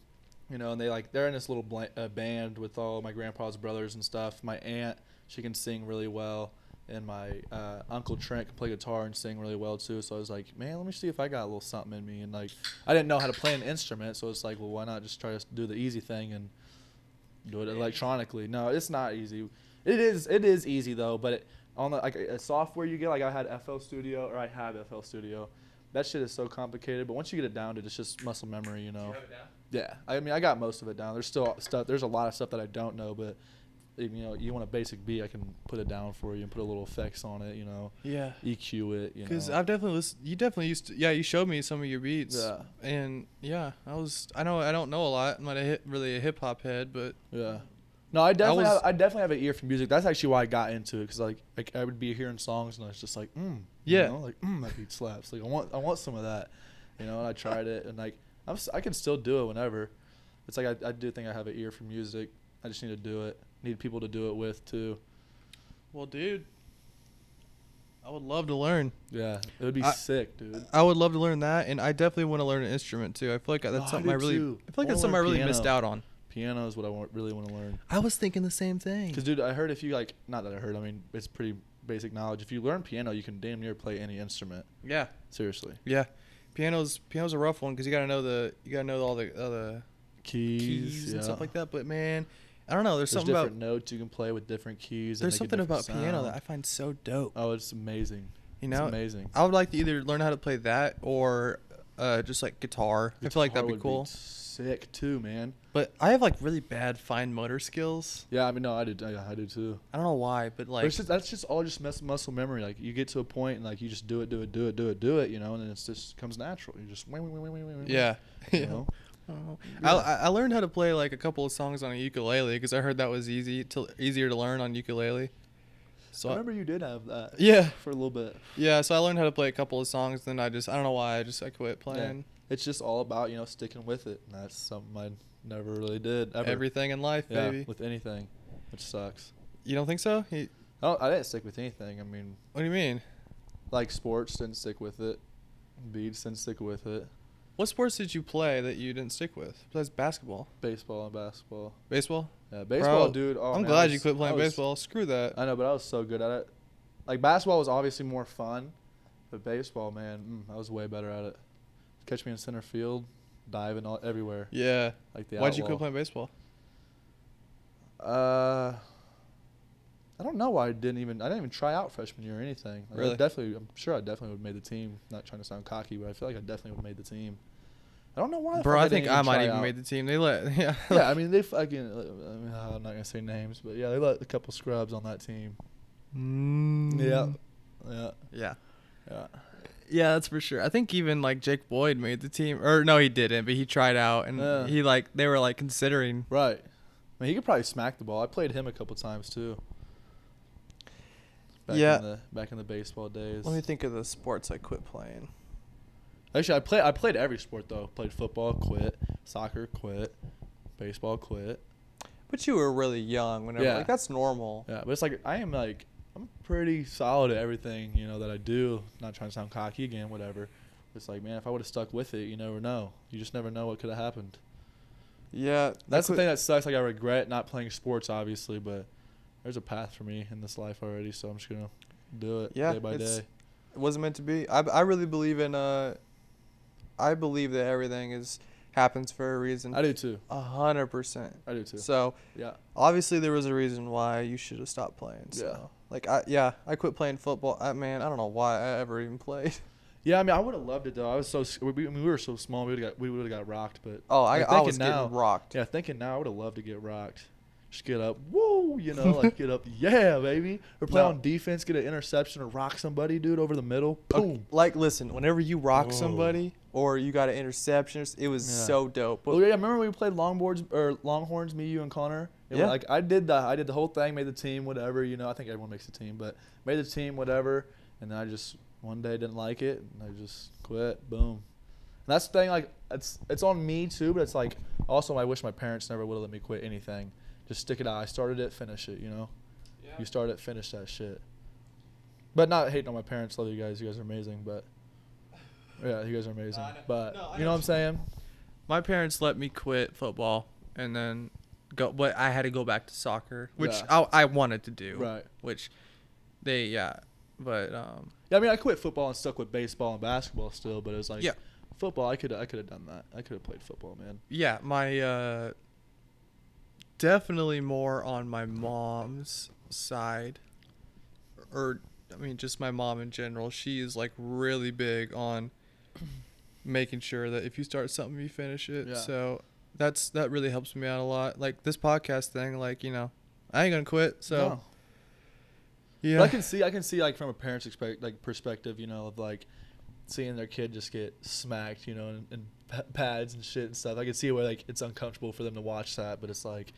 Speaker 2: you know. And they like they're in this little bl- uh, band with all my grandpa's brothers and stuff. My aunt, she can sing really well, and my uh, uncle Trent can play guitar and sing really well too. So I was like, man, let me see if I got a little something in me. And like, I didn't know how to play an instrument, so it's like, well, why not just try to do the easy thing and do it electronically. No, it's not easy. It is it is easy though, but it, on the like a software you get like I had FL Studio or I have FL Studio. That shit is so complicated, but once you get it down to it's just muscle memory, you know. Yeah. I mean, I got most of it down. There's still stuff there's a lot of stuff that I don't know, but you know, you want a basic beat, I can put it down for you and put a little effects on it, you know,
Speaker 1: Yeah.
Speaker 2: EQ it, you know.
Speaker 1: Because I've definitely listened. You definitely used to. Yeah, you showed me some of your beats.
Speaker 2: Yeah.
Speaker 1: And yeah, I was. I know. I don't know a lot. I'm not a hit, really a hip hop head, but
Speaker 2: Yeah. No, I definitely,
Speaker 1: was-
Speaker 2: have, I definitely have an ear for music. That's actually why I got into it because like, like I would be hearing songs and I was just like, mm, you
Speaker 1: Yeah.
Speaker 2: know, like mm, that beat slaps. Like I want, I want some of that, you know. And I tried it and like I'm, s- I can still do it whenever. It's like I, I do think I have an ear for music. I just need to do it. Need people to do it with too.
Speaker 1: well, dude, I would love to learn.
Speaker 2: Yeah, it would be
Speaker 1: I-
Speaker 2: sick, dude.
Speaker 1: I would love to learn that, and I definitely want to learn an instrument too. I feel like that's
Speaker 2: No, Oh, I
Speaker 1: something I
Speaker 2: do,
Speaker 1: really.
Speaker 2: too.
Speaker 1: I feel like
Speaker 2: I wanna
Speaker 1: that's something I
Speaker 2: learn
Speaker 1: really missed
Speaker 2: piano.
Speaker 1: out on.
Speaker 2: Piano is what I want, really want to learn.
Speaker 1: I was thinking the same thing.
Speaker 2: Because dude, I heard if you like, not that I heard. I mean, it's pretty basic knowledge. If you learn piano, you can damn near play any instrument.
Speaker 1: Yeah.
Speaker 2: Seriously.
Speaker 1: Yeah. Piano's piano's a rough one because you gotta know the you gotta know all the all the
Speaker 2: Keys,
Speaker 1: keys and
Speaker 2: yeah.
Speaker 1: stuff like that. But man, I don't know. There's,
Speaker 2: There's
Speaker 1: something
Speaker 2: different
Speaker 1: about
Speaker 2: notes you can play with different keys. and
Speaker 1: there's
Speaker 2: make a
Speaker 1: something about
Speaker 2: different
Speaker 1: piano that
Speaker 2: sound.
Speaker 1: I find so dope.
Speaker 2: oh, it's amazing.
Speaker 1: you know,
Speaker 2: it's amazing.
Speaker 1: I would like to either learn how to play that or uh, just like guitar. I feel like
Speaker 2: Guitar
Speaker 1: that'd be
Speaker 2: would
Speaker 1: cool.
Speaker 2: sick too, man.
Speaker 1: but I have like really bad fine motor skills.
Speaker 2: Yeah, I mean, no, I do. I, I do too.
Speaker 1: I don't know why,
Speaker 2: But
Speaker 1: but like
Speaker 2: it's just, that's just all just mus- muscle memory. Like you get to a point and like you just do it, do it, do it, do it, do it. You know, and then it's just comes natural. You just wah, wah, wah, wah, wah, wah, wah,
Speaker 1: yeah.
Speaker 2: You know?
Speaker 1: Oh.
Speaker 2: Yeah.
Speaker 1: I, I I learned how to play like a couple of songs on a ukulele because I heard that was easy to easier to learn on ukulele. So
Speaker 2: I
Speaker 1: I-
Speaker 2: remember you did have that.
Speaker 1: Yeah.
Speaker 2: For a little bit.
Speaker 1: Yeah, so I learned how to play a couple of songs, then I just I don't know why I just I quit
Speaker 2: Yeah.
Speaker 1: playing
Speaker 2: It's just all about you know sticking with it, and that's something I never really did ever.
Speaker 1: everything in life,
Speaker 2: yeah,
Speaker 1: baby.
Speaker 2: with anything, which sucks.
Speaker 1: You don't think so? You-
Speaker 2: I, don't, I didn't stick with anything. I mean,
Speaker 1: what do you mean?
Speaker 2: like sports didn't stick with it beads didn't stick with it
Speaker 1: What sports did you play that you didn't stick with? Besides basketball,
Speaker 2: baseball and basketball
Speaker 1: baseball.
Speaker 2: yeah baseball
Speaker 1: Bro,
Speaker 2: dude oh,
Speaker 1: I'm
Speaker 2: man, I
Speaker 1: glad
Speaker 2: was-
Speaker 1: you quit playing
Speaker 2: I was-
Speaker 1: baseball. Screw that.
Speaker 2: i know but i was so good at it like basketball was obviously more fun but baseball man mm, i was way better at it catch me in center field diving all, everywhere
Speaker 1: yeah.
Speaker 2: like the
Speaker 1: Why'd you quit
Speaker 2: outlaw.
Speaker 1: playing baseball?
Speaker 2: uh I don't know why I didn't even I didn't even try out freshman year or anything. Like, I
Speaker 1: Really?
Speaker 2: definitely, I'm sure I definitely would have made the team. Not trying to sound cocky, but I feel like I definitely would have made the team. I don't know why. the
Speaker 1: Bro,
Speaker 2: fuck
Speaker 1: I think
Speaker 2: didn't
Speaker 1: I might
Speaker 2: try
Speaker 1: even
Speaker 2: out.
Speaker 1: made the team. They let yeah.
Speaker 2: yeah, I mean they fucking. I mean, I'm not gonna say names, but yeah, they let a couple scrubs on that team.
Speaker 1: Mm.
Speaker 2: yeah,
Speaker 1: Yeah.
Speaker 2: yeah.
Speaker 1: Yeah, that's for sure. I think even like Jake Boyd made the team, or no, he didn't, but he tried out, and
Speaker 2: Yeah.
Speaker 1: he like they were like considering.
Speaker 2: Right. I mean, he could probably smack the ball. I played him a couple times too. Back
Speaker 1: Yeah.
Speaker 2: In the, back in the baseball days.
Speaker 1: think of the sports I quit playing.
Speaker 2: Actually, I play. I played every sport though. Played football, quit. Soccer, quit. Baseball, quit.
Speaker 1: But you were really young whenever
Speaker 2: Yeah.
Speaker 1: like that's normal.
Speaker 2: Yeah, but it's like I am like I'm pretty solid at everything you know that I do. Not trying to sound cocky again, whatever. It's like man, if I would have stuck with it, you never know. You just never know what could have happened.
Speaker 1: Yeah.
Speaker 2: That's the thing that sucks. Like I regret not playing sports, obviously, but there's a path for me in this life already, so I'm just gonna do it
Speaker 1: Yeah,
Speaker 2: day by
Speaker 1: it's-
Speaker 2: day.
Speaker 1: It wasn't meant to be. I I really believe in uh I believe that everything is happens for a reason.
Speaker 2: I do too.
Speaker 1: A hundred percent.
Speaker 2: I do too.
Speaker 1: So
Speaker 2: yeah,
Speaker 1: obviously there was a reason why you should have stopped playing. So
Speaker 2: Yeah.
Speaker 1: like I yeah, I quit playing football. I man, I don't know why I ever even played.
Speaker 2: yeah. I mean, I would have loved it though. I was so s- we, we, I mean, we were so small. We would have got we would have got rocked, but
Speaker 1: Oh, I,
Speaker 2: Like,
Speaker 1: I
Speaker 2: thinking
Speaker 1: was
Speaker 2: now-
Speaker 1: getting rocked.
Speaker 2: yeah, thinking now I would have loved to get rocked. Just get up, woo, you know, like get up, yeah, baby. Or play
Speaker 1: No.
Speaker 2: on defense, get an interception, or rock somebody, dude, over the middle.
Speaker 1: Okay,
Speaker 2: Boom.
Speaker 1: Like listen, whenever you rock
Speaker 2: Oh.
Speaker 1: somebody or you got an interception, or s- it was
Speaker 2: Yeah.
Speaker 1: so dope.
Speaker 2: Well, yeah, remember when we played longboards or longhorns, me, you, and Connor. It
Speaker 1: Yeah.
Speaker 2: yeah. Like I did the I did the whole thing, made the team, whatever. You know, I think everyone makes the team, but made the team, whatever. And then I just one day didn't like it, and I just quit. Boom. And that's the thing. Like it's it's on me too, but it's like also I wish my parents never would have let me quit anything. Just stick it out. I started it, finish it. You know, you start it, finish that shit. But not hating on my parents. Love you guys. You guys are amazing. But yeah, you guys are amazing.
Speaker 1: I know.
Speaker 2: But
Speaker 1: No, I
Speaker 2: you know what
Speaker 1: know what
Speaker 2: I'm saying?
Speaker 1: My parents let me quit football and then go, but I had to go back to soccer, which
Speaker 2: Yeah.
Speaker 1: I, I wanted to do.
Speaker 2: Right.
Speaker 1: Which they, yeah. But, um,
Speaker 2: Yeah, I mean, I quit football and stuck with baseball and basketball still, but it was like,
Speaker 1: Yeah.
Speaker 2: football. I could I could have done that. I could have played football, man.
Speaker 1: yeah, my, uh, definitely more on my mom's side. Or, I mean, just my mom in general. She is like really big on making sure that if you start something, you finish it.
Speaker 2: Yeah.
Speaker 1: So that's, that really helps me out a lot. Like this podcast thing, like, you know, I ain't gonna quit. So
Speaker 2: No.
Speaker 1: yeah,
Speaker 2: But I can see, I can see, like from a parent's expect, like perspective, you know, of like seeing their kid just get smacked, you know, and, and pa- pads and shit and stuff. I can see where like it's uncomfortable for them to watch that, but it's like,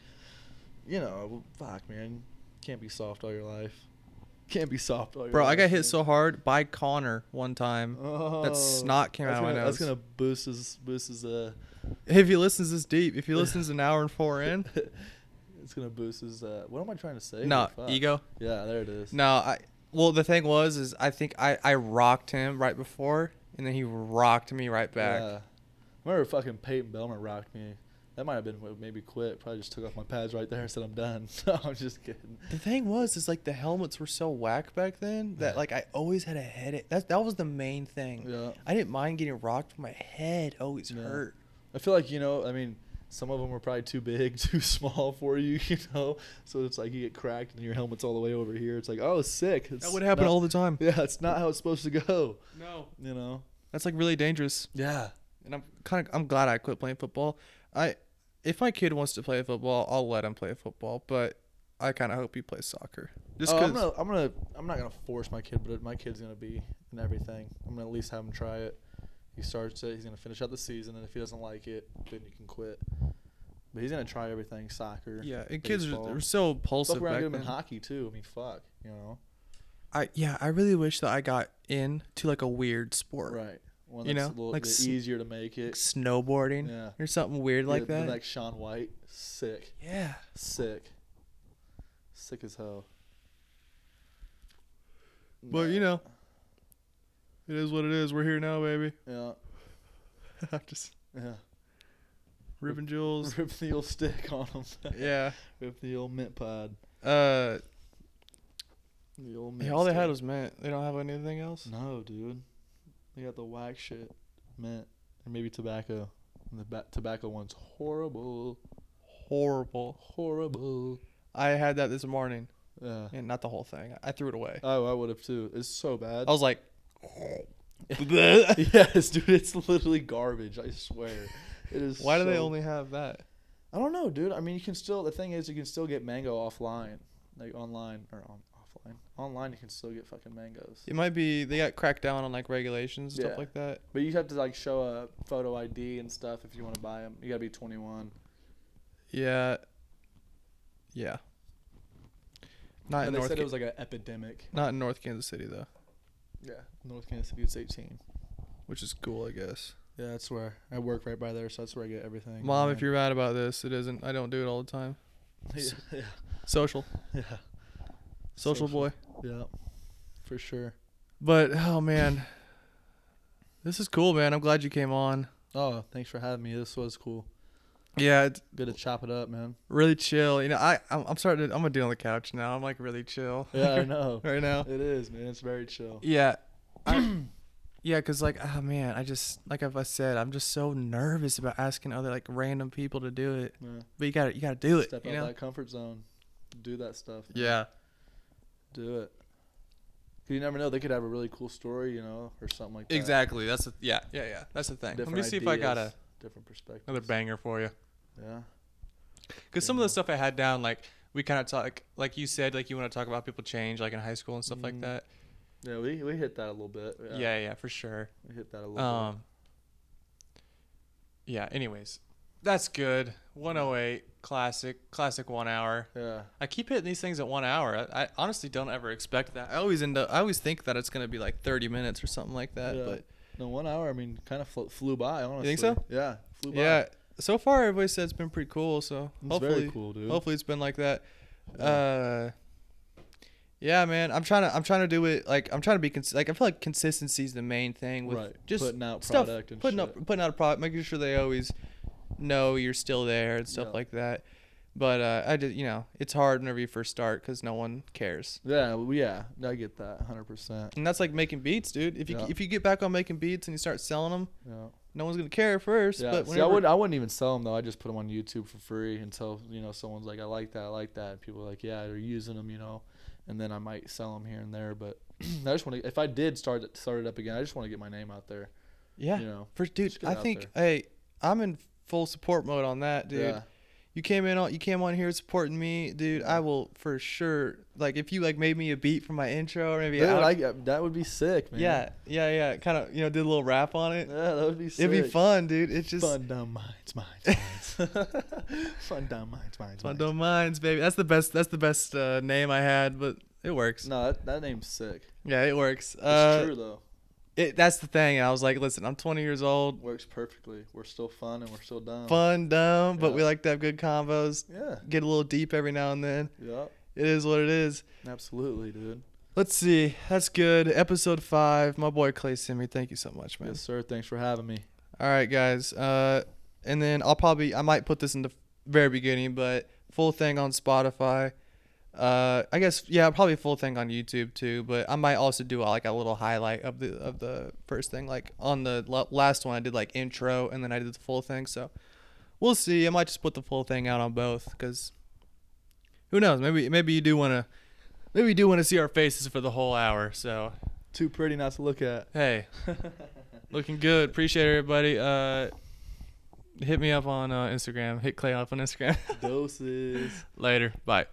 Speaker 2: you know, fuck, man, can't be soft all your life. Can't be soft all your
Speaker 1: bro,
Speaker 2: life.
Speaker 1: I got
Speaker 2: man.
Speaker 1: hard. hit so hard by Connor one time.
Speaker 2: Oh,
Speaker 1: snot came
Speaker 2: that's
Speaker 1: out of my
Speaker 2: gonna- That's
Speaker 1: nose.
Speaker 2: gonna boost his boost his uh.
Speaker 1: If he listens this deep, if he listens an hour and four in,
Speaker 2: it's gonna boost his uh. What am I trying to say?
Speaker 1: no
Speaker 2: Fuck.
Speaker 1: ego.
Speaker 2: Yeah, there it is.
Speaker 1: No, I. Well, the thing was, is I think I I rocked him right before, and then he rocked me right back.
Speaker 2: Yeah. I remember fucking Peyton Belmer rocked me. That might have been what made me quit. Probably just took off my pads right there and said I'm done. No, I'm just kidding.
Speaker 1: The thing was, is like the helmets were so whack back then that
Speaker 2: Yeah.
Speaker 1: like I always had a headache. That that was the main thing.
Speaker 2: Yeah.
Speaker 1: I didn't mind getting rocked, but my head always
Speaker 2: Yeah.
Speaker 1: hurt.
Speaker 2: I feel like you know. I mean, some of them were probably too big, too small for you. You know, so it's like you get cracked and your helmet's all the way over here. It's like, oh, sick. It's
Speaker 1: That would happen
Speaker 2: not-
Speaker 1: all the time.
Speaker 2: Yeah, it's not how it's supposed to go.
Speaker 1: No,
Speaker 2: You know.
Speaker 1: that's like really dangerous.
Speaker 2: Yeah.
Speaker 1: And I'm kind of I'm glad I quit playing football. I if my kid wants to play football, I'll let him play football, but I kind of hope he plays soccer. Just
Speaker 2: oh, I'm
Speaker 1: 'cause-
Speaker 2: gonna, I'm gonna, I'm not gonna force my kid, but my kid's gonna be in everything. I'm gonna at least have him try it. He starts it. He's gonna finish out the season, and if he doesn't like it, then you can quit. But he's gonna try everything: soccer.
Speaker 1: yeah, and kids are
Speaker 2: baseball.
Speaker 1: they're so
Speaker 2: Fuck
Speaker 1: impulsive
Speaker 2: around,
Speaker 1: back
Speaker 2: get him in
Speaker 1: then.
Speaker 2: hockey too. I mean, fuck, you know.
Speaker 1: I yeah, I really wish that I got into like a weird sport,
Speaker 2: Right. One
Speaker 1: You
Speaker 2: that's
Speaker 1: know,
Speaker 2: a little
Speaker 1: like
Speaker 2: bit
Speaker 1: s-
Speaker 2: easier to make
Speaker 1: like
Speaker 2: it.
Speaker 1: snowboarding
Speaker 2: Yeah.
Speaker 1: or something weird like
Speaker 2: Yeah,
Speaker 1: that.
Speaker 2: Like Sean White, sick,
Speaker 1: yeah.
Speaker 2: sick, sick as hell.
Speaker 1: But you know, it is what it is. We're here now, baby.
Speaker 2: Yeah.
Speaker 1: Just
Speaker 2: Yeah.
Speaker 1: ripping jewels.
Speaker 2: Rip the old stick on him.
Speaker 1: yeah.
Speaker 2: Rip the old mint pod.
Speaker 1: Uh,
Speaker 2: The old
Speaker 1: yeah,
Speaker 2: mint
Speaker 1: all they had
Speaker 2: stick.
Speaker 1: was mint. They don't have anything else.
Speaker 2: no, dude. They got the whack shit, mint, and maybe tobacco. And the ba- tobacco one's horrible,
Speaker 1: Horrible.
Speaker 2: horrible.
Speaker 1: I had that this morning,
Speaker 2: Yeah.
Speaker 1: and not the whole thing. I threw it away.
Speaker 2: Oh, I would have too. It's so bad.
Speaker 1: I was like,
Speaker 2: yes, dude. It's literally garbage. I swear. It is.
Speaker 1: why do they
Speaker 2: so-
Speaker 1: only have that?
Speaker 2: I don't know, dude. I mean, you can still. The thing is, you can still get mango offline, like online or on offline. Online, you can still get fucking mangoes.
Speaker 1: It might be they got cracked down on like regulations and
Speaker 2: Yeah.
Speaker 1: stuff like that.
Speaker 2: But you have to like show a photo ID and stuff if you want to buy them. You gotta be 21.
Speaker 1: Yeah. Yeah.
Speaker 2: And
Speaker 1: Not in
Speaker 2: they
Speaker 1: North.
Speaker 2: said
Speaker 1: Ca-
Speaker 2: it was like an epidemic.
Speaker 1: not in North Kansas City though,
Speaker 2: Yeah, North Kansas City was 18.
Speaker 1: which is cool, I guess.
Speaker 2: Yeah, that's where I work right by there, so that's where I get everything.
Speaker 1: Mom, if you're mad about this, it isn't. I don't do it all the time.
Speaker 2: yeah, yeah,
Speaker 1: Social,
Speaker 2: yeah, Social.
Speaker 1: social, boy.
Speaker 2: yeah, for sure.
Speaker 1: But oh man, this is cool, man. I'm glad you came on.
Speaker 2: Oh, thanks for having me. This was cool.
Speaker 1: Yeah, it's
Speaker 2: Good to chop it up, man.
Speaker 1: really chill. You know, I I'm, I'm starting. To, I'm gonna do it on the couch now. I'm like really chill.
Speaker 2: Yeah, I know.
Speaker 1: right now.
Speaker 2: It is, man. It's very chill.
Speaker 1: Yeah. I, yeah, cause like oh man, I just like I said, I'm just so nervous about asking other like random people to do it.
Speaker 2: Yeah.
Speaker 1: But you gotta you gotta do it.
Speaker 2: Step
Speaker 1: you
Speaker 2: out
Speaker 1: know?
Speaker 2: that comfort zone. Do that stuff. man.
Speaker 1: yeah.
Speaker 2: Do it. 'Cause You never know. They could have a really cool story, you know, or something like that.
Speaker 1: Exactly. That's the yeah yeah yeah. That's the thing. Let me
Speaker 2: Different
Speaker 1: see if I got a
Speaker 2: ideas, different perspective.
Speaker 1: another banger for you.
Speaker 2: Yeah.
Speaker 1: Because some of the
Speaker 2: Yeah.
Speaker 1: stuff I had down, like we kind of talk, like you said, like you want to talk about people change, like in high school and stuff like
Speaker 2: Mm,
Speaker 1: that.
Speaker 2: Yeah, we, we hit that a little bit.
Speaker 1: Yeah, yeah, for sure.
Speaker 2: We hit that a little
Speaker 1: Um. Yeah. Anyways, that's good. 108 classic, classic one hour.
Speaker 2: bit. Yeah.
Speaker 1: I keep hitting these things at one hour. I, I honestly don't ever expect that. I always end up. I always think that it's gonna be like 30 minutes or something like that.
Speaker 2: Yeah.
Speaker 1: But
Speaker 2: No, one hour, I mean, kind of flew, flew by, honestly.
Speaker 1: think so?
Speaker 2: Yeah. Flew by.
Speaker 1: yeah, so far everybody said it's been pretty cool. So
Speaker 2: It's
Speaker 1: hopefully,
Speaker 2: very cool, dude.
Speaker 1: hopefully it's been like that.
Speaker 2: Yeah.
Speaker 1: Uh, yeah, man. I'm trying to. I'm trying to do it. Like I'm trying to be cons- like. I feel like consistency is the main thing with
Speaker 2: Right.
Speaker 1: just
Speaker 2: Putting out
Speaker 1: stuff,
Speaker 2: product and
Speaker 1: putting
Speaker 2: shit.
Speaker 1: up, putting out a product, making sure they always know you're still there and stuff
Speaker 2: Yeah.
Speaker 1: like that. But uh, I just, you know, it's hard whenever you first start because no one cares.
Speaker 2: Yeah. well, Yeah. I get that 100%.
Speaker 1: And that's like making beats, dude. If you
Speaker 2: Yeah.
Speaker 1: if you get back on making beats and you start selling them,
Speaker 2: Yeah.
Speaker 1: no one's gonna care at first.
Speaker 2: Yeah.
Speaker 1: But
Speaker 2: See, I uh,
Speaker 1: whenever,
Speaker 2: wouldn't. I wouldn't even sell them though. I just put them on YouTube for free until you know someone's like, "I like that, I like that," and people are like, "Yeah, they're using them," you know, and then I might sell them here and there. But I just want to. If I did start it- start it up again, I just want to get my name out there.
Speaker 1: yeah,
Speaker 2: You know.
Speaker 1: For dude,
Speaker 2: get
Speaker 1: I
Speaker 2: out
Speaker 1: think hey, I'm in full support mode on that, dude.
Speaker 2: Yeah.
Speaker 1: You came in on you came on here supporting me, dude. I will for sure like if you like made me a beat for my intro or maybe
Speaker 2: Dude,
Speaker 1: out-
Speaker 2: I, that would be sick, man.
Speaker 1: yeah, yeah, yeah. Kind of you know did a little rap on it.
Speaker 2: Yeah, that would be sick.
Speaker 1: It'd be fun, dude. It's just
Speaker 2: fun, dumb minds, minds, minds. fun, dumb minds, minds,
Speaker 1: Fun
Speaker 2: minds.
Speaker 1: Dumb Minds, baby. That's the best. That's the best uh, name I had, but it works.
Speaker 2: No, that, that name's sick.
Speaker 1: Yeah, it works.
Speaker 2: It's
Speaker 1: uh,
Speaker 2: true though.
Speaker 1: It, that's the thing. I was like, listen, I'm 20 years old,
Speaker 2: Works perfectly. We're still fun and we're still dumb.
Speaker 1: fun, dumb, but
Speaker 2: Oh. Yeah.
Speaker 1: we like to have good combos.
Speaker 2: Yeah.
Speaker 1: Get a little deep every now and then.
Speaker 2: Yep.
Speaker 1: It is what it is.
Speaker 2: Absolutely, dude.
Speaker 1: Let's see. That's good. Episode five. My boy Clay Simi. Thank you so much, man.
Speaker 2: Yes, sir. Thanks for having me.
Speaker 1: All right, guys. Uh, and then I'll probably I might put this in the very beginning, but full thing on Spotify. Uh, I guess yeah, probably full thing on YouTube too. But I might also do uh, like a little highlight of the of the first thing. Like on the la- last one, I did like intro, and then I did the full thing. So we'll see. I might just put the full thing out on both because who knows? Maybe maybe you do want to maybe you do want to see our faces for the whole hour. So
Speaker 2: Too pretty not to look at.
Speaker 1: hey looking good appreciate everybody uh hit me up on uh, instagram hit clay up on instagram
Speaker 2: Doses.
Speaker 1: later bye